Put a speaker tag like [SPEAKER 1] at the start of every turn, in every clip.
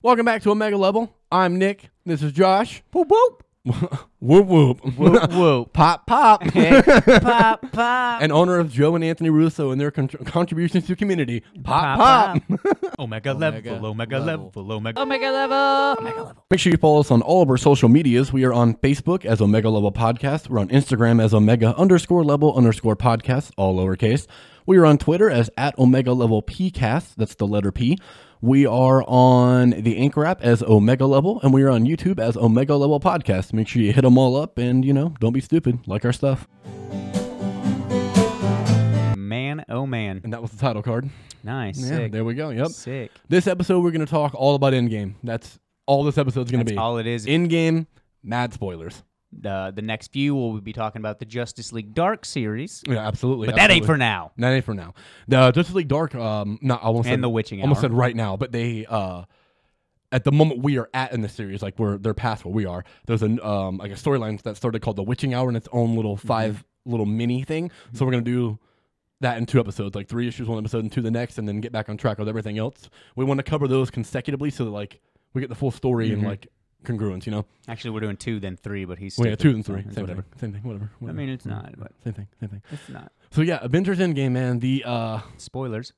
[SPEAKER 1] Welcome back to Omega Level. I'm Nick. This is Josh. Whoop whoop. whoop whoop.
[SPEAKER 2] Whoop whoop.
[SPEAKER 1] Pop pop.
[SPEAKER 2] pop pop.
[SPEAKER 1] In honor of Joe and Anthony Russo and their con- contributions to community. Pop pop.
[SPEAKER 2] Pop,
[SPEAKER 3] Omega, level, Omega level, Omega.
[SPEAKER 2] Omega level. Omega level.
[SPEAKER 1] Make sure you follow us on all of our social medias. We are on Facebook as Omega Level Podcast. We're on Instagram as Omega underscore level underscore podcast, all lowercase. We are on Twitter as at Omega Level PCast. That's the letter P. We are on the Anchor app as Omega Level, and we are on YouTube as Omega Level Podcast. Make sure you hit them all up and, you know, don't be stupid. Like our stuff.
[SPEAKER 2] Man, oh man.
[SPEAKER 1] And that was the title card.
[SPEAKER 2] Nice.
[SPEAKER 1] Yeah,
[SPEAKER 2] Sick.
[SPEAKER 1] there we go. Yep.
[SPEAKER 2] Sick.
[SPEAKER 1] This episode, we're going to talk all about Endgame. That's all this episode's going to
[SPEAKER 2] That's
[SPEAKER 1] be.
[SPEAKER 2] all it is.
[SPEAKER 1] Endgame, mad spoilers.
[SPEAKER 2] the the next few we'll be talking about the Justice League Dark series.
[SPEAKER 1] Yeah, absolutely.
[SPEAKER 2] But that ain't
[SPEAKER 1] absolutely.
[SPEAKER 2] for now.
[SPEAKER 1] That ain't for now. The Justice League Dark, um, not almost
[SPEAKER 2] And
[SPEAKER 1] said,
[SPEAKER 2] The Witching
[SPEAKER 1] almost
[SPEAKER 2] Hour.
[SPEAKER 1] said right now, but they, uh, at the moment we are at in the series, like we're they're past where we are. There's an um like a storyline that started called The Witching Hour and its own little
[SPEAKER 2] Mm-hmm.
[SPEAKER 1] 5 little mini thing. So we're gonna do that in two episodes, like three issues, one episode, and two the next, and then get back on track with everything else. We want to cover those consecutively so that like we get the full story
[SPEAKER 2] Mm-hmm.
[SPEAKER 1] and like congruence, you know.
[SPEAKER 2] Actually, we're doing two, then three, but he's.
[SPEAKER 1] Well, yeah,
[SPEAKER 2] stupid.
[SPEAKER 1] two and three,
[SPEAKER 2] It's
[SPEAKER 1] same
[SPEAKER 2] whatever.
[SPEAKER 1] thing, same thing, whatever.
[SPEAKER 2] I
[SPEAKER 1] whatever.
[SPEAKER 2] mean, it's not, but
[SPEAKER 1] same thing, same thing.
[SPEAKER 2] it's not.
[SPEAKER 1] So yeah, Avengers Endgame, man. The uh
[SPEAKER 2] Spoilers.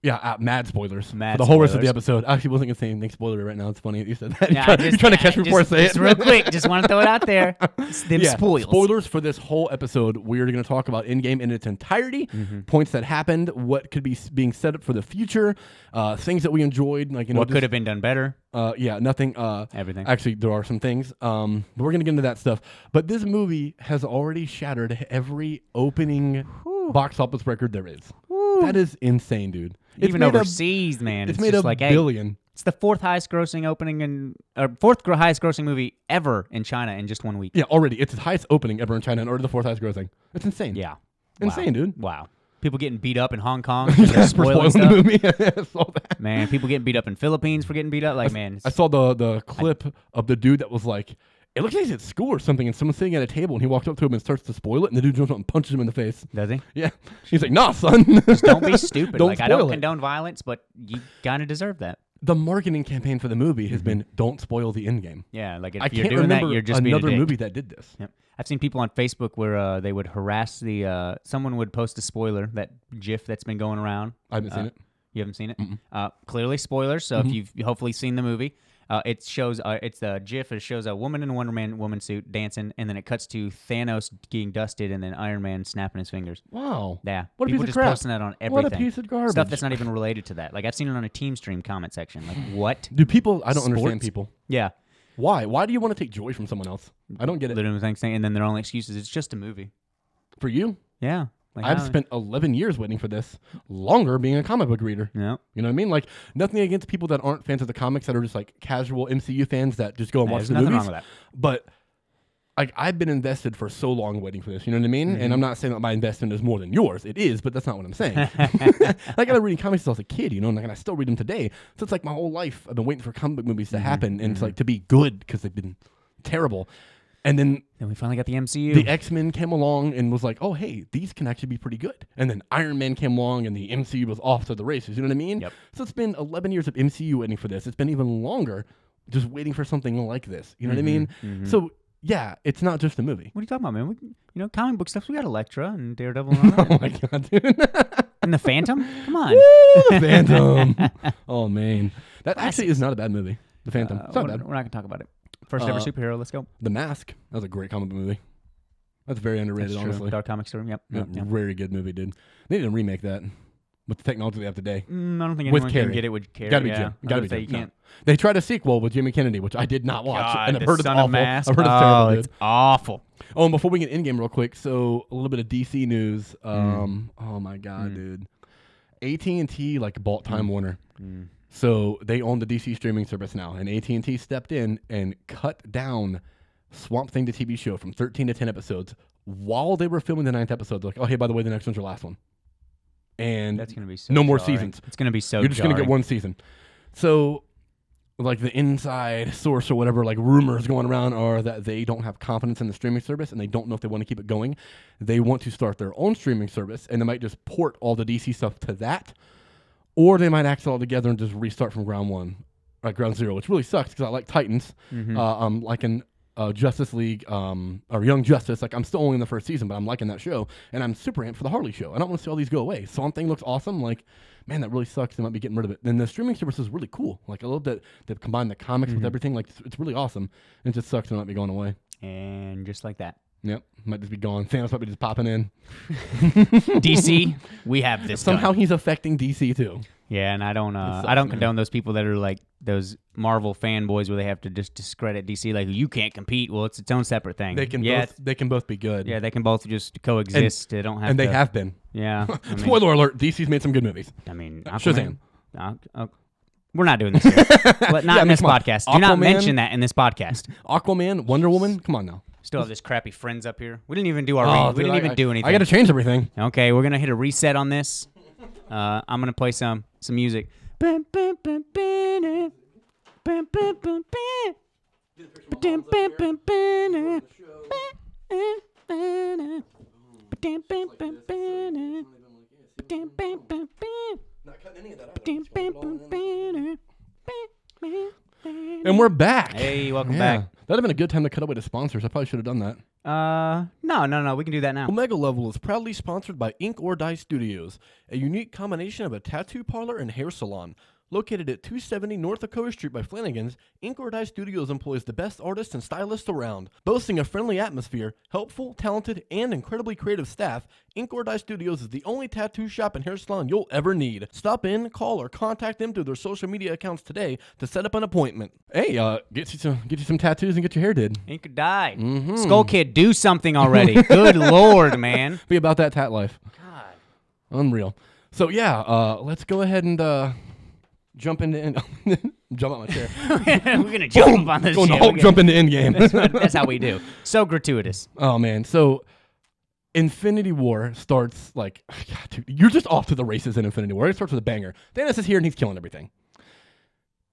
[SPEAKER 1] Yeah, uh, mad spoilers.
[SPEAKER 2] Mad
[SPEAKER 1] for the whole rest of the
[SPEAKER 2] spoilers.
[SPEAKER 1] episode. I actually wasn't going to say anything spoilery right now. It's funny that you said that. you're,
[SPEAKER 2] Yeah, I
[SPEAKER 1] trying,
[SPEAKER 2] just-
[SPEAKER 1] you're trying to
[SPEAKER 2] I
[SPEAKER 1] catch me before I
[SPEAKER 2] just-
[SPEAKER 1] say
[SPEAKER 2] just
[SPEAKER 1] it.
[SPEAKER 2] real quick. Just want to throw it out there. It's them
[SPEAKER 1] Yeah,
[SPEAKER 2] spoils.
[SPEAKER 1] spoilers for this whole episode. We're going to talk about Endgame in its entirety,
[SPEAKER 2] Mm-hmm.
[SPEAKER 1] points that happened, what could be s- being set up for the future, uh, things that we enjoyed, like you know,
[SPEAKER 2] What
[SPEAKER 1] just,
[SPEAKER 2] could have been done better?
[SPEAKER 1] uh, yeah, nothing. Uh,
[SPEAKER 2] Everything.
[SPEAKER 1] Actually, there are some things. Um, but we're gonna get into that stuff. But this movie has already shattered every opening box office record there is. That is insane, dude. It's
[SPEAKER 2] Even
[SPEAKER 1] made a-
[SPEAKER 2] overseas, man.
[SPEAKER 1] it's,
[SPEAKER 2] It's,
[SPEAKER 1] made
[SPEAKER 2] just
[SPEAKER 1] a
[SPEAKER 2] like, hey,
[SPEAKER 1] billion.
[SPEAKER 2] It's the fourth highest grossing opening in or fourth gro- highest grossing movie ever in China in just one week.
[SPEAKER 1] Yeah, already. It's the highest opening ever in China and already the fourth highest grossing. It's insane.
[SPEAKER 2] Yeah.
[SPEAKER 1] Insane, dude.
[SPEAKER 2] Wow. People getting beat up in Hong Kong. for
[SPEAKER 1] For
[SPEAKER 2] spoiling
[SPEAKER 1] spoiling
[SPEAKER 2] stuff.
[SPEAKER 1] the movie. I saw that.
[SPEAKER 2] Man, people getting beat up in Philippines for getting beat up. Like, man,
[SPEAKER 1] I
[SPEAKER 2] it's-
[SPEAKER 1] saw the, the clip of the dude that was like, it looks like he's at school or something, and someone's sitting at a table, and he walked up to him and starts to spoil it, and the dude jumps up and punches him in the face.
[SPEAKER 2] does he?
[SPEAKER 1] Yeah. He's like, nah, son.
[SPEAKER 2] Don't be stupid.
[SPEAKER 1] Don't
[SPEAKER 2] like, I don't
[SPEAKER 1] spoil it.
[SPEAKER 2] condone violence, but you kind of deserve that.
[SPEAKER 1] the marketing campaign for the movie has been don't spoil the end game.
[SPEAKER 2] Yeah, like if
[SPEAKER 1] I
[SPEAKER 2] Mm-hmm. you're
[SPEAKER 1] can't
[SPEAKER 2] doing that,
[SPEAKER 1] remember
[SPEAKER 2] you're just being a
[SPEAKER 1] another
[SPEAKER 2] dick.
[SPEAKER 1] movie that did this.
[SPEAKER 2] Yep. I've seen people on Facebook where uh, they would harass the uh, someone would post a spoiler that GIF that's been going around.
[SPEAKER 1] I haven't seen
[SPEAKER 2] Uh,
[SPEAKER 1] it. Mm-hmm.
[SPEAKER 2] You haven't seen it. Uh, clearly, spoilers. So if you've hopefully seen the movie, uh, it shows uh, it's a GIF. It shows a woman in a Wonder Man woman suit dancing, and then it cuts to Thanos getting dusted, and then Iron Man snapping his fingers.
[SPEAKER 1] Wow.
[SPEAKER 2] Yeah,
[SPEAKER 1] What a
[SPEAKER 2] people
[SPEAKER 1] piece of
[SPEAKER 2] just
[SPEAKER 1] crap.
[SPEAKER 2] posting that on everything.
[SPEAKER 1] What a piece of garbage.
[SPEAKER 2] Stuff that's not even related to that. Like I've seen it on a Team Stream comment section. Like what?
[SPEAKER 1] Do people, I don't understand
[SPEAKER 2] Sports?
[SPEAKER 1] people.
[SPEAKER 2] yeah,
[SPEAKER 1] Why? Why do you want to take joy from someone else? I don't get it.
[SPEAKER 2] literally things. And then their only excuses. It's just a movie.
[SPEAKER 1] For you,
[SPEAKER 2] Yeah, like,
[SPEAKER 1] I've
[SPEAKER 2] how-
[SPEAKER 1] spent 11 years waiting for this, longer being a comic book reader.
[SPEAKER 2] No,
[SPEAKER 1] You know what I mean? Like, nothing against people that aren't fans of the comics that are just like casual MCU fans that just go and
[SPEAKER 2] Yeah,
[SPEAKER 1] watch
[SPEAKER 2] there's
[SPEAKER 1] the
[SPEAKER 2] nothing
[SPEAKER 1] movies.
[SPEAKER 2] wrong with that.
[SPEAKER 1] But, like, I've been invested for so long waiting for this. You know what I mean?
[SPEAKER 2] Mm-hmm.
[SPEAKER 1] And I'm not saying that my investment is more than yours. It is, but that's not what I'm saying. like, I was reading comics since I was a kid, you know, and like, and I still read them today. So it's like my whole life, I've been waiting for comic book movies to
[SPEAKER 2] Mm-hmm.
[SPEAKER 1] happen and it's like to be good because they've been terrible. And then
[SPEAKER 2] then we finally got the MCU.
[SPEAKER 1] the X Men came along and was like, oh, hey, these can actually be pretty good. And then Iron Man came along and the MCU was off to the races. You know what I mean?
[SPEAKER 2] Yep.
[SPEAKER 1] So it's been 11 years of MCU waiting for this. It's been even longer just waiting for something like this. You know what I mean? So, yeah, it's not just a movie.
[SPEAKER 2] what Mm-hmm. are you talking about, man? We, you know, comic book stuff. We got Elektra and Daredevil and, all
[SPEAKER 1] Oh
[SPEAKER 2] that.
[SPEAKER 1] my God, dude. Woo,
[SPEAKER 2] and the Phantom. Come on.
[SPEAKER 1] the Phantom. oh, man. That actually is not a bad movie. The Phantom.
[SPEAKER 2] Uh,
[SPEAKER 1] it's
[SPEAKER 2] we're,
[SPEAKER 1] not bad.
[SPEAKER 2] we're not gonna talk about it. First ever
[SPEAKER 1] Uh,
[SPEAKER 2] superhero. Let's go.
[SPEAKER 1] The Mask. That was a great comic book movie. That's very underrated,
[SPEAKER 2] That's true.
[SPEAKER 1] honestly.
[SPEAKER 2] Dark comic story. Yep.
[SPEAKER 1] Yeah,
[SPEAKER 2] yep, yep.
[SPEAKER 1] Very good movie, dude. They need to remake that with the technology they have today.
[SPEAKER 2] Mm, I don't think
[SPEAKER 1] With
[SPEAKER 2] anyone
[SPEAKER 1] Carrie.
[SPEAKER 2] can get it with Carrie.
[SPEAKER 1] Gotta be
[SPEAKER 2] yeah.
[SPEAKER 1] Jim.
[SPEAKER 2] I was
[SPEAKER 1] Gotta
[SPEAKER 2] gonna
[SPEAKER 1] be
[SPEAKER 2] say,
[SPEAKER 1] Jim.
[SPEAKER 2] You
[SPEAKER 1] No.
[SPEAKER 2] can't.
[SPEAKER 1] They tried a sequel with Jimmy Kennedy, which I did not watch,
[SPEAKER 2] God,
[SPEAKER 1] and I've
[SPEAKER 2] the
[SPEAKER 1] heard it's
[SPEAKER 2] son of
[SPEAKER 1] awful.
[SPEAKER 2] Mask.
[SPEAKER 1] I've heard it's
[SPEAKER 2] oh,
[SPEAKER 1] terrible. dude.
[SPEAKER 2] It's awful.
[SPEAKER 1] Oh, and before we get in game, real quick. So a little bit of DC news.
[SPEAKER 2] Mm.
[SPEAKER 1] Um, oh my god, dude. AT and T like bought Time
[SPEAKER 2] Mm.
[SPEAKER 1] Warner, so they own the DC streaming service now, and AT and T stepped in and cut down Swamp Thing the TV show from 13 to 10 episodes while they were filming the ninth episode. They're like, oh hey, by the way, the next one's your last one, and
[SPEAKER 2] That's gonna be so
[SPEAKER 1] no more
[SPEAKER 2] jarring.
[SPEAKER 1] seasons.
[SPEAKER 2] It's gonna be so.
[SPEAKER 1] You're just gonna get
[SPEAKER 2] jarring.
[SPEAKER 1] one season. So, like the inside source or whatever, like rumors going around are that they don't have confidence in the streaming service and they don't know if they want to keep it going. They want to start their own streaming service and they might just port all the DC stuff to that, or they might axe it all together and just restart from ground one. uh, Ground Zero, which really sucks because I like Titans.
[SPEAKER 2] Mm-hmm.
[SPEAKER 1] Uh, I'm liking uh, Justice League um, or Young Justice. Like I'm still only in the first season, but I'm liking that show, and I'm super amped for the Harley show. I don't want to see all these go away. Swamp Thing looks awesome. Like, man, that really sucks. They might be getting rid of it. Then the streaming service is really cool. Like I love that they've combined the comics
[SPEAKER 2] Mm-hmm.
[SPEAKER 1] with everything. Like it's, it's really awesome. It just sucks it might be going away.
[SPEAKER 2] And just like that.
[SPEAKER 1] Yep, might just be gone. Thanos might be just popping in.
[SPEAKER 2] DC, we have this done.
[SPEAKER 1] Somehow he's affecting DC too.
[SPEAKER 2] Yeah, and I don't, uh, I
[SPEAKER 1] sucks,
[SPEAKER 2] don't
[SPEAKER 1] man.
[SPEAKER 2] condone those people that are like those Marvel fanboys where they have to just discredit DC, like you can't compete. Well, it's its own separate thing.
[SPEAKER 1] They can
[SPEAKER 2] yeah,
[SPEAKER 1] both. They can both be good.
[SPEAKER 2] yeah, they can both just coexist. they don't have,
[SPEAKER 1] and they
[SPEAKER 2] to-
[SPEAKER 1] have been.
[SPEAKER 2] yeah. I mean,
[SPEAKER 1] Spoiler alert: DC's made some good movies.
[SPEAKER 2] I mean,
[SPEAKER 1] Shazam.
[SPEAKER 2] Aquaman. Uh, uh, we're not doing this here. Let- not
[SPEAKER 1] Yeah, I
[SPEAKER 2] in
[SPEAKER 1] mean,
[SPEAKER 2] this
[SPEAKER 1] come on.
[SPEAKER 2] podcast. Do not
[SPEAKER 1] Aquaman-
[SPEAKER 2] mention that in this podcast.
[SPEAKER 1] Aquaman, Wonder Woman. Come on now.
[SPEAKER 2] Still have this crappy friends up here. We didn't even do our. read- we
[SPEAKER 1] Oh, dude,
[SPEAKER 2] didn't
[SPEAKER 1] I-
[SPEAKER 2] even
[SPEAKER 1] I-
[SPEAKER 2] do anything.
[SPEAKER 1] I got to change everything.
[SPEAKER 2] Okay, we're gonna hit a reset on this. Uh, I'm gonna play some some music. Bam, bam, bam, bam, bam, bam, bam, bam. Ba-dam, bam, bam, bam, bam, bam. Ba-dam, bam, bam, bam, ba-dam, bam, bam, bam, ba-dam, bam, bam, bam, bam, bam.
[SPEAKER 1] And we're back.
[SPEAKER 2] Hey, welcome
[SPEAKER 1] Yeah.
[SPEAKER 2] back.
[SPEAKER 1] That'd have been a good time to cut away to sponsors. I probably should have done that.
[SPEAKER 2] Uh, no, no, no. We can do that now.
[SPEAKER 4] Omega Level is proudly sponsored by Ink or Die Studios, a unique combination of a tattoo parlor and hair salon. Located at 270 North Dakota Street by Flanagan's, Ink or Die Studios employs the best artists and stylists around. Boasting a friendly atmosphere, helpful, talented, and incredibly creative staff, Ink or Die Studios is the only tattoo shop and hair salon you'll ever need. Stop in, call, or contact them through their social media accounts today to set up an appointment.
[SPEAKER 1] Hey, uh, get you some get you some tattoos and get your hair did.
[SPEAKER 2] Ink or die. Skull Kid, do something already. Good lord, man.
[SPEAKER 1] Be about that tat life. God, unreal. So yeah, uh, let's go ahead and uh, jump into end- jump out my chair.
[SPEAKER 2] We're gonna jump up on this
[SPEAKER 1] Going to
[SPEAKER 2] shit.
[SPEAKER 1] Hulk
[SPEAKER 2] We're
[SPEAKER 1] jump into Endgame.
[SPEAKER 2] gonna- That's how we do. So gratuitous.
[SPEAKER 1] Oh man, so Infinity War starts like God, dude, you're just off to the races in Infinity War. It starts with a banger. Thanos is here and he's killing everything.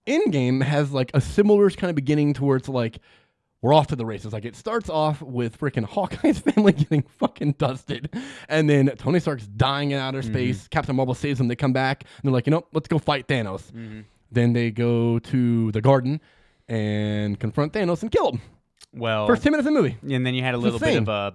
[SPEAKER 1] Endgame has like a similar kind of beginning to where it's like we're off to the races. Like it starts off with freaking Hawkeye's family getting fucking dusted, and then Tony Stark's dying in outer space. Captain Marvel saves them. They come back and they're like, you know, let's go fight Thanos. Then they go to the garden and confront Thanos and kill him.
[SPEAKER 2] Well,
[SPEAKER 1] First ten minutes of the movie.
[SPEAKER 2] and then you had a little bit
[SPEAKER 1] insane.
[SPEAKER 2] of a,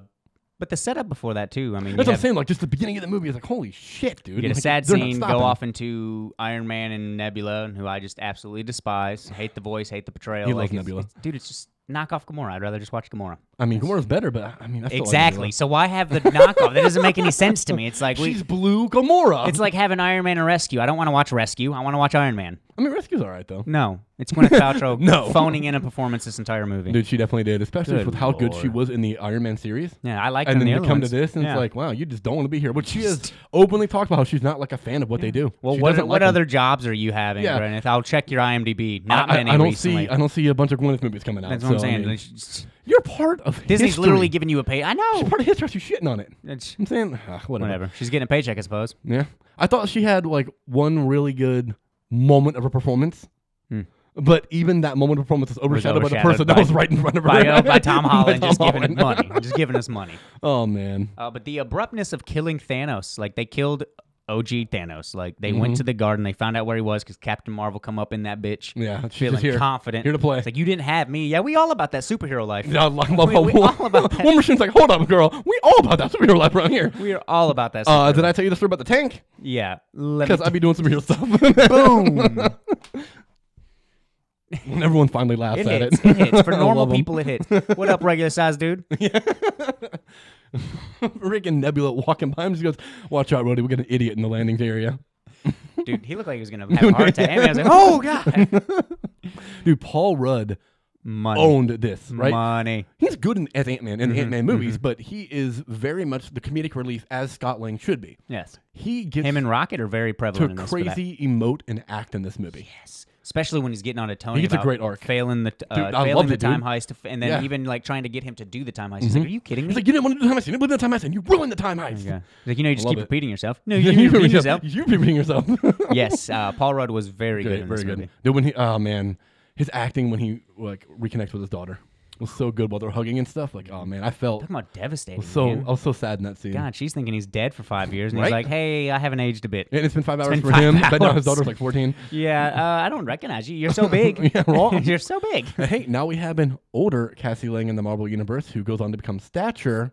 [SPEAKER 2] but the setup before that too. I mean, you,
[SPEAKER 1] That's what
[SPEAKER 2] have,
[SPEAKER 1] I'm saying. Like just the beginning of the movie is like, holy shit, dude.
[SPEAKER 2] you get a
[SPEAKER 1] Like,
[SPEAKER 2] sad
[SPEAKER 1] they're not
[SPEAKER 2] scene, go
[SPEAKER 1] stopping.
[SPEAKER 2] off into Iron Man and Nebula, and who I just absolutely despise. Hate the voice, hate the portrayal.
[SPEAKER 1] He
[SPEAKER 2] like
[SPEAKER 1] loves
[SPEAKER 2] it's-
[SPEAKER 1] Nebula.
[SPEAKER 2] it's- dude, it's just knock off Gamora. I'd rather just watch Gamora.
[SPEAKER 1] I mean, Gamora's better, but I- I mean, I still like
[SPEAKER 2] Exactly.
[SPEAKER 1] Gamora.
[SPEAKER 2] so why have the knockoff? That doesn't make any sense to me. It's like we.
[SPEAKER 1] She's blue Gamora.
[SPEAKER 2] It's like having Iron Man and Rescue. I don't want to watch Rescue. I want to watch Iron Man.
[SPEAKER 1] I mean, Rescue's all right though.
[SPEAKER 2] No, it's Gwyneth Paltrow
[SPEAKER 1] No.
[SPEAKER 2] phoning in a performance this entire movie.
[SPEAKER 1] Dude, she definitely did, especially
[SPEAKER 2] Good
[SPEAKER 1] with how good she
[SPEAKER 2] lord.
[SPEAKER 1] was in the Iron Man series.
[SPEAKER 2] Yeah, I like
[SPEAKER 1] And
[SPEAKER 2] them,
[SPEAKER 1] then
[SPEAKER 2] the
[SPEAKER 1] you
[SPEAKER 2] other
[SPEAKER 1] come
[SPEAKER 2] ones.
[SPEAKER 1] to this, and
[SPEAKER 2] Yeah.
[SPEAKER 1] it's like, wow, you just don't want to be here. But she has openly talked about how she's not like a fan of what they do.
[SPEAKER 2] Well,
[SPEAKER 1] She
[SPEAKER 2] what,
[SPEAKER 1] doesn't like
[SPEAKER 2] what
[SPEAKER 1] 'em.
[SPEAKER 2] other jobs are you having,
[SPEAKER 1] Yeah.
[SPEAKER 2] Gwyneth? I'll check your IMDb.
[SPEAKER 1] I,
[SPEAKER 2] Not
[SPEAKER 1] I-
[SPEAKER 2] many
[SPEAKER 1] I don't
[SPEAKER 2] recently.
[SPEAKER 1] see. I don't see a bunch of Gwyneth movies coming out.
[SPEAKER 2] That's what I'm
[SPEAKER 1] so, I
[SPEAKER 2] saying.
[SPEAKER 1] mean,
[SPEAKER 2] It's just-
[SPEAKER 1] you're part of
[SPEAKER 2] Disney's
[SPEAKER 1] history.
[SPEAKER 2] literally giving you a pay. I
[SPEAKER 1] You're
[SPEAKER 2] know.
[SPEAKER 1] part of history. after You shitting on it.
[SPEAKER 2] It's-
[SPEAKER 1] I'm saying ah, whatever.
[SPEAKER 2] whatever. She's getting a paycheck, I suppose.
[SPEAKER 1] Yeah. I thought she had like one really good moment of a performance.
[SPEAKER 2] Hmm.
[SPEAKER 1] But even that moment of performance is overshadowed by the person
[SPEAKER 2] overshadowed by-
[SPEAKER 1] that was right in front of her.
[SPEAKER 2] By, uh, by Tom Holland
[SPEAKER 1] By
[SPEAKER 2] just
[SPEAKER 1] Tom
[SPEAKER 2] giving us
[SPEAKER 1] Holland.
[SPEAKER 2] money. Just giving us money.
[SPEAKER 1] Oh man.
[SPEAKER 2] Uh, but the abruptness of killing Thanos, like they killed OG Thanos. Like they
[SPEAKER 1] Mm-hmm.
[SPEAKER 2] went to the garden, they found out where he was because Captain Marvel come up in that bitch.
[SPEAKER 1] Yeah, she's
[SPEAKER 2] feeling
[SPEAKER 1] just here.
[SPEAKER 2] confident.
[SPEAKER 1] Here to play.
[SPEAKER 2] It's like you didn't have me. Yeah, we all about that superhero life.
[SPEAKER 1] I love how
[SPEAKER 2] We- we all about that.
[SPEAKER 1] one machine's like, hold up, girl. We all about that superhero life around here.
[SPEAKER 2] We are all about that.
[SPEAKER 1] Uh,
[SPEAKER 2] superhero-
[SPEAKER 1] did I tell you the story about the tank?
[SPEAKER 2] yeah. Let me
[SPEAKER 1] Because I'd be doing some real stuff. Boom. Everyone finally laughs
[SPEAKER 2] It
[SPEAKER 1] at
[SPEAKER 2] hits.
[SPEAKER 1] it.
[SPEAKER 2] It hits. For
[SPEAKER 1] I
[SPEAKER 2] normal
[SPEAKER 1] love 'em.
[SPEAKER 2] people, it hits. What up, regular size dude?
[SPEAKER 1] Rick and Nebula walking by him. She goes, "Watch out, Roddy. We got an idiot in the landing area."
[SPEAKER 2] Dude, he looked like he was gonna have a heart attack. And I was like, oh god,
[SPEAKER 1] Dude, Paul Rudd
[SPEAKER 2] money,
[SPEAKER 1] owned this, right?
[SPEAKER 2] money.
[SPEAKER 1] He's good in, as Ant Man in
[SPEAKER 2] Mm-hmm,
[SPEAKER 1] Ant Man movies, but he is very much the comedic relief as Scott Lang should be.
[SPEAKER 2] Yes,
[SPEAKER 1] He gets
[SPEAKER 2] him and Rocket are very
[SPEAKER 1] to
[SPEAKER 2] prevalent in this. for that.
[SPEAKER 1] crazy emote and act in this movie.
[SPEAKER 2] Yes. Especially when he's getting on a Tony.
[SPEAKER 1] He gets a
[SPEAKER 2] about
[SPEAKER 1] great arc.
[SPEAKER 2] Failing the t- uh,
[SPEAKER 1] Dude, I
[SPEAKER 2] failing
[SPEAKER 1] loved
[SPEAKER 2] the
[SPEAKER 1] it,
[SPEAKER 2] time
[SPEAKER 1] dude.
[SPEAKER 2] heist, and then
[SPEAKER 1] Yeah. Mm-hmm.
[SPEAKER 2] even like trying to get him to do the time heist. He's like, "Are you kidding me?"
[SPEAKER 1] He's like, you didn't want to do the time heist. You didn't believe in the time heist, and you ruined the time heist.
[SPEAKER 2] yeah. He's like, "You know, you just
[SPEAKER 1] love
[SPEAKER 2] keep
[SPEAKER 1] it.
[SPEAKER 2] repeating yourself." No,
[SPEAKER 1] You,
[SPEAKER 2] you,
[SPEAKER 1] you,
[SPEAKER 2] you repeat
[SPEAKER 1] yourself.
[SPEAKER 2] yourself.
[SPEAKER 1] You repeating yourself. Good,
[SPEAKER 2] yes, uh, Paul Rudd was very good. in this
[SPEAKER 1] very good.
[SPEAKER 2] movie.
[SPEAKER 1] Dude, when he, oh man, his acting when he like reconnects with his daughter. was so good while they're hugging and stuff. Like, oh man, I felt
[SPEAKER 2] Talking about devastating.
[SPEAKER 1] so
[SPEAKER 2] man.
[SPEAKER 1] I was so sad in that scene.
[SPEAKER 2] God, she's thinking he's dead for five years, and
[SPEAKER 1] Right?
[SPEAKER 2] he's like, "Hey, I haven't aged a bit."
[SPEAKER 1] And it's been five hours
[SPEAKER 2] been
[SPEAKER 1] for
[SPEAKER 2] five
[SPEAKER 1] him, but now his
[SPEAKER 2] hours.
[SPEAKER 1] daughter's like fourteen.
[SPEAKER 2] Yeah, uh, I don't recognize you. You're so big.
[SPEAKER 1] Yeah, wrong.
[SPEAKER 2] You're so big.
[SPEAKER 1] And hey, now we have an older Cassie Lang in the Marvel universe who goes on to become Stature.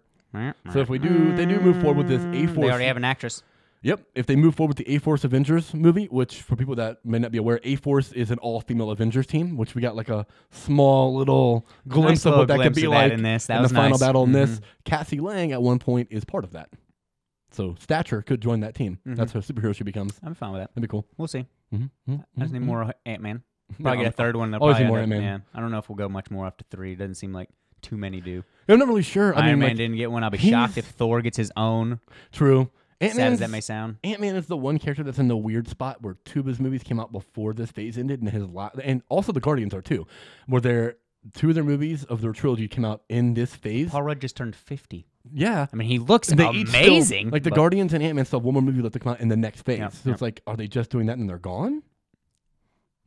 [SPEAKER 1] So if we do, they do move forward with this A
[SPEAKER 2] Mm, they
[SPEAKER 1] Force.
[SPEAKER 2] already have an actress.
[SPEAKER 1] Yep. If they move forward with the A Force Avengers movie, which for people that may not be aware, A Force is an all-female Avengers team, which we got like a small little glimpse of
[SPEAKER 2] little
[SPEAKER 1] what that could
[SPEAKER 2] glimpse
[SPEAKER 1] be
[SPEAKER 2] of that
[SPEAKER 1] like
[SPEAKER 2] in this. That
[SPEAKER 1] in
[SPEAKER 2] was
[SPEAKER 1] the final
[SPEAKER 2] nice. Mm-hmm.
[SPEAKER 1] battle in this. Cassie Lang at one point is part of that, so Stature could join that team.
[SPEAKER 2] Mm-hmm.
[SPEAKER 1] That's her superhero she becomes.
[SPEAKER 2] I'm fine with that.
[SPEAKER 1] That'd be cool.
[SPEAKER 2] We'll see.
[SPEAKER 1] Mm-hmm.
[SPEAKER 2] I just need more Ant Man. Probably
[SPEAKER 1] Yeah,
[SPEAKER 2] get a third one. They'll
[SPEAKER 1] always
[SPEAKER 2] probably
[SPEAKER 1] need more
[SPEAKER 2] end up-
[SPEAKER 1] Ant-Man.
[SPEAKER 2] Yeah, I don't know if we'll go much more after three. It doesn't seem like too many do.
[SPEAKER 1] I'm not really sure. I
[SPEAKER 2] Iron
[SPEAKER 1] mean,
[SPEAKER 2] Man
[SPEAKER 1] like,
[SPEAKER 2] didn't get one. I'll be
[SPEAKER 1] he's-
[SPEAKER 2] shocked if Thor gets his own.
[SPEAKER 1] true.
[SPEAKER 2] sad as
[SPEAKER 1] Ant-Man's-
[SPEAKER 2] that may sound.
[SPEAKER 1] Ant Man is the one character that's in the weird spot where two of his movies came out before this phase ended, and his lot, and also the Guardians are too, where their two of their movies of their trilogy came out in this phase.
[SPEAKER 2] Paul Rudd just turned 50.
[SPEAKER 1] Yeah,
[SPEAKER 2] I mean, he looks
[SPEAKER 1] each still-
[SPEAKER 2] amazing.
[SPEAKER 1] like the
[SPEAKER 2] but-
[SPEAKER 1] Guardians and Ant Man still have one more movie left to come out in the next phase.
[SPEAKER 2] Yeah,
[SPEAKER 1] so
[SPEAKER 2] yeah.
[SPEAKER 1] it's like, are they just doing that and they're gone?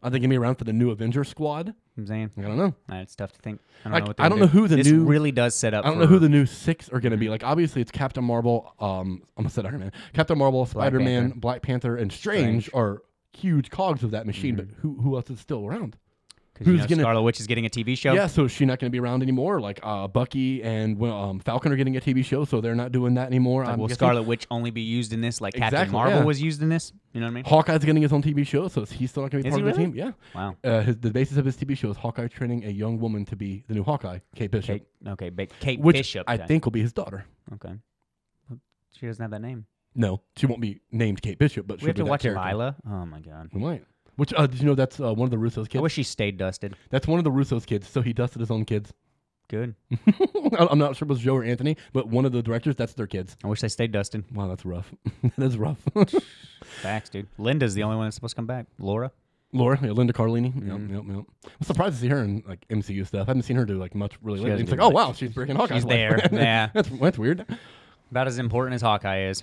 [SPEAKER 1] Are they gonna be around for the new Avengers squad?
[SPEAKER 2] I'm saying.
[SPEAKER 1] I don't know.
[SPEAKER 2] Uh, it's tough to think. I don't
[SPEAKER 1] Like,
[SPEAKER 2] know. What
[SPEAKER 1] I
[SPEAKER 2] they're
[SPEAKER 1] don't
[SPEAKER 2] gonna
[SPEAKER 1] know who
[SPEAKER 2] do.
[SPEAKER 1] the
[SPEAKER 2] this
[SPEAKER 1] new-
[SPEAKER 2] really does set up.
[SPEAKER 1] I don't know who the new six are going to be. Like, obviously, it's Captain Marvel. Um, I almost said Iron Man. Captain Marvel, Spider Man,
[SPEAKER 2] Panther.
[SPEAKER 1] Black Panther, and Strange, are huge cogs of that machine. But
[SPEAKER 2] Mm-hmm.
[SPEAKER 1] who who else is still around?
[SPEAKER 2] who's
[SPEAKER 1] who's gonna-
[SPEAKER 2] Scarlet Witch is getting a TV show.
[SPEAKER 1] Yeah, so is she not going to be around anymore? Like, uh, Bucky and well, um, Falcon are getting a TV show, so they're not doing that anymore. I'm
[SPEAKER 2] Will
[SPEAKER 1] guessing.
[SPEAKER 2] Scarlet Witch only be used in this? Like
[SPEAKER 1] Exactly,
[SPEAKER 2] Captain Marvel
[SPEAKER 1] yeah.
[SPEAKER 2] was used in this. You know what I mean?
[SPEAKER 1] Hawkeye's getting his own TV show, so is he still not going to be
[SPEAKER 2] Is
[SPEAKER 1] part
[SPEAKER 2] he
[SPEAKER 1] of the
[SPEAKER 2] really?
[SPEAKER 1] team? Yeah.
[SPEAKER 2] Wow.
[SPEAKER 1] Uh, his, the basis of his TV show is Hawkeye training a young woman to be the new Hawkeye, Kate Bishop,
[SPEAKER 2] Kate, okay, but Kate
[SPEAKER 1] which
[SPEAKER 2] Bishop.
[SPEAKER 1] I
[SPEAKER 2] then.
[SPEAKER 1] think will be his daughter.
[SPEAKER 2] Okay. Well, She doesn't have that name.
[SPEAKER 1] No, she won't be named Kate Bishop, but she'll
[SPEAKER 2] We have
[SPEAKER 1] be
[SPEAKER 2] to
[SPEAKER 1] that
[SPEAKER 2] watch
[SPEAKER 1] character.
[SPEAKER 2] Lila. Oh my god.
[SPEAKER 1] We might. Which uh, did you know that's uh, one of the Russo's
[SPEAKER 2] I
[SPEAKER 1] kids?
[SPEAKER 2] wish she stayed dusted.
[SPEAKER 1] That's one of the Russo's kids. So he dusted his own kids.
[SPEAKER 2] Good.
[SPEAKER 1] I- I'm not sure if it was Joe or Anthony, but one of the directors, that's their kids.
[SPEAKER 2] I wish they stayed dusted.
[SPEAKER 1] Wow, that's rough. that's rough.
[SPEAKER 2] Facts, dude. Linda's the only one that's supposed to come back. Laura.
[SPEAKER 1] Laura, yeah, Linda Carlini.
[SPEAKER 2] Mm-hmm.
[SPEAKER 1] Yep, yep, yep. I'm surprised to see her in like MCU stuff. I haven't seen her do like much really lately.
[SPEAKER 2] hasn't
[SPEAKER 1] It's like,
[SPEAKER 2] been
[SPEAKER 1] oh
[SPEAKER 2] much.
[SPEAKER 1] wow, she's freaking Hawkeye.
[SPEAKER 2] She's
[SPEAKER 1] Like,
[SPEAKER 2] there. yeah.
[SPEAKER 1] that's that's weird.
[SPEAKER 2] About as important as Hawkeye is.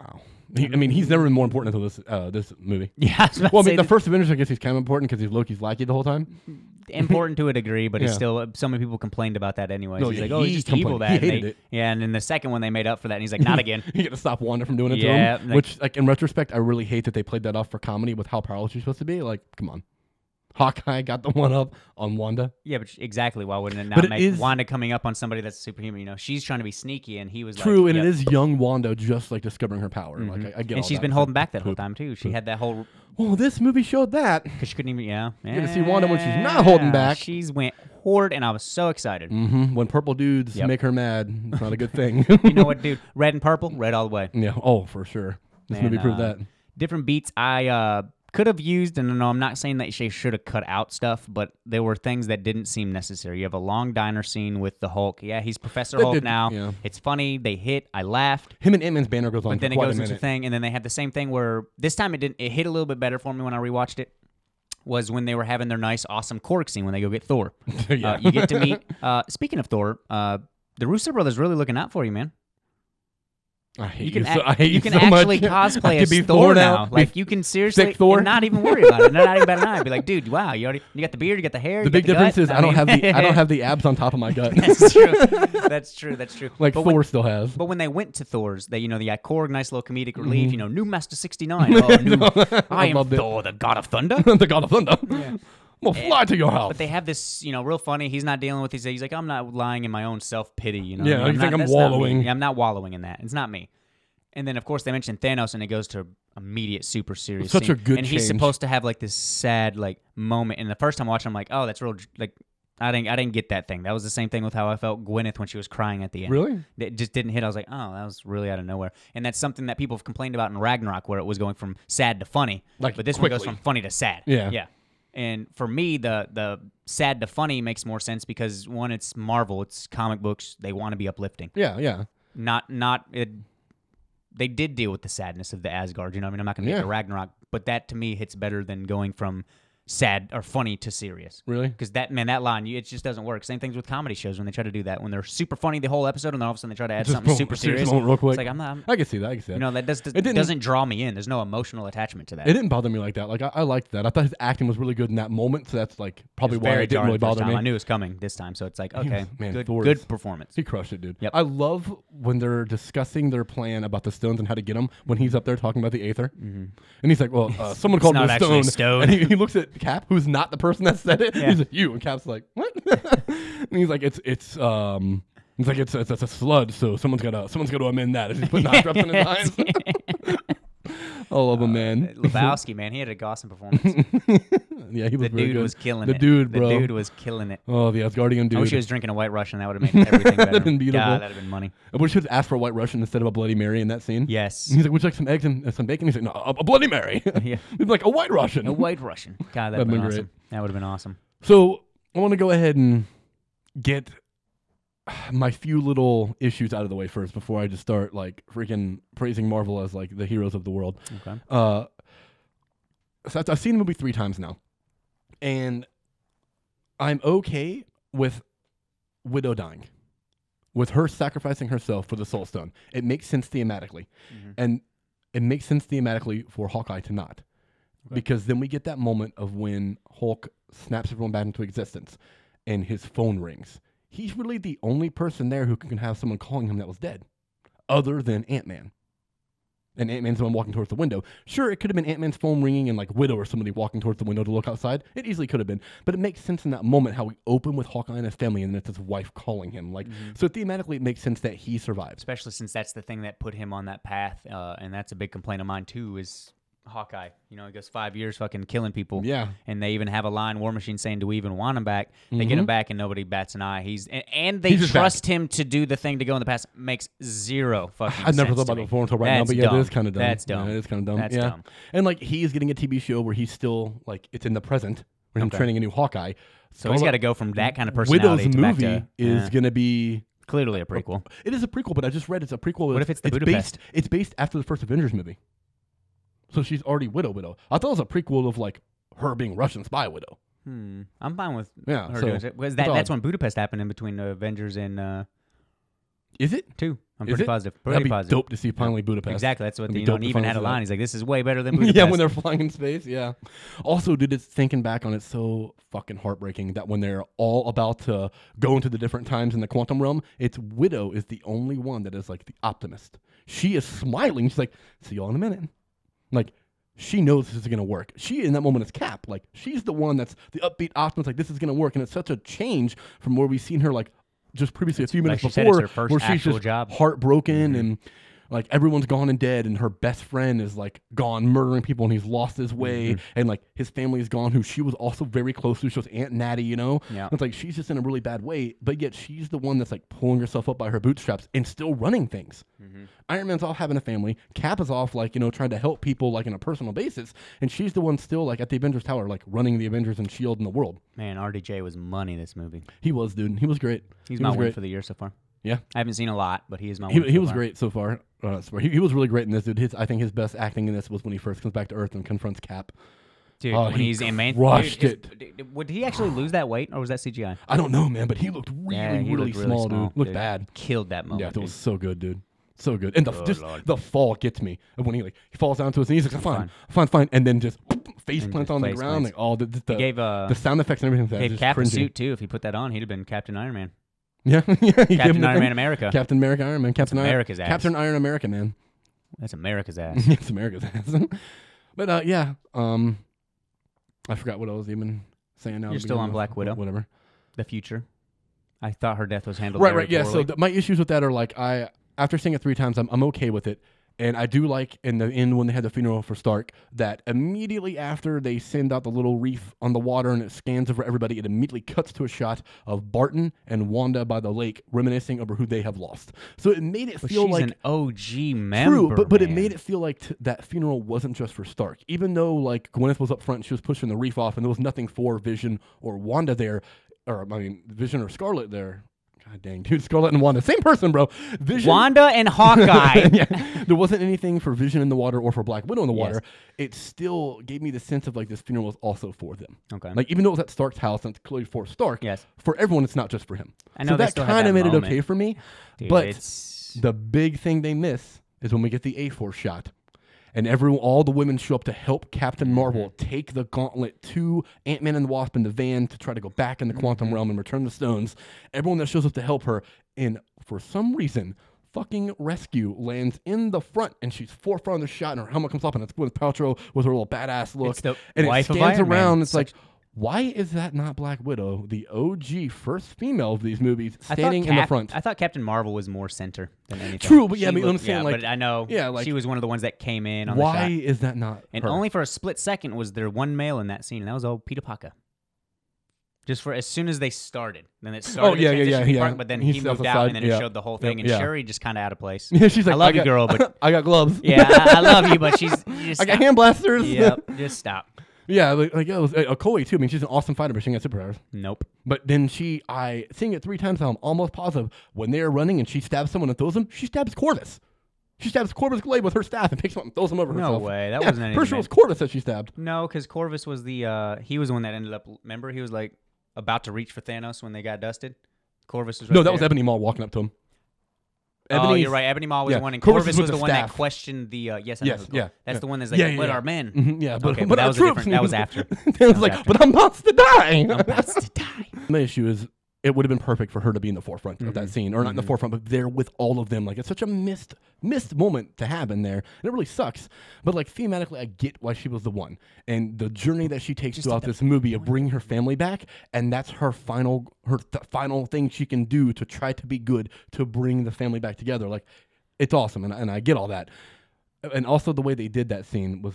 [SPEAKER 1] Wow. He, I mean, he's never been more important until this uh, this movie.
[SPEAKER 2] Yeah. I was about
[SPEAKER 1] Well, I
[SPEAKER 2] to
[SPEAKER 1] mean,
[SPEAKER 2] Mm-hmm. say
[SPEAKER 1] the
[SPEAKER 2] that-
[SPEAKER 1] first Avengers, I guess he's kind of important because he's Loki's lackey the whole time.
[SPEAKER 2] important to a degree, but it's
[SPEAKER 1] Yeah.
[SPEAKER 2] still uh, so many people complained about that anyway.
[SPEAKER 1] No,
[SPEAKER 2] he's
[SPEAKER 1] yeah,
[SPEAKER 2] like, oh,
[SPEAKER 1] he
[SPEAKER 2] he's just evil
[SPEAKER 1] complained. He
[SPEAKER 2] that. and they-
[SPEAKER 1] hated it.
[SPEAKER 2] Yeah, and then the second one they made up for that, and he's like, not again.
[SPEAKER 1] you got to stop Wanda from doing it
[SPEAKER 2] Yeah,
[SPEAKER 1] to him.
[SPEAKER 2] like-
[SPEAKER 1] Which, like in retrospect, I really hate that they played that off for comedy with how powerless she's supposed to be. Like, come on, Hawkeye got the one up on Wanda.
[SPEAKER 2] Yeah, but sh- exactly. Why wouldn't it
[SPEAKER 1] But
[SPEAKER 2] not
[SPEAKER 1] it
[SPEAKER 2] make
[SPEAKER 1] is-
[SPEAKER 2] Wanda coming up on somebody that's superhuman? You know, she's trying to be sneaky, and he was
[SPEAKER 1] True,
[SPEAKER 2] like,
[SPEAKER 1] and
[SPEAKER 2] yep.
[SPEAKER 1] it is young Wanda just like discovering her power. Like, I, I get.
[SPEAKER 2] And
[SPEAKER 1] all
[SPEAKER 2] she's
[SPEAKER 1] that.
[SPEAKER 2] been
[SPEAKER 1] It's
[SPEAKER 2] holding
[SPEAKER 1] like,
[SPEAKER 2] back that whole
[SPEAKER 1] poop.
[SPEAKER 2] time too. She had that whole
[SPEAKER 1] Well, this movie showed that.
[SPEAKER 2] because she couldn't even. Yeah, you're
[SPEAKER 1] gonna see Wanda when she's not holding back.
[SPEAKER 2] She's went horde, and I was so excited.
[SPEAKER 1] hmm When purple dudes
[SPEAKER 2] Mm-hmm. Yep.
[SPEAKER 1] make her mad, it's not a good thing.
[SPEAKER 2] You know what, dude? Red and purple, red all the way.
[SPEAKER 1] yeah. Oh, for sure. This
[SPEAKER 2] Man,
[SPEAKER 1] movie proved
[SPEAKER 2] uh,
[SPEAKER 1] that.
[SPEAKER 2] Different beats I uh, could have used, and no, I'm not saying that she should have cut out stuff, but there were things that didn't seem necessary. You have a long diner scene with the Hulk. Yeah, he's Professor
[SPEAKER 1] They
[SPEAKER 2] Hulk
[SPEAKER 1] did-
[SPEAKER 2] now.
[SPEAKER 1] yeah.
[SPEAKER 2] It's funny. They hit. I laughed.
[SPEAKER 1] Him and Ant-Man's banner goes on.
[SPEAKER 2] But then
[SPEAKER 1] for
[SPEAKER 2] it
[SPEAKER 1] quite
[SPEAKER 2] goes
[SPEAKER 1] a
[SPEAKER 2] into
[SPEAKER 1] minute.
[SPEAKER 2] thing, and then they have the same thing where this time it didn't. It hit a little bit better for me when I rewatched it. Was when they were having their nice, awesome Korg scene when they go get Thor.
[SPEAKER 1] Yeah.
[SPEAKER 2] Uh, you get to meet. Uh, speaking of Thor, uh, the Russo brothers really looking out for you, man.
[SPEAKER 1] I hate
[SPEAKER 2] You
[SPEAKER 1] you.
[SPEAKER 2] can
[SPEAKER 1] so,
[SPEAKER 2] act-
[SPEAKER 1] I hate you,
[SPEAKER 2] you can
[SPEAKER 1] so
[SPEAKER 2] actually
[SPEAKER 1] much. I
[SPEAKER 2] cosplay
[SPEAKER 1] could
[SPEAKER 2] as
[SPEAKER 1] be
[SPEAKER 2] Thor, now.
[SPEAKER 1] be
[SPEAKER 2] Like you can seriously
[SPEAKER 1] Thor.
[SPEAKER 2] and not even worry about it. Not even bat an eye. Be like, dude, wow, you already you got the beard, you got the hair.
[SPEAKER 1] The
[SPEAKER 2] you
[SPEAKER 1] big
[SPEAKER 2] got
[SPEAKER 1] difference
[SPEAKER 2] gut.
[SPEAKER 1] is I, don't
[SPEAKER 2] mean-
[SPEAKER 1] have the I don't have the abs on top of my gut
[SPEAKER 2] that's true. That's true. That's true.
[SPEAKER 1] like
[SPEAKER 2] but
[SPEAKER 1] Thor
[SPEAKER 2] When,
[SPEAKER 1] still has.
[SPEAKER 2] but when they went to Thor's, they you know they got Korg, nice little comedic relief.
[SPEAKER 1] Mm-hmm.
[SPEAKER 2] You know, new Master sixty nine. Oh, new, I,
[SPEAKER 1] I
[SPEAKER 2] am
[SPEAKER 1] loved it.
[SPEAKER 2] Thor, the God of Thunder.
[SPEAKER 1] the God of Thunder. Well, fly to your house.
[SPEAKER 2] But they have this, you know, real funny. He's not dealing with these. He's like, I'm not lying in my own self pity. You know, what
[SPEAKER 1] Yeah,
[SPEAKER 2] I mean?
[SPEAKER 1] you think
[SPEAKER 2] not-
[SPEAKER 1] I'm
[SPEAKER 2] that's not me.
[SPEAKER 1] wallowing.
[SPEAKER 2] Yeah, I'm not wallowing in that. It's not me. And then of course they mention Thanos, and it goes to immediate super serious.
[SPEAKER 1] Such a
[SPEAKER 2] scene.
[SPEAKER 1] good
[SPEAKER 2] And he's
[SPEAKER 1] change.
[SPEAKER 2] supposed to have like this sad like moment. And the first time watching, I'm like, oh, that's real. dr- Like, I didn't, I didn't get that thing. That was the same thing with how I felt Gwyneth when she was crying at the end.
[SPEAKER 1] Really?
[SPEAKER 2] It just didn't hit. I was like, oh, that was really out of nowhere. And that's something that people have complained about in Ragnarok, where it was going from sad to funny.
[SPEAKER 1] Like,
[SPEAKER 2] but this one goes
[SPEAKER 1] quickly.
[SPEAKER 2] from funny to sad.
[SPEAKER 1] Yeah.
[SPEAKER 2] Yeah. And for me, the the sad to funny makes more sense because one, it's Marvel, it's comic books. They want to be uplifting.
[SPEAKER 1] Yeah, yeah.
[SPEAKER 2] Not not it, they did deal with the sadness of the Asgard. You know, what I mean, I'm not going to
[SPEAKER 1] Yeah.
[SPEAKER 2] get the Ragnarok, but that to me hits better than going from sad or funny to serious.
[SPEAKER 1] Really?
[SPEAKER 2] Because that man, that line, you, it just doesn't work. Same things with comedy shows when they try to do that when they're super funny the whole episode, and then all of a sudden they try to add
[SPEAKER 1] Just
[SPEAKER 2] something
[SPEAKER 1] boom,
[SPEAKER 2] super
[SPEAKER 1] serious
[SPEAKER 2] serious.
[SPEAKER 1] moment real quick.
[SPEAKER 2] It's like I'm not. I'm-
[SPEAKER 1] I can see that. I can see that.
[SPEAKER 2] you know that does, does,
[SPEAKER 1] didn't-
[SPEAKER 2] doesn't draw me in. There's no emotional attachment to that.
[SPEAKER 1] it didn't bother me like that. Like I, I liked that. I thought his acting was really good in that moment, so that's like
[SPEAKER 2] It
[SPEAKER 1] probably
[SPEAKER 2] was
[SPEAKER 1] why
[SPEAKER 2] very
[SPEAKER 1] it didn't
[SPEAKER 2] jarring
[SPEAKER 1] really
[SPEAKER 2] the first
[SPEAKER 1] bother
[SPEAKER 2] time.
[SPEAKER 1] me.
[SPEAKER 2] I knew it was coming this time, so it's like okay,
[SPEAKER 1] man,
[SPEAKER 2] good,
[SPEAKER 1] Thor is-
[SPEAKER 2] good performance.
[SPEAKER 1] He crushed it, dude.
[SPEAKER 2] Yep.
[SPEAKER 1] I love when they're discussing their plan about the stones and how to get them. When he's up there talking about the Aether, and he's like, "Well, uh, someone called me
[SPEAKER 2] Mm-hmm. not
[SPEAKER 1] a
[SPEAKER 2] actually
[SPEAKER 1] stone."
[SPEAKER 2] stone.
[SPEAKER 1] And he, he looks at Cap, who's not the person that said it.
[SPEAKER 2] Yeah.
[SPEAKER 1] He's like, "You," and Cap's like, "What?" and he's like, "It's it's um." He's like it's, it's, it's a sludge, so someone's gotta someone's gotta amend that. He's putting hot drops in his eyes. I love
[SPEAKER 2] Uh,
[SPEAKER 1] him, man.
[SPEAKER 2] Lebowski, man, he had a Gossam performance.
[SPEAKER 1] yeah, he was
[SPEAKER 2] The
[SPEAKER 1] very
[SPEAKER 2] dude
[SPEAKER 1] good.
[SPEAKER 2] was killing
[SPEAKER 1] the
[SPEAKER 2] it.
[SPEAKER 1] dude, bro.
[SPEAKER 2] The dude was killing it.
[SPEAKER 1] oh, the Asgardian dude.
[SPEAKER 2] I wish he was drinking a White Russian. That would have made everything better.
[SPEAKER 1] been beautiful.
[SPEAKER 2] God, that'd have been money.
[SPEAKER 1] I wish he would have asked for a White Russian instead of a Bloody Mary in that scene.
[SPEAKER 2] Yes.
[SPEAKER 1] And he's like, "Would you like some eggs and uh, some bacon?" He's like, "No, a, a Bloody Mary."
[SPEAKER 2] yeah.
[SPEAKER 1] He's like a White Russian.
[SPEAKER 2] A White Russian. God, that'd
[SPEAKER 1] That'd
[SPEAKER 2] been,
[SPEAKER 1] been
[SPEAKER 2] awesome. That would have been awesome.
[SPEAKER 1] so I want to go ahead and get my few little issues out of the way first before I just start like freaking praising Marvel as like the heroes of the world.
[SPEAKER 2] Okay.
[SPEAKER 1] Uh, so I've- I've seen the movie three times now, and I'm okay with Widow dying, with her sacrificing herself for the Soul Stone. It makes sense thematically, and it makes sense thematically for Hawkeye to not, because then we get that moment of when Hulk snaps everyone back into existence, and his phone rings. He's really the only person there who can have someone calling him that was dead, other than Ant Man and Ant Man's the one walking towards the window. Sure, it could have been Ant Man's phone ringing and like Widow or somebody walking towards the window to look outside. It easily could have been, but it makes sense in that moment how we open with Hawkeye and his family, and then it's his wife calling him. Like so, thematically, it makes sense that he survives.
[SPEAKER 2] Especially since that's the thing that put him on that path, uh, and that's a big complaint of mine too. Is Hawkeye? You know, he goes five years fucking killing people.
[SPEAKER 1] Yeah.
[SPEAKER 2] And they even have a line War Machine saying, "Do we even want him back?" They get him back, and nobody bats an eye. He's and, and they
[SPEAKER 1] He's Mm-hmm. just
[SPEAKER 2] trust him to do the thing to go in the past. Makes zero fucking.
[SPEAKER 1] I never thought
[SPEAKER 2] sense to
[SPEAKER 1] about
[SPEAKER 2] me.
[SPEAKER 1] it before until right now,
[SPEAKER 2] That's
[SPEAKER 1] but yeah,
[SPEAKER 2] dumb.
[SPEAKER 1] it is kind of dumb.
[SPEAKER 2] That's
[SPEAKER 1] Yeah,
[SPEAKER 2] dumb.
[SPEAKER 1] it is kind of dumb.
[SPEAKER 2] That's
[SPEAKER 1] yeah.
[SPEAKER 2] dumb.
[SPEAKER 1] And like he's getting a TV show where he's still like it's in the present where him
[SPEAKER 2] Okay.
[SPEAKER 1] training a new Hawkeye.
[SPEAKER 2] So he's got to go from that kind of personality
[SPEAKER 1] Widow's
[SPEAKER 2] to back
[SPEAKER 1] movie
[SPEAKER 2] to
[SPEAKER 1] is
[SPEAKER 2] yeah.
[SPEAKER 1] gonna be
[SPEAKER 2] clearly a prequel.
[SPEAKER 1] It is a prequel, but I just read it's a prequel.
[SPEAKER 2] What if it's the Budapest?
[SPEAKER 1] Based, it's based after the first Avengers movie, so she's already widow widow. I thought it was a prequel of like her being Russian spy widow.
[SPEAKER 2] Hmm. I'm fine with
[SPEAKER 1] Yeah,
[SPEAKER 2] her
[SPEAKER 1] Uh, so
[SPEAKER 2] doing it because that,
[SPEAKER 1] it's
[SPEAKER 2] that's
[SPEAKER 1] odd.
[SPEAKER 2] when Budapest happened in between the Avengers and uh,
[SPEAKER 1] Is it?
[SPEAKER 2] two. I'm
[SPEAKER 1] Is
[SPEAKER 2] pretty
[SPEAKER 1] it?
[SPEAKER 2] positive.
[SPEAKER 1] That'd
[SPEAKER 2] Pretty
[SPEAKER 1] be
[SPEAKER 2] positive.
[SPEAKER 1] dope to see finally Budapest.
[SPEAKER 2] Exactly. That's what
[SPEAKER 1] That'd
[SPEAKER 2] the,
[SPEAKER 1] be
[SPEAKER 2] you know,
[SPEAKER 1] dope
[SPEAKER 2] and
[SPEAKER 1] to
[SPEAKER 2] even
[SPEAKER 1] finally
[SPEAKER 2] had a
[SPEAKER 1] see that.
[SPEAKER 2] line. He's like, "This is way better than Budapest."
[SPEAKER 1] yeah, when they're flying in space. Yeah. Also, dude, it's thinking back on it so fucking heartbreaking that when they're all about to go into the different times in the quantum realm, it's Widow is the only one that is like the optimist. She is smiling. She's like, "See y'all in a minute." Like. She knows this is gonna work. She in that moment is Cap. Like she's the one that's the upbeat optimist. Like this is gonna work, and it's such a change from where we've seen her like just previously a few minutes
[SPEAKER 2] like she said, it's
[SPEAKER 1] before,
[SPEAKER 2] her first
[SPEAKER 1] where she's
[SPEAKER 2] actual
[SPEAKER 1] just
[SPEAKER 2] job.
[SPEAKER 1] heartbroken
[SPEAKER 2] Mm-hmm.
[SPEAKER 1] and like everyone's gone and dead and her best friend is like gone murdering people and he's lost his way
[SPEAKER 2] Mm-hmm.
[SPEAKER 1] and like his family is gone who she was also very close to she was aunt natty you know
[SPEAKER 2] Yeah.
[SPEAKER 1] And it's like she's just in a really bad way but yet she's the one that's like pulling herself up by her bootstraps and still running things
[SPEAKER 2] Mm-hmm.
[SPEAKER 1] iron man's off having a family cap is off like you know trying to help people like on a personal basis and she's the one still like at the avengers tower like running the avengers and shield E in the world
[SPEAKER 2] Man, RDJ was money. This movie.
[SPEAKER 1] he was dude he was great
[SPEAKER 2] He's
[SPEAKER 1] he
[SPEAKER 2] my
[SPEAKER 1] was
[SPEAKER 2] win
[SPEAKER 1] great
[SPEAKER 2] for the year so far.
[SPEAKER 1] yeah
[SPEAKER 2] I haven't seen a lot, but he is my.
[SPEAKER 1] he,
[SPEAKER 2] win
[SPEAKER 1] he
[SPEAKER 2] so
[SPEAKER 1] was
[SPEAKER 2] far.
[SPEAKER 1] great so far. Uh, sorry. he, he was really great in this, dude. His, I think his best acting in this was when he first comes back to Earth and confronts Cap.
[SPEAKER 2] dude.
[SPEAKER 1] Oh,
[SPEAKER 2] when
[SPEAKER 1] he
[SPEAKER 2] he's in Man,
[SPEAKER 1] crushed
[SPEAKER 2] dude, is- d- d- Would he actually lose that weight, or was that CGI?
[SPEAKER 1] I don't know, man, but he looked really,
[SPEAKER 2] Yeah, he
[SPEAKER 1] really,
[SPEAKER 2] looked
[SPEAKER 1] small, dude. Looked bad.
[SPEAKER 2] Killed that moment.
[SPEAKER 1] yeah, that
[SPEAKER 2] dude. Oh,
[SPEAKER 1] was so good, dude. So good. And the just the fall gets me. And when he like he falls down to his knees, he's like fine, fine, fine, and then just face plants
[SPEAKER 2] just
[SPEAKER 1] on the
[SPEAKER 2] face
[SPEAKER 1] ground.
[SPEAKER 2] plants.
[SPEAKER 1] Like all the the, the,
[SPEAKER 2] gave, uh,
[SPEAKER 1] the sound effects and everything. was
[SPEAKER 2] Gave
[SPEAKER 1] just
[SPEAKER 2] Cap a
[SPEAKER 1] cringy.
[SPEAKER 2] suit too. If he put that on, he'd have been Captain Iron Man.
[SPEAKER 1] Yeah, yeah. he gave him
[SPEAKER 2] Captain
[SPEAKER 1] the
[SPEAKER 2] Iron
[SPEAKER 1] thing.
[SPEAKER 2] Man America.
[SPEAKER 1] Captain America, Iron Man, Captain Iron,
[SPEAKER 2] America's ass.
[SPEAKER 1] Captain Iron America, man.
[SPEAKER 2] That's America's ass.
[SPEAKER 1] it's America's ass. but uh, yeah, um, I forgot what I was even saying. Now
[SPEAKER 2] You're
[SPEAKER 1] to
[SPEAKER 2] still
[SPEAKER 1] begin
[SPEAKER 2] on
[SPEAKER 1] with.
[SPEAKER 2] Black Widow.
[SPEAKER 1] Whatever.
[SPEAKER 2] the future. I thought her death was handled
[SPEAKER 1] Right,
[SPEAKER 2] very
[SPEAKER 1] right. Yeah. So
[SPEAKER 2] poorly.
[SPEAKER 1] th- my issues with that are like I after seeing it three times, I'm I'm okay with it. And I do like in the end when they had the funeral for Stark that immediately after they send out the little reef on the water and it scans over everybody, it immediately cuts to a shot of Barton and Wanda by the lake reminiscing over who they have lost. So it made it
[SPEAKER 2] But
[SPEAKER 1] feel
[SPEAKER 2] she's
[SPEAKER 1] like
[SPEAKER 2] an OG member.
[SPEAKER 1] True, but, but it
[SPEAKER 2] man.
[SPEAKER 1] made it feel like t- that funeral wasn't just for Stark. Even though like Gwyneth was up front, she was pushing the reef off, and there was nothing for Vision or Wanda there, or I mean Vision or Scarlet there. God, God dang, dude, Scarlet and Wanda, same person, bro. Vision.
[SPEAKER 2] Wanda and Hawkeye.
[SPEAKER 1] yeah. There wasn't anything for Vision in the water or for Black Widow in the water. It still gave me the sense of like this funeral was also for them.
[SPEAKER 2] Okay.
[SPEAKER 1] Like even though it was at Stark's house and it's clearly for Stark.
[SPEAKER 2] Yes.
[SPEAKER 1] For everyone, it's not just for him.
[SPEAKER 2] I know
[SPEAKER 1] so
[SPEAKER 2] they
[SPEAKER 1] that
[SPEAKER 2] still had
[SPEAKER 1] kind of
[SPEAKER 2] that
[SPEAKER 1] made
[SPEAKER 2] moment.
[SPEAKER 1] it okay for me.
[SPEAKER 2] Dude,
[SPEAKER 1] but
[SPEAKER 2] it's-
[SPEAKER 1] the big thing they miss is when we get the A force shot. And everyone, all the women show up to help Captain Marvel
[SPEAKER 2] Mm-hmm.
[SPEAKER 1] take the gauntlet to Ant Man and the Wasp in the van to try to go back in the quantum realm and return the stones. Everyone that shows up to help her, and for some reason, fucking rescue lands in the front, and she's forefront of the shot, and her helmet comes off, and it's Gwyneth Paltrow with her little badass look,
[SPEAKER 2] It's the
[SPEAKER 1] and it
[SPEAKER 2] wife of
[SPEAKER 1] scans
[SPEAKER 2] Iron Man.
[SPEAKER 1] around. It's
[SPEAKER 2] Such-
[SPEAKER 1] like, why is that not Black Widow, the OG first female of these movies,
[SPEAKER 2] I thought
[SPEAKER 1] standing in the
[SPEAKER 2] Cap-
[SPEAKER 1] front?
[SPEAKER 2] I thought Captain Marvel was more center than anything.
[SPEAKER 1] True, but yeah, I
[SPEAKER 2] She
[SPEAKER 1] mean, I'm
[SPEAKER 2] looked-
[SPEAKER 1] saying,
[SPEAKER 2] yeah,
[SPEAKER 1] like-
[SPEAKER 2] but I know
[SPEAKER 1] yeah, like-
[SPEAKER 2] she was one of the ones that came in on the
[SPEAKER 1] Why
[SPEAKER 2] shot.
[SPEAKER 1] is that not?
[SPEAKER 2] And
[SPEAKER 1] her?
[SPEAKER 2] only for a split second was there one male in that scene, and that was old Peter Parker. Just for as soon as they started, then it started. the
[SPEAKER 1] Oh, yeah, yeah, yeah,
[SPEAKER 2] transition to
[SPEAKER 1] yeah.
[SPEAKER 2] Park, But then
[SPEAKER 1] He
[SPEAKER 2] he,
[SPEAKER 1] steps
[SPEAKER 2] moved
[SPEAKER 1] aside,
[SPEAKER 2] out, and then
[SPEAKER 1] yeah.
[SPEAKER 2] it showed the whole thing. and
[SPEAKER 1] yeah.
[SPEAKER 2] Sherry just kind of out of place.
[SPEAKER 1] Yeah, she's like,
[SPEAKER 2] I love you,
[SPEAKER 1] got,
[SPEAKER 2] girl, but
[SPEAKER 1] I got gloves.
[SPEAKER 2] yeah, I, I love you, but she's. You just
[SPEAKER 1] I got
[SPEAKER 2] stop.
[SPEAKER 1] hand blasters.
[SPEAKER 2] Yep, just stop.
[SPEAKER 1] yeah, like, like yeah, it was, uh, Okoye too. I mean, she's an awesome fighter, but she ain't got superpowers.
[SPEAKER 2] Nope.
[SPEAKER 1] But then she, I sing it three times. Now, I'm almost positive when they are running and she stabs someone and throws them. She stabs Corvus. She stabs Corvus Glaive with her staff and picks him up and throws him over
[SPEAKER 2] No
[SPEAKER 1] herself.
[SPEAKER 2] way, that
[SPEAKER 1] yeah,
[SPEAKER 2] wasn't anything
[SPEAKER 1] First it
[SPEAKER 2] that-
[SPEAKER 1] was Corvus that she stabbed.
[SPEAKER 2] No, because Corvus was the uh, he was the one that ended up. Remember, he was like about to reach for Thanos when they got dusted. Corvus was right
[SPEAKER 1] no, that was
[SPEAKER 2] there.
[SPEAKER 1] Ebony Maw walking up to him.
[SPEAKER 2] oh,
[SPEAKER 1] Ebony's-
[SPEAKER 2] you're right. Ebony Maw was
[SPEAKER 1] yeah,
[SPEAKER 2] the one, and
[SPEAKER 1] Corvus
[SPEAKER 2] Corvus,
[SPEAKER 1] is with
[SPEAKER 2] was the,
[SPEAKER 1] the
[SPEAKER 2] one that
[SPEAKER 1] staff.
[SPEAKER 2] questioned the uh, yes. I
[SPEAKER 1] Yes,
[SPEAKER 2] know.
[SPEAKER 1] yeah,
[SPEAKER 2] That's
[SPEAKER 1] yeah.
[SPEAKER 2] the one that's like,
[SPEAKER 1] Yeah, yeah,
[SPEAKER 2] "What
[SPEAKER 1] yeah.
[SPEAKER 2] are men?"
[SPEAKER 1] Mhm, yeah, but,
[SPEAKER 2] Okay,
[SPEAKER 1] but
[SPEAKER 2] but that
[SPEAKER 1] our
[SPEAKER 2] was a
[SPEAKER 1] troops.
[SPEAKER 2] different- that was after.
[SPEAKER 1] it was like,
[SPEAKER 2] after.
[SPEAKER 1] but I'm about to die.
[SPEAKER 2] That's to die.
[SPEAKER 1] My issue is it would have been perfect for her to be in the forefront of
[SPEAKER 2] Mm-hmm.
[SPEAKER 1] that scene, or not in the forefront, but there with all of them. Like it's such a missed missed moment to have in there, and it really sucks. But like thematically, I get why she was the one, and the journey that she takes throughout this movie of bringing her family back, and that's her final her th- final thing she can do to try to be good to bring the family back together. Like it's awesome, and and I get all that, and also the way they did that scene was.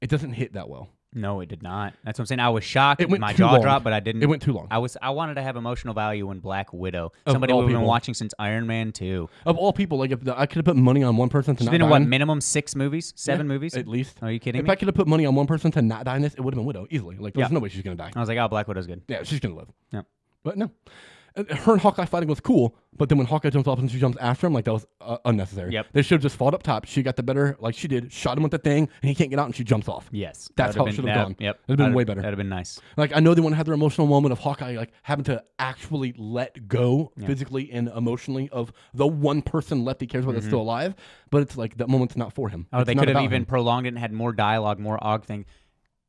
[SPEAKER 1] It doesn't hit that well.
[SPEAKER 2] No, it did not. That's what I'm saying. I was shocked.
[SPEAKER 1] It went
[SPEAKER 2] My
[SPEAKER 1] too
[SPEAKER 2] jaw
[SPEAKER 1] long.
[SPEAKER 2] dropped, but I didn't.
[SPEAKER 1] It went too long.
[SPEAKER 2] Mm. I was. I wanted to have emotional value in Black Widow.
[SPEAKER 1] Of
[SPEAKER 2] Somebody
[SPEAKER 1] all
[SPEAKER 2] we've been
[SPEAKER 1] people.
[SPEAKER 2] watching since Iron Man 2
[SPEAKER 1] Of all people, like if the, I could have put money on one person to
[SPEAKER 2] She's
[SPEAKER 1] not
[SPEAKER 2] been in
[SPEAKER 1] die
[SPEAKER 2] what
[SPEAKER 1] in-
[SPEAKER 2] minimum six movies, seven movies
[SPEAKER 1] at least.
[SPEAKER 2] Are you kidding
[SPEAKER 1] if
[SPEAKER 2] me?
[SPEAKER 1] I could have put money on one person to not die in this, it would have been Widow easily. Like, there's
[SPEAKER 2] Yeah.
[SPEAKER 1] no way she's gonna die.
[SPEAKER 2] I was like, oh, Black Widow's good.
[SPEAKER 1] Yeah, she's gonna live.
[SPEAKER 2] Yeah.
[SPEAKER 1] But no, Uh, her and Hawkeye fighting was cool. But then when Hawkeye jumps off and she jumps after him, like that was uh, unnecessary.
[SPEAKER 2] Yep.
[SPEAKER 1] They should have just fought up top. She got the better, like she did, shot him with the thing, and he can't get out, and she jumps off.
[SPEAKER 2] Yes,
[SPEAKER 1] That's
[SPEAKER 2] That
[SPEAKER 1] how it
[SPEAKER 2] would've been-
[SPEAKER 1] should've
[SPEAKER 2] that-
[SPEAKER 1] gone.
[SPEAKER 2] Yep,
[SPEAKER 1] That'd've been
[SPEAKER 2] That'd-
[SPEAKER 1] way better.
[SPEAKER 2] That'd have been nice.
[SPEAKER 1] Like I know they want to have their emotional moment of Hawkeye like having to actually let go physically and emotionally of the one person left he cares about that's still alive, but it's like that moment's not for him. It's
[SPEAKER 2] Or Mm-hmm. Oh, they
[SPEAKER 1] not
[SPEAKER 2] could have
[SPEAKER 1] about
[SPEAKER 2] even
[SPEAKER 1] him.
[SPEAKER 2] prolonged it and had more dialogue, more og thing.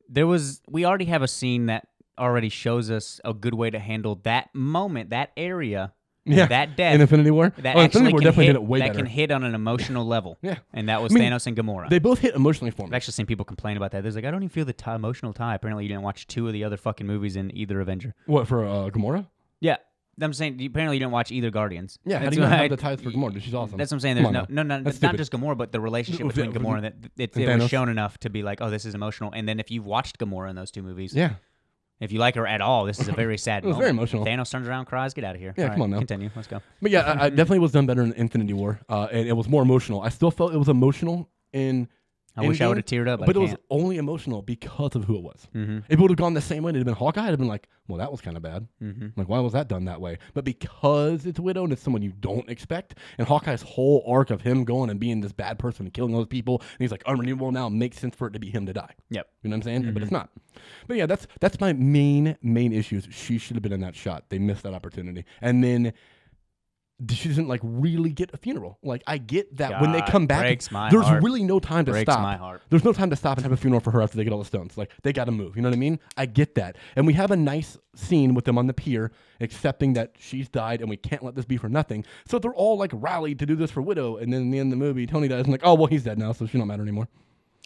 [SPEAKER 2] There was we already have a scene that already shows us a good way to handle that moment, that area,
[SPEAKER 1] yeah.
[SPEAKER 2] that death.
[SPEAKER 1] in Infinity War.
[SPEAKER 2] that
[SPEAKER 1] oh,
[SPEAKER 2] actually
[SPEAKER 1] Infinity War
[SPEAKER 2] can
[SPEAKER 1] definitely
[SPEAKER 2] hit,
[SPEAKER 1] did it way
[SPEAKER 2] that
[SPEAKER 1] better.
[SPEAKER 2] can hit on an emotional level.
[SPEAKER 1] Yeah.
[SPEAKER 2] and that was
[SPEAKER 1] I mean,
[SPEAKER 2] Thanos and Gamora.
[SPEAKER 1] They both hit emotionally for
[SPEAKER 2] I've
[SPEAKER 1] me.
[SPEAKER 2] actually seen people complain about that. There's like, I don't even feel the tie, emotional tie. Apparently, you didn't watch two of the other fucking movies in either Avenger.
[SPEAKER 1] What for uh, Gamora?
[SPEAKER 2] Yeah, I'm saying you- apparently you didn't watch either Guardians.
[SPEAKER 1] Yeah, how
[SPEAKER 2] That's
[SPEAKER 1] do you not
[SPEAKER 2] why
[SPEAKER 1] have
[SPEAKER 2] I-
[SPEAKER 1] the ties for Gamora? She's awesome.
[SPEAKER 2] That's what I'm saying.
[SPEAKER 1] Come
[SPEAKER 2] There's no,
[SPEAKER 1] on now.
[SPEAKER 2] no, no,
[SPEAKER 1] That's
[SPEAKER 2] it's not
[SPEAKER 1] stupid.
[SPEAKER 2] just Gamora, but the relationship
[SPEAKER 1] With
[SPEAKER 2] between
[SPEAKER 1] the-
[SPEAKER 2] Gamora and that it,
[SPEAKER 1] and
[SPEAKER 2] it was
[SPEAKER 1] Thanos.
[SPEAKER 2] shown enough to be like, oh, this is emotional. And then if you've watched Gamora in those two movies,
[SPEAKER 1] Yeah,
[SPEAKER 2] if you like her at all, this is a very sad.
[SPEAKER 1] was
[SPEAKER 2] moment.
[SPEAKER 1] very emotional.
[SPEAKER 2] Thanos turns around, cries, get out of here.
[SPEAKER 1] Yeah,
[SPEAKER 2] All
[SPEAKER 1] come on now.
[SPEAKER 2] continue. Let's go.
[SPEAKER 1] but yeah, I, I definitely was done better in Infinity War, uh, and it was more emotional. I still felt it was emotional in.
[SPEAKER 2] I wish I
[SPEAKER 1] Endgame,
[SPEAKER 2] would have teared up,
[SPEAKER 1] but,
[SPEAKER 2] but,
[SPEAKER 1] it
[SPEAKER 2] I
[SPEAKER 1] was
[SPEAKER 2] can't.
[SPEAKER 1] only emotional because of who it was.
[SPEAKER 2] Mhm.
[SPEAKER 1] If it would have gone the same way, it'd have been Hawkeye. I'd have been like, "Well, that was kind of bad.
[SPEAKER 2] Mhm.
[SPEAKER 1] Like, why was that done that way?" But because it's Widow and it's someone you don't expect, and Hawkeye's whole arc of him going and being this bad person and killing all those people, and he's like unrenewable now, makes sense for it to be him to die.
[SPEAKER 2] Yep.
[SPEAKER 1] You know what I'm saying?
[SPEAKER 2] Mm-hmm.
[SPEAKER 1] But it's not. But yeah, that's that's my main main issue. Is she should have been in that shot. They missed that opportunity, and then d- she doesn't like really get a funeral. Like I get that when they
[SPEAKER 2] God,
[SPEAKER 1] come back,
[SPEAKER 2] breaks my
[SPEAKER 1] there's
[SPEAKER 2] heart.
[SPEAKER 1] really no time to
[SPEAKER 2] Breaks
[SPEAKER 1] stop.
[SPEAKER 2] my heart.
[SPEAKER 1] There's no time to stop and have a funeral for her after they get all the stones. Like they got to move. You know what I mean? I get that, and we have a nice scene with them on the pier, accepting that she's died, and we can't let this be for nothing. So they're all like rallied to do this for Widow, and then in the end of the movie, Tony dies, and like, oh well, he's dead now, so she don't matter anymore.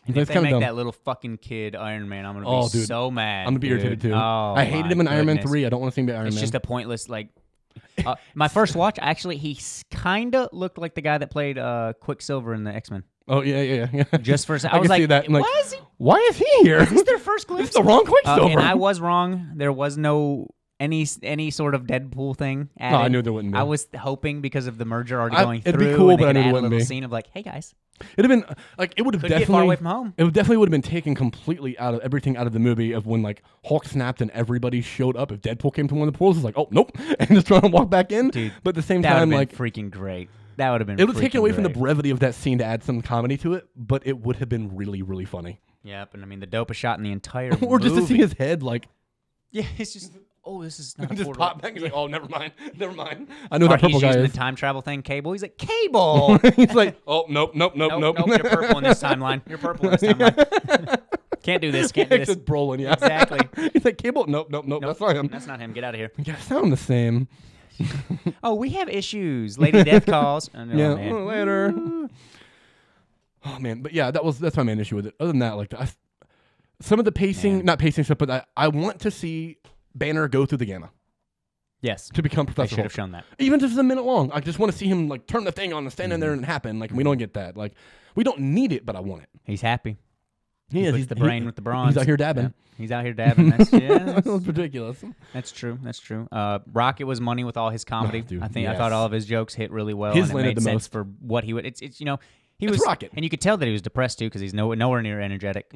[SPEAKER 2] And
[SPEAKER 1] That's
[SPEAKER 2] if they
[SPEAKER 1] kinda
[SPEAKER 2] make
[SPEAKER 1] dumb.
[SPEAKER 2] that little fucking kid Iron Man, I'm gonna
[SPEAKER 1] Oh,
[SPEAKER 2] be
[SPEAKER 1] dude.
[SPEAKER 2] so mad.
[SPEAKER 1] I'm gonna be
[SPEAKER 2] dude.
[SPEAKER 1] irritated too.
[SPEAKER 2] Oh,
[SPEAKER 1] I hated
[SPEAKER 2] my
[SPEAKER 1] him in Iron Man
[SPEAKER 2] goodness.
[SPEAKER 1] three. I don't want to see him be Iron
[SPEAKER 2] It's
[SPEAKER 1] Man.
[SPEAKER 2] just a pointless like. Uh, my first watch, actually, he kind of looked like the guy that played uh, Quicksilver in the X Men.
[SPEAKER 1] oh yeah, yeah, yeah. yeah.
[SPEAKER 2] Just for a second, I,
[SPEAKER 1] I
[SPEAKER 2] was
[SPEAKER 1] can
[SPEAKER 2] like,
[SPEAKER 1] see that. and, like,
[SPEAKER 2] why is he?
[SPEAKER 1] Why is he here?
[SPEAKER 2] Is this their first glimpse?
[SPEAKER 1] This is the wrong
[SPEAKER 2] Uh,
[SPEAKER 1] Quicksilver.
[SPEAKER 2] and I was wrong. There was no any any sort of Deadpool thing. Added.
[SPEAKER 1] Oh, I knew there wouldn't be.
[SPEAKER 2] I was hoping because of the merger already
[SPEAKER 1] I-
[SPEAKER 2] going
[SPEAKER 1] it'd be
[SPEAKER 2] through.
[SPEAKER 1] cool,
[SPEAKER 2] and they
[SPEAKER 1] but I
[SPEAKER 2] could
[SPEAKER 1] knew there
[SPEAKER 2] add a
[SPEAKER 1] wouldn't
[SPEAKER 2] little
[SPEAKER 1] be.
[SPEAKER 2] scene of like, hey guys,
[SPEAKER 1] It'd have been like it would have definitely
[SPEAKER 2] Couldn't get far away from home.
[SPEAKER 1] It would definitely would have been taken completely out of everything out of the movie of when like Hawk snapped and everybody showed up. If Deadpool came to one of the portals, it's like oh nope, and just trying to walk back in.
[SPEAKER 2] Dude,
[SPEAKER 1] but at the same
[SPEAKER 2] That would have
[SPEAKER 1] time,
[SPEAKER 2] been
[SPEAKER 1] like
[SPEAKER 2] freaking great. That would have been.
[SPEAKER 1] it would have taken
[SPEAKER 2] freaking
[SPEAKER 1] away from the
[SPEAKER 2] great.
[SPEAKER 1] brevity of that scene to add some comedy to it. But it would have been really really funny.
[SPEAKER 2] Yep, and I mean the dopest shot in the entire.
[SPEAKER 1] or just to see
[SPEAKER 2] movie.
[SPEAKER 1] his head like
[SPEAKER 2] Yeah, it's just. Oh, this is not a
[SPEAKER 1] just
[SPEAKER 2] portal.
[SPEAKER 1] pop back. He's like oh never mind, never mind. I know
[SPEAKER 2] Or
[SPEAKER 1] that purple
[SPEAKER 2] he's
[SPEAKER 1] guy
[SPEAKER 2] using
[SPEAKER 1] is.
[SPEAKER 2] the time travel thing. Cable. He's like cable.
[SPEAKER 1] he's like oh nope nope nope
[SPEAKER 2] nope,
[SPEAKER 1] nope.
[SPEAKER 2] nope, You're purple in this timeline. You're purple in this timeline. can't do this. Can't do
[SPEAKER 1] It's
[SPEAKER 2] this.
[SPEAKER 1] just Brolin, yeah.
[SPEAKER 2] Exactly.
[SPEAKER 1] He's like cable. Nope, nope, nope. That's not him.
[SPEAKER 2] That's not him. Get out of here.
[SPEAKER 1] Yeah, sound the same.
[SPEAKER 2] Oh, we have issues. Lady Death calls. Oh, no,
[SPEAKER 1] yeah,
[SPEAKER 2] man.
[SPEAKER 1] mm, later. oh man, but yeah, that was that's my main issue with it. Other than that, like the, I, some of the pacing, not pacing stuff, but I, I want to see Banner go through the gamma
[SPEAKER 2] Yes.
[SPEAKER 1] to become
[SPEAKER 2] They
[SPEAKER 1] Professor
[SPEAKER 2] should have
[SPEAKER 1] Hulk.
[SPEAKER 2] shown that.
[SPEAKER 1] Even if it's a minute long, I just want to see him like turn the thing on and stand in
[SPEAKER 2] Mm-hmm.
[SPEAKER 1] there and it happen. Like we don't get that. Like we don't need it, but I want it.
[SPEAKER 2] He's happy.
[SPEAKER 1] He,
[SPEAKER 2] Puts the brain with the bronze.
[SPEAKER 1] He's out here dabbing.
[SPEAKER 2] Yeah. He's out here dabbing. That's, yeah,
[SPEAKER 1] that
[SPEAKER 2] that's,
[SPEAKER 1] was ridiculous.
[SPEAKER 2] that's true. That's true. Uh, Rocket was money with all his comedy.
[SPEAKER 1] Oh, dude,
[SPEAKER 2] I think I
[SPEAKER 1] yes.
[SPEAKER 2] thought all of his jokes hit really well.
[SPEAKER 1] His
[SPEAKER 2] and it
[SPEAKER 1] landed
[SPEAKER 2] made
[SPEAKER 1] the
[SPEAKER 2] sense
[SPEAKER 1] most.
[SPEAKER 2] for what he would. It's, it's you know he
[SPEAKER 1] It's
[SPEAKER 2] was
[SPEAKER 1] Rocket. Mm-hmm.
[SPEAKER 2] and you could tell that he was depressed too because he's no, nowhere near energetic.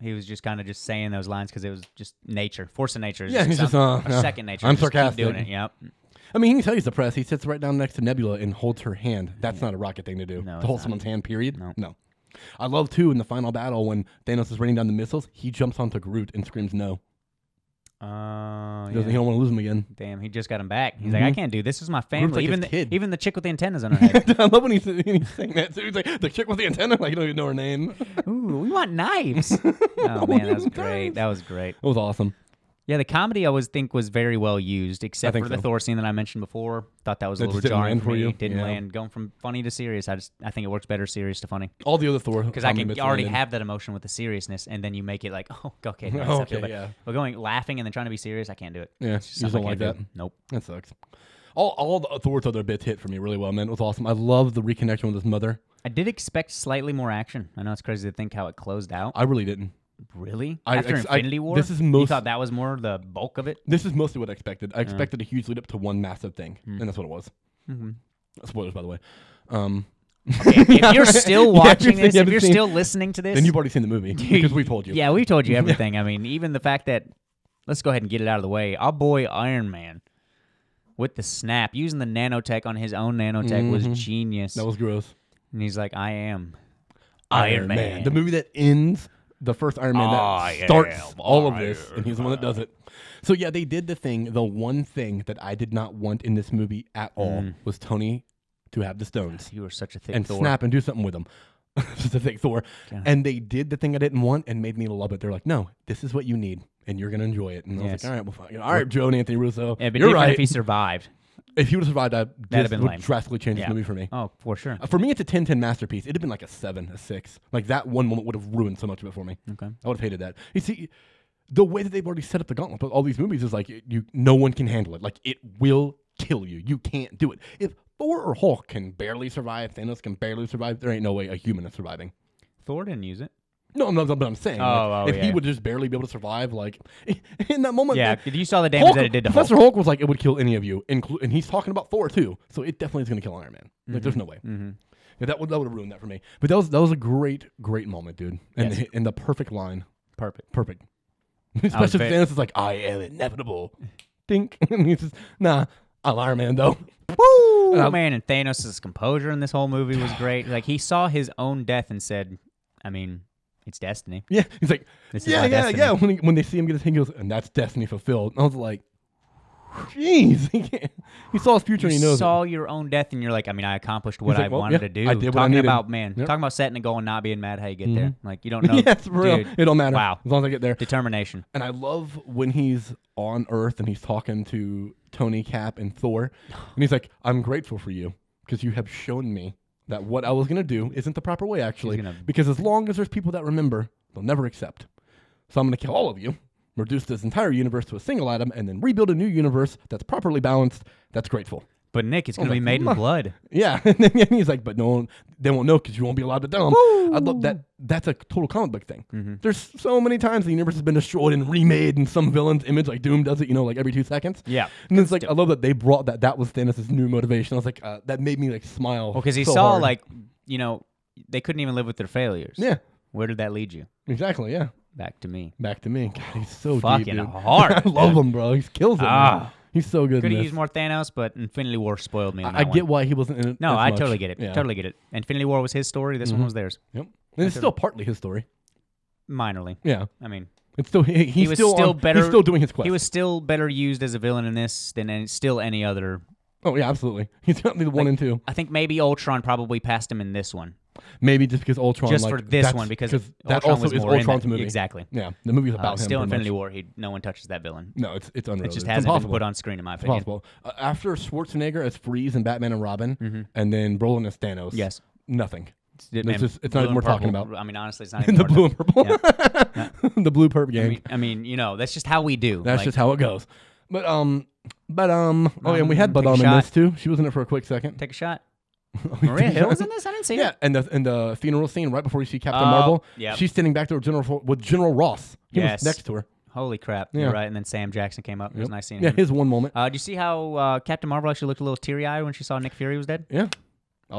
[SPEAKER 2] He was just kind of just saying those lines because it was just nature, force of nature. It's
[SPEAKER 1] Yeah, he's just,
[SPEAKER 2] some-
[SPEAKER 1] uh,
[SPEAKER 2] or
[SPEAKER 1] yeah.
[SPEAKER 2] second nature.
[SPEAKER 1] I'm
[SPEAKER 2] Just keep doing
[SPEAKER 1] sarcastic.
[SPEAKER 2] it. Yep.
[SPEAKER 1] I mean, he can tell he's depressed. He sits right down next to Nebula and holds her hand. That's not a rocket thing to do.
[SPEAKER 2] No,
[SPEAKER 1] to hold
[SPEAKER 2] it's not.
[SPEAKER 1] someone's hand, period.
[SPEAKER 2] No.
[SPEAKER 1] I love too in the final battle when Thanos is raining down the missiles. He jumps onto Groot and screams no. He
[SPEAKER 2] Uh, yeah.
[SPEAKER 1] doesn't. He don't want to lose him again.
[SPEAKER 2] Damn, he just got him back. He's like, I can't do this. This is my family.
[SPEAKER 1] like
[SPEAKER 2] even
[SPEAKER 1] his
[SPEAKER 2] the,
[SPEAKER 1] kid.
[SPEAKER 2] even the chick with the antennas on her head.
[SPEAKER 1] I love when he's, when he's saying that too. He's like the chick with the antenna. Like you don't even know her name. It
[SPEAKER 2] Ooh, we want knives. oh man, that was great. That was great.
[SPEAKER 1] was awesome.
[SPEAKER 2] Yeah, the comedy I always think was very well used, except
[SPEAKER 1] think
[SPEAKER 2] for the
[SPEAKER 1] so.
[SPEAKER 2] Thor scene that I mentioned before. Thought that was a
[SPEAKER 1] That
[SPEAKER 2] little
[SPEAKER 1] just didn't
[SPEAKER 2] jarring
[SPEAKER 1] land for
[SPEAKER 2] me.
[SPEAKER 1] you?
[SPEAKER 2] Didn't
[SPEAKER 1] Yeah.
[SPEAKER 2] land. Going from funny to serious, I just I think it works better serious to funny
[SPEAKER 1] All the other Thor
[SPEAKER 2] because I
[SPEAKER 1] comedy
[SPEAKER 2] can
[SPEAKER 1] bits
[SPEAKER 2] already
[SPEAKER 1] landed.
[SPEAKER 2] have that emotion with the seriousness, and then you make it like, oh, okay, no, it's up here,
[SPEAKER 1] Okay,
[SPEAKER 2] but,
[SPEAKER 1] yeah.
[SPEAKER 2] but going laughing and then trying to be serious, I can't do it.
[SPEAKER 1] Yeah,
[SPEAKER 2] It's
[SPEAKER 1] you just
[SPEAKER 2] something I
[SPEAKER 1] don't like
[SPEAKER 2] can't
[SPEAKER 1] that.
[SPEAKER 2] do. Nope.
[SPEAKER 1] That sucks. All all the Thor's other bits hit for me really well, man. It was awesome. I love the reconnection with his mother.
[SPEAKER 2] I did expect slightly more action. I know it's crazy to think how it closed out.
[SPEAKER 1] I really didn't.
[SPEAKER 2] Really?
[SPEAKER 1] I-
[SPEAKER 2] After
[SPEAKER 1] ex- I-
[SPEAKER 2] Infinity War?
[SPEAKER 1] this is
[SPEAKER 2] You
[SPEAKER 1] most-
[SPEAKER 2] thought that was more the bulk of it?
[SPEAKER 1] This is mostly what I expected. I expected a huge lead up to one massive thing,
[SPEAKER 2] Hmm.
[SPEAKER 1] and that's what it was.
[SPEAKER 2] Mm-hmm.
[SPEAKER 1] Spoilers, by the way. Um,
[SPEAKER 2] if you're still
[SPEAKER 1] Yeah,
[SPEAKER 2] watching
[SPEAKER 1] if you
[SPEAKER 2] this, if
[SPEAKER 1] haven't
[SPEAKER 2] you're
[SPEAKER 1] seen-
[SPEAKER 2] still listening to this,
[SPEAKER 1] and you've already seen the movie because we told you.
[SPEAKER 2] yeah, we told you everything. I mean, even the fact that let's go ahead and get it out of the way. Our boy Iron Man with the snap using the nanotech on his own nanotech was
[SPEAKER 1] Mm-hmm.
[SPEAKER 2] genius.
[SPEAKER 1] that was gross.
[SPEAKER 2] and he's like, "I am Iron, Man."
[SPEAKER 1] the movie that ends the first Iron Man
[SPEAKER 2] I
[SPEAKER 1] that starts
[SPEAKER 2] am
[SPEAKER 1] all of this, and he's the one that does it. So yeah, they did the thing. The one thing that I did not want in this movie at all
[SPEAKER 2] Hmm.
[SPEAKER 1] was Tony to have the stones
[SPEAKER 2] you were such a thick
[SPEAKER 1] and
[SPEAKER 2] Thor.
[SPEAKER 1] snap and do something with them. Just a thick Thor. And they did the thing I didn't want and made me love it. They're like, no, this is what you need, and you're gonna enjoy it. And I was
[SPEAKER 2] Yes.
[SPEAKER 1] like, all right, well, fuck it. all right, Joe and Anthony Russo,
[SPEAKER 2] It'd been
[SPEAKER 1] you're
[SPEAKER 2] different
[SPEAKER 1] right.
[SPEAKER 2] if he survived.
[SPEAKER 1] If he would have survived, I
[SPEAKER 2] have
[SPEAKER 1] this
[SPEAKER 2] been
[SPEAKER 1] would
[SPEAKER 2] lame.
[SPEAKER 1] drastically change
[SPEAKER 2] Yeah.
[SPEAKER 1] this movie for me.
[SPEAKER 2] Oh, for sure.
[SPEAKER 1] Uh, For me, it's a 10 10 masterpiece. It'd have been like a 7, a 6. Like that one moment would have ruined so much of it for me.
[SPEAKER 2] Okay.
[SPEAKER 1] I would have hated that. You see, the way that they've already set up the gauntlet with all these movies is like, you, no one can handle it. Like, it will kill you. You can't do it. If Thor or Hulk can barely survive, Thanos can barely survive, there ain't no way a human is surviving.
[SPEAKER 2] Thor didn't use it.
[SPEAKER 1] No, no, no, but I'm saying,
[SPEAKER 2] Oh,
[SPEAKER 1] like,
[SPEAKER 2] oh,
[SPEAKER 1] if he
[SPEAKER 2] yeah.
[SPEAKER 1] would just barely be able to survive, like, in that moment,
[SPEAKER 2] Yeah,
[SPEAKER 1] like,
[SPEAKER 2] you saw the damage
[SPEAKER 1] Oh, Hulk-
[SPEAKER 2] that it did to
[SPEAKER 1] Professor
[SPEAKER 2] Hulk.
[SPEAKER 1] Hulk. was like, it would kill any of you, inclu- and he's talking about Thor too. So it definitely is going to kill Iron Man. Like,
[SPEAKER 2] Mm-hmm.
[SPEAKER 1] there's no way. Yeah, that would that would have ruined that for me. But that was that was a great great moment, dude, and
[SPEAKER 2] Yes.
[SPEAKER 1] the, and the perfect line,
[SPEAKER 2] Perfect.
[SPEAKER 1] perfect. Especially
[SPEAKER 2] ve-
[SPEAKER 1] Thanos is like, I am inevitable. Think, and he's just, nah, I'm Iron Man though. Woo! Uh,
[SPEAKER 2] Oh man, and Thanos' composure in this whole movie was great. Like he saw his own death and said, "I mean, it's destiny."
[SPEAKER 1] Yeah, he's like,
[SPEAKER 2] This is
[SPEAKER 1] yeah,
[SPEAKER 2] my
[SPEAKER 1] yeah,
[SPEAKER 2] destiny."
[SPEAKER 1] yeah. When, he, when they see him get his thing, he goes, and that's destiny fulfilled. And I was like, jeez, he, can't- he saw his future
[SPEAKER 2] You
[SPEAKER 1] and he knows. it.
[SPEAKER 2] saw your own death, and you're like, "I mean, I accomplished what
[SPEAKER 1] He's like,
[SPEAKER 2] I
[SPEAKER 1] "Well,
[SPEAKER 2] wanted
[SPEAKER 1] yeah,
[SPEAKER 2] to do."
[SPEAKER 1] I did what I
[SPEAKER 2] talking
[SPEAKER 1] needed.
[SPEAKER 2] about man,
[SPEAKER 1] Yep.
[SPEAKER 2] talking about setting a goal and not being mad how you get there. Like you don't know.
[SPEAKER 1] yes, for real.
[SPEAKER 2] Dude,
[SPEAKER 1] It don't matter.
[SPEAKER 2] Wow.
[SPEAKER 1] As long as I get there.
[SPEAKER 2] determination.
[SPEAKER 1] And I love when he's on Earth and he's talking to Tony, Cap, and Thor. And he's like, I'm grateful for you because you have shown me that what I was going to do isn't the proper way, actually.
[SPEAKER 2] He's gonna-
[SPEAKER 1] Because as long as there's people that remember, they'll never accept. So I'm going to kill all of you, reduce this entire universe to a single atom, and then rebuild a new universe that's properly balanced, that's grateful.
[SPEAKER 2] But Nick, it's gonna be
[SPEAKER 1] like,
[SPEAKER 2] made in
[SPEAKER 1] "Mwah."
[SPEAKER 2] blood.
[SPEAKER 1] Yeah, and then he's like, but no one, they won't know because you won't be allowed to tell them. I love that. That's a total comic book thing.
[SPEAKER 2] Mm-hmm.
[SPEAKER 1] There's so many times the universe has been destroyed and remade, and some villain's image, like Doom, does it. You know, like every two seconds.
[SPEAKER 2] Yeah.
[SPEAKER 1] and it's like I love that they brought that. That was Thanos' new motivation. I was like, uh, that made me like smile.
[SPEAKER 2] Well, because Oh, he
[SPEAKER 1] so
[SPEAKER 2] saw
[SPEAKER 1] hard.
[SPEAKER 2] like you know they couldn't even live with their failures.
[SPEAKER 1] Yeah,
[SPEAKER 2] Where did that lead you?
[SPEAKER 1] exactly. Yeah.
[SPEAKER 2] Back to me.
[SPEAKER 1] Back to me. God, he's so
[SPEAKER 2] Fucking
[SPEAKER 1] deep, dude.
[SPEAKER 2] hard,
[SPEAKER 1] I love him, bro. He kills it. man.
[SPEAKER 2] Ah.
[SPEAKER 1] he's so good.
[SPEAKER 2] Could
[SPEAKER 1] in
[SPEAKER 2] have
[SPEAKER 1] this.
[SPEAKER 2] used more Thanos, but Infinity War spoiled me. On
[SPEAKER 1] I, I
[SPEAKER 2] that
[SPEAKER 1] get
[SPEAKER 2] One.
[SPEAKER 1] why he wasn't in it.
[SPEAKER 2] No,
[SPEAKER 1] as
[SPEAKER 2] I
[SPEAKER 1] much.
[SPEAKER 2] totally get it.
[SPEAKER 1] Yeah. Mm-hmm.
[SPEAKER 2] Totally get it. Infinity War was his story. This one was theirs,
[SPEAKER 1] Yep. And it's still partly his story.
[SPEAKER 2] minorly.
[SPEAKER 1] Yeah.
[SPEAKER 2] I mean,
[SPEAKER 1] It's still he,
[SPEAKER 2] he
[SPEAKER 1] he's
[SPEAKER 2] was
[SPEAKER 1] still,
[SPEAKER 2] still,
[SPEAKER 1] on-
[SPEAKER 2] better.
[SPEAKER 1] He's still doing his quest.
[SPEAKER 2] He was still better used as a villain in this than any, still any other.
[SPEAKER 1] oh yeah, absolutely. He's definitely the one and two.
[SPEAKER 2] I think maybe Ultron probably passed him in this one,
[SPEAKER 1] Maybe just because Ultron.
[SPEAKER 2] just
[SPEAKER 1] like,
[SPEAKER 2] for this
[SPEAKER 1] that's-
[SPEAKER 2] one because
[SPEAKER 1] that
[SPEAKER 2] Ultron
[SPEAKER 1] also
[SPEAKER 2] was
[SPEAKER 1] is
[SPEAKER 2] more in
[SPEAKER 1] Ultron's
[SPEAKER 2] that-
[SPEAKER 1] movie.
[SPEAKER 2] Exactly.
[SPEAKER 1] Yeah, the movie's about
[SPEAKER 2] Uh,
[SPEAKER 1] him.
[SPEAKER 2] still
[SPEAKER 1] pretty
[SPEAKER 2] Infinity
[SPEAKER 1] much.
[SPEAKER 2] War. He no one touches that villain.
[SPEAKER 1] No, it's it's unreal.
[SPEAKER 2] It just
[SPEAKER 1] dude.
[SPEAKER 2] hasn't
[SPEAKER 1] it's
[SPEAKER 2] been
[SPEAKER 1] impossible.
[SPEAKER 2] put on screen in my
[SPEAKER 1] It's
[SPEAKER 2] opinion.
[SPEAKER 1] possible. Uh, after Schwarzenegger as Freeze and Batman and Robin, and then Brolin as Thanos.
[SPEAKER 2] Mm-hmm. Yes.
[SPEAKER 1] Nothing.
[SPEAKER 2] It's, it-
[SPEAKER 1] This
[SPEAKER 2] and
[SPEAKER 1] is- it's not
[SPEAKER 2] blue
[SPEAKER 1] even
[SPEAKER 2] and
[SPEAKER 1] worth talking
[SPEAKER 2] purple.
[SPEAKER 1] about.
[SPEAKER 2] I mean, honestly, it's not even
[SPEAKER 1] the
[SPEAKER 2] worth
[SPEAKER 1] blue and purple.
[SPEAKER 2] Yeah.
[SPEAKER 1] the blue perp gang.
[SPEAKER 2] I mean, I mean, you know, that's just how we do.
[SPEAKER 1] That's
[SPEAKER 2] Like,
[SPEAKER 1] just how it goes. But um, but um, oh yeah, and we had
[SPEAKER 2] Take a
[SPEAKER 1] Badam in
[SPEAKER 2] shot.
[SPEAKER 1] this too. She was in it for a quick second.
[SPEAKER 2] take a shot.
[SPEAKER 1] Oh,
[SPEAKER 2] Maria
[SPEAKER 1] yeah.
[SPEAKER 2] Hill was in this. I didn't see
[SPEAKER 1] Yeah,
[SPEAKER 2] her.
[SPEAKER 1] and the and the funeral scene right before you see Captain
[SPEAKER 2] Oh,
[SPEAKER 1] Marvel,
[SPEAKER 2] yep.
[SPEAKER 1] she's standing back there with General Fo- with General Ross. He was
[SPEAKER 2] Yes.
[SPEAKER 1] next to her.
[SPEAKER 2] Holy crap!
[SPEAKER 1] Yeah.
[SPEAKER 2] You're right. And then Sam Jackson came up. It was nice seeing
[SPEAKER 1] Yeah,
[SPEAKER 2] him.
[SPEAKER 1] his one moment.
[SPEAKER 2] Uh, do you see how uh, Captain Marvel actually looked a little teary-eyed when she saw Nick Fury was dead?
[SPEAKER 1] Yeah,
[SPEAKER 2] Uh-huh.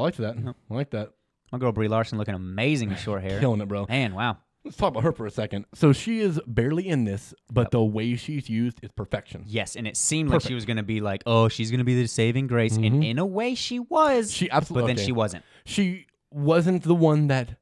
[SPEAKER 1] I liked that. I like that.
[SPEAKER 2] My girl Brie Larson looking amazing in short hair.
[SPEAKER 1] Killing it, bro.
[SPEAKER 2] Man, wow.
[SPEAKER 1] Let's talk about her for a second. So she is barely in this, but the way she's used is perfection.
[SPEAKER 2] Yes, and it seemed like she was going to be like, oh, she's going to be the saving grace, and in a way, she was.
[SPEAKER 1] Mm-hmm. She
[SPEAKER 2] but
[SPEAKER 1] absolutely.
[SPEAKER 2] then she wasn't.
[SPEAKER 1] she wasn't the one that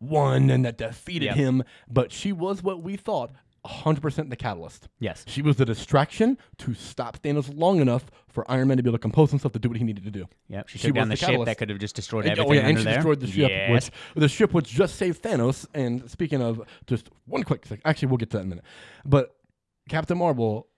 [SPEAKER 1] won and that defeated
[SPEAKER 2] Yep.
[SPEAKER 1] him, but she was what we thought 100% the catalyst.
[SPEAKER 2] Yes.
[SPEAKER 1] She was the distraction to stop Thanos long enough for Iron Man to be able to compose himself to do what he needed to do.
[SPEAKER 2] Yep. She
[SPEAKER 1] She
[SPEAKER 2] took down the,
[SPEAKER 1] was the
[SPEAKER 2] ship that
[SPEAKER 1] catalyst.
[SPEAKER 2] could have just destroyed
[SPEAKER 1] And-
[SPEAKER 2] everything
[SPEAKER 1] oh, yeah, and
[SPEAKER 2] under
[SPEAKER 1] she
[SPEAKER 2] there.
[SPEAKER 1] destroyed the ship,
[SPEAKER 2] Yes.
[SPEAKER 1] which the ship which just saved Thanos. And speaking of, just one quick sec, actually, we'll get to that in a minute. But Captain Marvel,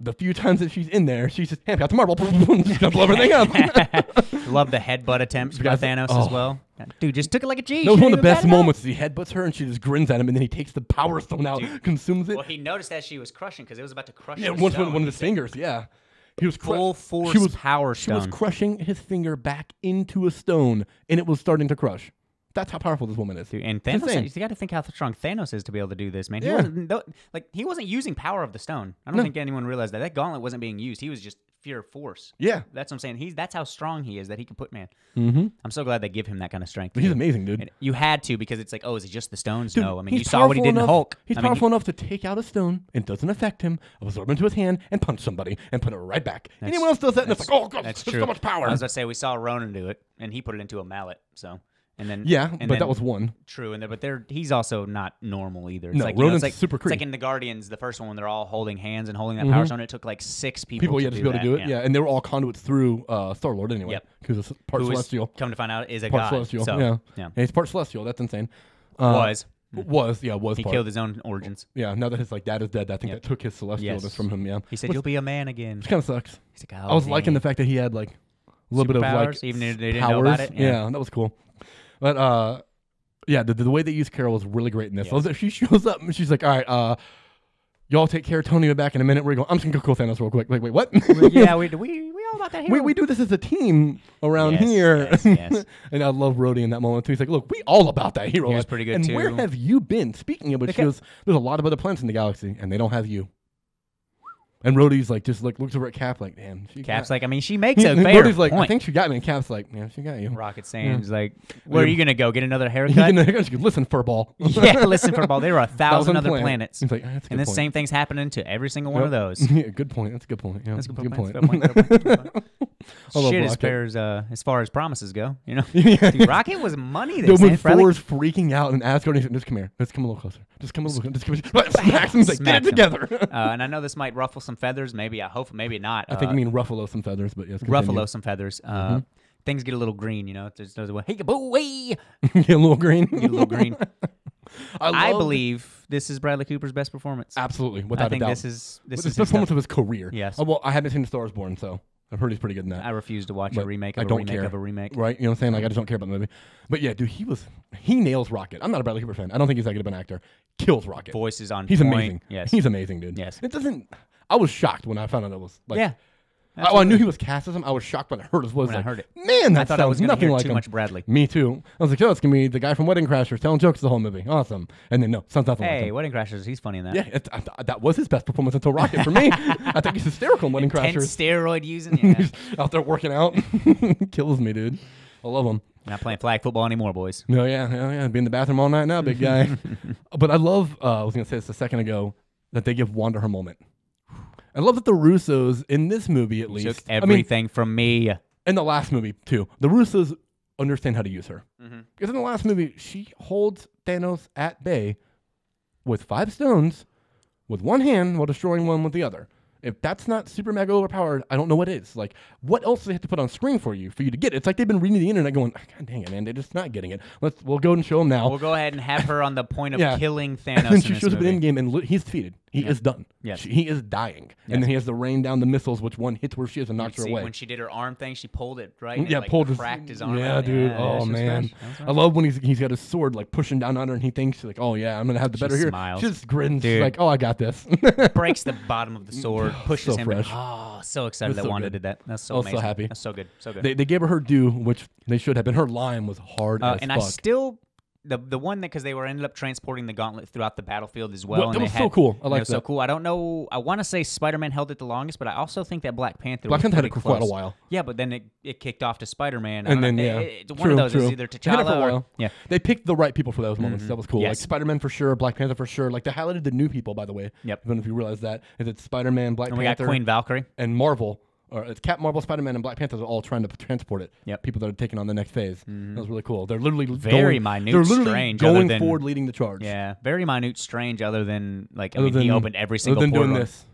[SPEAKER 1] the few times that she's in there, she's just, hey, Captain Marvel, just gonna blow everything up.
[SPEAKER 2] Love the headbutt attempts by
[SPEAKER 1] Because-
[SPEAKER 2] Thanos
[SPEAKER 1] oh.
[SPEAKER 2] as well. That Dude, just took it like a G.
[SPEAKER 1] That was
[SPEAKER 2] She
[SPEAKER 1] one of the
[SPEAKER 2] didn't even bat
[SPEAKER 1] best
[SPEAKER 2] an eye.
[SPEAKER 1] moments. He headbutts her and she just grins at him, and then he takes the power stone out, consumes it.
[SPEAKER 2] Well, he noticed that she was crushing because it was about to crush
[SPEAKER 1] yeah,
[SPEAKER 2] her.
[SPEAKER 1] one, one,
[SPEAKER 2] stone.
[SPEAKER 1] one of his fingers. Yeah, he was cru-
[SPEAKER 2] Full force
[SPEAKER 1] She was
[SPEAKER 2] power
[SPEAKER 1] she was
[SPEAKER 2] stone.
[SPEAKER 1] crushing his finger back into a stone, and it was starting to crush. That's how powerful this woman is.
[SPEAKER 2] Dude, and
[SPEAKER 1] It's
[SPEAKER 2] Thanos,
[SPEAKER 1] insane.
[SPEAKER 2] you got to think how strong Thanos is to be able to do this, man. He
[SPEAKER 1] Yeah.
[SPEAKER 2] wasn't, no- like he wasn't using power of the stone. I don't think anyone realized that that gauntlet wasn't being used. He was just fear of force.
[SPEAKER 1] Yeah,
[SPEAKER 2] That's what I'm saying. He's that's how strong he is that he can put man.
[SPEAKER 1] mm-hmm.
[SPEAKER 2] I'm so glad they give him that kind of strength.
[SPEAKER 1] he's
[SPEAKER 2] dude.
[SPEAKER 1] amazing, dude.
[SPEAKER 2] And you had to because it's like, oh, is it just the stones?
[SPEAKER 1] Dude,
[SPEAKER 2] no, I mean you
[SPEAKER 1] he's
[SPEAKER 2] saw what he
[SPEAKER 1] powerful
[SPEAKER 2] did
[SPEAKER 1] enough-
[SPEAKER 2] in Hulk.
[SPEAKER 1] He's
[SPEAKER 2] I mean,
[SPEAKER 1] powerful enough to take out a stone. It doesn't affect him. Absorb into his hand and punch somebody and put it right back. Anyone else does that, and it's like, oh god,
[SPEAKER 2] that's
[SPEAKER 1] there's
[SPEAKER 2] true.
[SPEAKER 1] so much power.
[SPEAKER 2] I was gonna say we saw Ronan do it, and he put it into a mallet. So, and then
[SPEAKER 1] yeah,
[SPEAKER 2] and
[SPEAKER 1] but
[SPEAKER 2] then-
[SPEAKER 1] that was one.
[SPEAKER 2] True, and there, but they're he's also not normal either. It's
[SPEAKER 1] No,
[SPEAKER 2] like, you know,
[SPEAKER 1] Ronan's
[SPEAKER 2] it's like,
[SPEAKER 1] super
[SPEAKER 2] It's like
[SPEAKER 1] creep. Mm-hmm.
[SPEAKER 2] in the Guardians, the first one when they're all holding hands and holding that power stone. It took like six people.
[SPEAKER 1] People,
[SPEAKER 2] to
[SPEAKER 1] yeah,
[SPEAKER 2] do
[SPEAKER 1] just be able
[SPEAKER 2] that.
[SPEAKER 1] to do it. Yeah. and they were all conduits through uh, Star Lord anyway.
[SPEAKER 2] Yep.
[SPEAKER 1] because it's part
[SPEAKER 2] Who is-
[SPEAKER 1] celestial.
[SPEAKER 2] Come to find out, is a
[SPEAKER 1] part
[SPEAKER 2] god.
[SPEAKER 1] celestial.
[SPEAKER 2] So,
[SPEAKER 1] yeah.
[SPEAKER 2] yeah.
[SPEAKER 1] he's part celestial. That's insane. Uh,
[SPEAKER 2] was
[SPEAKER 1] was yeah was
[SPEAKER 2] he
[SPEAKER 1] part.
[SPEAKER 2] killed his own origins?
[SPEAKER 1] yeah. Now that his like dad is dead, I think that took his celestialness
[SPEAKER 2] Yes.
[SPEAKER 1] from him. Yeah.
[SPEAKER 2] He said, "You'll be a man again."
[SPEAKER 1] Which kind of sucks.
[SPEAKER 2] He's like,
[SPEAKER 1] I was
[SPEAKER 2] "Oh,
[SPEAKER 1] liking
[SPEAKER 2] man."
[SPEAKER 1] the fact that he had like a little bit of like
[SPEAKER 2] Superpowers, even if they
[SPEAKER 1] s-
[SPEAKER 2] didn't know about
[SPEAKER 1] powers.
[SPEAKER 2] it, yeah.
[SPEAKER 1] that was cool. But uh, yeah, the, the way they used Carol was really great in this. I was like, she shows up and she's like, all right, uh. Y'all take care. Tony will be back in a minute. We're going. I'm just gonna go kill Thanos real quick. Like, wait, what?
[SPEAKER 2] yeah, we, we we all about that hero.
[SPEAKER 1] we, we do this as a team around
[SPEAKER 2] Yes,
[SPEAKER 1] here.
[SPEAKER 2] yes, yes.
[SPEAKER 1] and I love Rhodey in that moment too. He's like, look, we all about that hero.
[SPEAKER 2] He was
[SPEAKER 1] Like,
[SPEAKER 2] pretty good,
[SPEAKER 1] And where
[SPEAKER 2] too.
[SPEAKER 1] have you been? Speaking of which,
[SPEAKER 2] Okay.
[SPEAKER 1] he goes, there's a lot of other planets in the galaxy, and they don't have you. And Rhodey's like, just like looks over at Cap, like, damn. She
[SPEAKER 2] Cap's
[SPEAKER 1] got-
[SPEAKER 2] like, I mean, she makes a
[SPEAKER 1] And
[SPEAKER 2] fair
[SPEAKER 1] Rhodey's like, I
[SPEAKER 2] point.
[SPEAKER 1] think she got me. And Cap's like, yeah, she got you.
[SPEAKER 2] Rocket Sam's like, where are you gonna go? Get another
[SPEAKER 1] He's
[SPEAKER 2] haircut?
[SPEAKER 1] gonna, he's gonna listen for a ball.
[SPEAKER 2] yeah, listen, football. There are a thousand, other
[SPEAKER 1] planet.
[SPEAKER 2] planets,
[SPEAKER 1] He's like, "Ah, that's a good
[SPEAKER 2] and the
[SPEAKER 1] point."
[SPEAKER 2] same thing's happening to every single one of
[SPEAKER 1] Yep.
[SPEAKER 2] those.
[SPEAKER 1] yeah, good point. That's a good point. Yeah,
[SPEAKER 2] That's a good point.
[SPEAKER 1] point.
[SPEAKER 2] That's a good point, good point, good
[SPEAKER 1] Although
[SPEAKER 2] point. Shit, as
[SPEAKER 1] Rocket-
[SPEAKER 2] far as uh, as far as promises go, you know,
[SPEAKER 1] Yeah.
[SPEAKER 2] Dude, Rocket was money. There,
[SPEAKER 1] Dude, when
[SPEAKER 2] man. Probably-
[SPEAKER 1] Thor's freaking out and Asgard, he's like, just come here. Just come a little closer. Just come a little closer. Just come here. Smacks him. He's like, get
[SPEAKER 2] Smacks
[SPEAKER 1] it
[SPEAKER 2] him.
[SPEAKER 1] together.
[SPEAKER 2] uh, and I know this might ruffle some feathers. Maybe I hope, maybe not.
[SPEAKER 1] I think
[SPEAKER 2] uh,
[SPEAKER 1] you mean Ruffalo some feathers, but yes. continue. Mm-hmm.
[SPEAKER 2] ruffalo some feathers. Uh, Things get a little green, you know. There's there's a hey, boy,
[SPEAKER 1] yeah, a little green.
[SPEAKER 2] a little green. I
[SPEAKER 1] love-
[SPEAKER 2] believe this is Bradley Cooper's best performance.
[SPEAKER 1] Absolutely. Without
[SPEAKER 2] I think
[SPEAKER 1] a doubt.
[SPEAKER 2] this is
[SPEAKER 1] But
[SPEAKER 2] this is
[SPEAKER 1] it's the
[SPEAKER 2] his
[SPEAKER 1] performance
[SPEAKER 2] stuff.
[SPEAKER 1] of his career.
[SPEAKER 2] Yes.
[SPEAKER 1] Uh, well, I haven't seen The Star is Born, so I've heard he's pretty good in that.
[SPEAKER 2] I refuse to watch a
[SPEAKER 1] But
[SPEAKER 2] remake
[SPEAKER 1] I
[SPEAKER 2] of a
[SPEAKER 1] don't
[SPEAKER 2] remake
[SPEAKER 1] care.
[SPEAKER 2] of a remake.
[SPEAKER 1] Right? You know what I'm saying? Like, I just don't care about the movie. But yeah, dude, he was, he nails Rocket. I'm not a Bradley Cooper fan. I don't think he's that good of an actor. Kills Rocket.
[SPEAKER 2] Voice is on.
[SPEAKER 1] He's
[SPEAKER 2] point.
[SPEAKER 1] amazing.
[SPEAKER 2] Yes.
[SPEAKER 1] He's amazing, dude.
[SPEAKER 2] Yes.
[SPEAKER 1] It doesn't, I was shocked when I found out it was like,
[SPEAKER 2] yeah.
[SPEAKER 1] I, well, I knew he was cast as him. I was shocked when I heard his voice.
[SPEAKER 2] When I
[SPEAKER 1] like,
[SPEAKER 2] heard it.
[SPEAKER 1] man, that
[SPEAKER 2] I thought
[SPEAKER 1] sounds
[SPEAKER 2] I was gonna
[SPEAKER 1] nothing
[SPEAKER 2] hear
[SPEAKER 1] like
[SPEAKER 2] too
[SPEAKER 1] him.
[SPEAKER 2] much Bradley.
[SPEAKER 1] Me too. I was like, oh, it's gonna be the guy from Wedding Crashers telling jokes the whole movie. Awesome. And then no, sounds nothing like
[SPEAKER 2] Hey,
[SPEAKER 1] him.
[SPEAKER 2] Wedding Crashers. He's funny in that.
[SPEAKER 1] Yeah, it, I, I- that was his best performance until Rocket for me. I think he's hysterical in Wedding
[SPEAKER 2] Ten
[SPEAKER 1] Crashers.
[SPEAKER 2] steroid using. Yeah.
[SPEAKER 1] He's out there working out. Kills me, dude. I love him.
[SPEAKER 2] Not playing flag football anymore, boys.
[SPEAKER 1] No, Oh, yeah, yeah, yeah. Be in the bathroom all night now, big guy. but I love. Uh, I was gonna say this a second ago that they give Wanda her moment. I love that the Russos in this movie, at
[SPEAKER 2] Took
[SPEAKER 1] least, I mean,
[SPEAKER 2] everything from me.
[SPEAKER 1] in the last movie too, the Russos understand how to use her.
[SPEAKER 2] Mm-hmm.
[SPEAKER 1] Because in the last movie, she holds Thanos at bay with five stones with one hand while destroying one with the other. If that's not super mega overpowered, I don't know what is. Like, what else do they have to put on screen for you for you to get it? It's like they've been reading the internet, going, "Ah, "God dang it, man, they're just not getting it." Let's we'll go and show them now.
[SPEAKER 2] We'll go ahead and have her on the point of
[SPEAKER 1] Yeah.
[SPEAKER 2] killing
[SPEAKER 1] And then
[SPEAKER 2] Thanos
[SPEAKER 1] she
[SPEAKER 2] in this
[SPEAKER 1] shows up
[SPEAKER 2] movie.
[SPEAKER 1] in game and li- he's defeated. He is done.
[SPEAKER 2] Yes.
[SPEAKER 1] She- he is dying. And then he has to rain down the missiles, which one hits where she is and knocks her
[SPEAKER 2] See,
[SPEAKER 1] away.
[SPEAKER 2] when she did her arm thing, she pulled it right. And
[SPEAKER 1] yeah,
[SPEAKER 2] it, like,
[SPEAKER 1] pulled his
[SPEAKER 2] cracked his, arm.
[SPEAKER 1] Yeah,
[SPEAKER 2] out.
[SPEAKER 1] dude.
[SPEAKER 2] that
[SPEAKER 1] oh
[SPEAKER 2] was
[SPEAKER 1] man,
[SPEAKER 2] fresh. That was
[SPEAKER 1] I love when he's he's got his sword like pushing down on her, and he thinks like, oh yeah, I'm gonna have the better here.
[SPEAKER 2] smiles.
[SPEAKER 1] She just grins, She's
[SPEAKER 2] Dude.
[SPEAKER 1] like, oh, I got this.
[SPEAKER 2] breaks the bottom of the sword, pushes
[SPEAKER 1] so
[SPEAKER 2] him.
[SPEAKER 1] fresh.
[SPEAKER 2] Oh, so excited that
[SPEAKER 1] so
[SPEAKER 2] Wanda
[SPEAKER 1] good.
[SPEAKER 2] did that. That's so
[SPEAKER 1] Oh, so
[SPEAKER 2] amazing.
[SPEAKER 1] happy.
[SPEAKER 2] That's so good. So good.
[SPEAKER 1] they they gave her her due, which they should have been. Her line was hard
[SPEAKER 2] uh,
[SPEAKER 1] as
[SPEAKER 2] and
[SPEAKER 1] fuck.
[SPEAKER 2] I still the the one that because they were ended up transporting the gauntlet throughout the battlefield as well.
[SPEAKER 1] Well,
[SPEAKER 2] and
[SPEAKER 1] that
[SPEAKER 2] they
[SPEAKER 1] was so
[SPEAKER 2] had-
[SPEAKER 1] cool. I
[SPEAKER 2] and it
[SPEAKER 1] liked
[SPEAKER 2] was
[SPEAKER 1] that.
[SPEAKER 2] So cool. I don't know. I want to say Spider Man held it the longest, but I also think that Black Panther.
[SPEAKER 1] Black
[SPEAKER 2] was
[SPEAKER 1] Panther had it
[SPEAKER 2] pretty
[SPEAKER 1] for quite a
[SPEAKER 2] close.
[SPEAKER 1] while.
[SPEAKER 2] Yeah, but then it, it kicked off to Spider Man,
[SPEAKER 1] And then yeah,
[SPEAKER 2] one of those is either
[SPEAKER 1] They had it
[SPEAKER 2] T'Challa
[SPEAKER 1] for a
[SPEAKER 2] or
[SPEAKER 1] while.
[SPEAKER 2] yeah.
[SPEAKER 1] they picked the right people for those moments. That was cool. Like
[SPEAKER 2] Mm-hmm. Yes.
[SPEAKER 1] Spider Man for sure, Black Panther for sure. Like they highlighted the new people, by the way.
[SPEAKER 2] Yep.
[SPEAKER 1] I don't know if you realize that. Is it Spider Man, Black
[SPEAKER 2] And we got
[SPEAKER 1] Panther,
[SPEAKER 2] Queen Valkyrie.
[SPEAKER 1] and Marvel, or it's Cap, Marvel, Spider Man, and Black Panther are all trying to transport it.
[SPEAKER 2] Yep. Mm-hmm.
[SPEAKER 1] People that are taking on the next phase. That was really cool. They're literally
[SPEAKER 2] Very
[SPEAKER 1] going,
[SPEAKER 2] minute,
[SPEAKER 1] They're literally
[SPEAKER 2] strange, other
[SPEAKER 1] going
[SPEAKER 2] than-
[SPEAKER 1] forward, leading the charge.
[SPEAKER 2] Yeah, very minute, strange. Other than like, I
[SPEAKER 1] Other
[SPEAKER 2] mean, he
[SPEAKER 1] than-
[SPEAKER 2] opened every
[SPEAKER 1] Other
[SPEAKER 2] single.
[SPEAKER 1] than doing
[SPEAKER 2] portal.
[SPEAKER 1] this,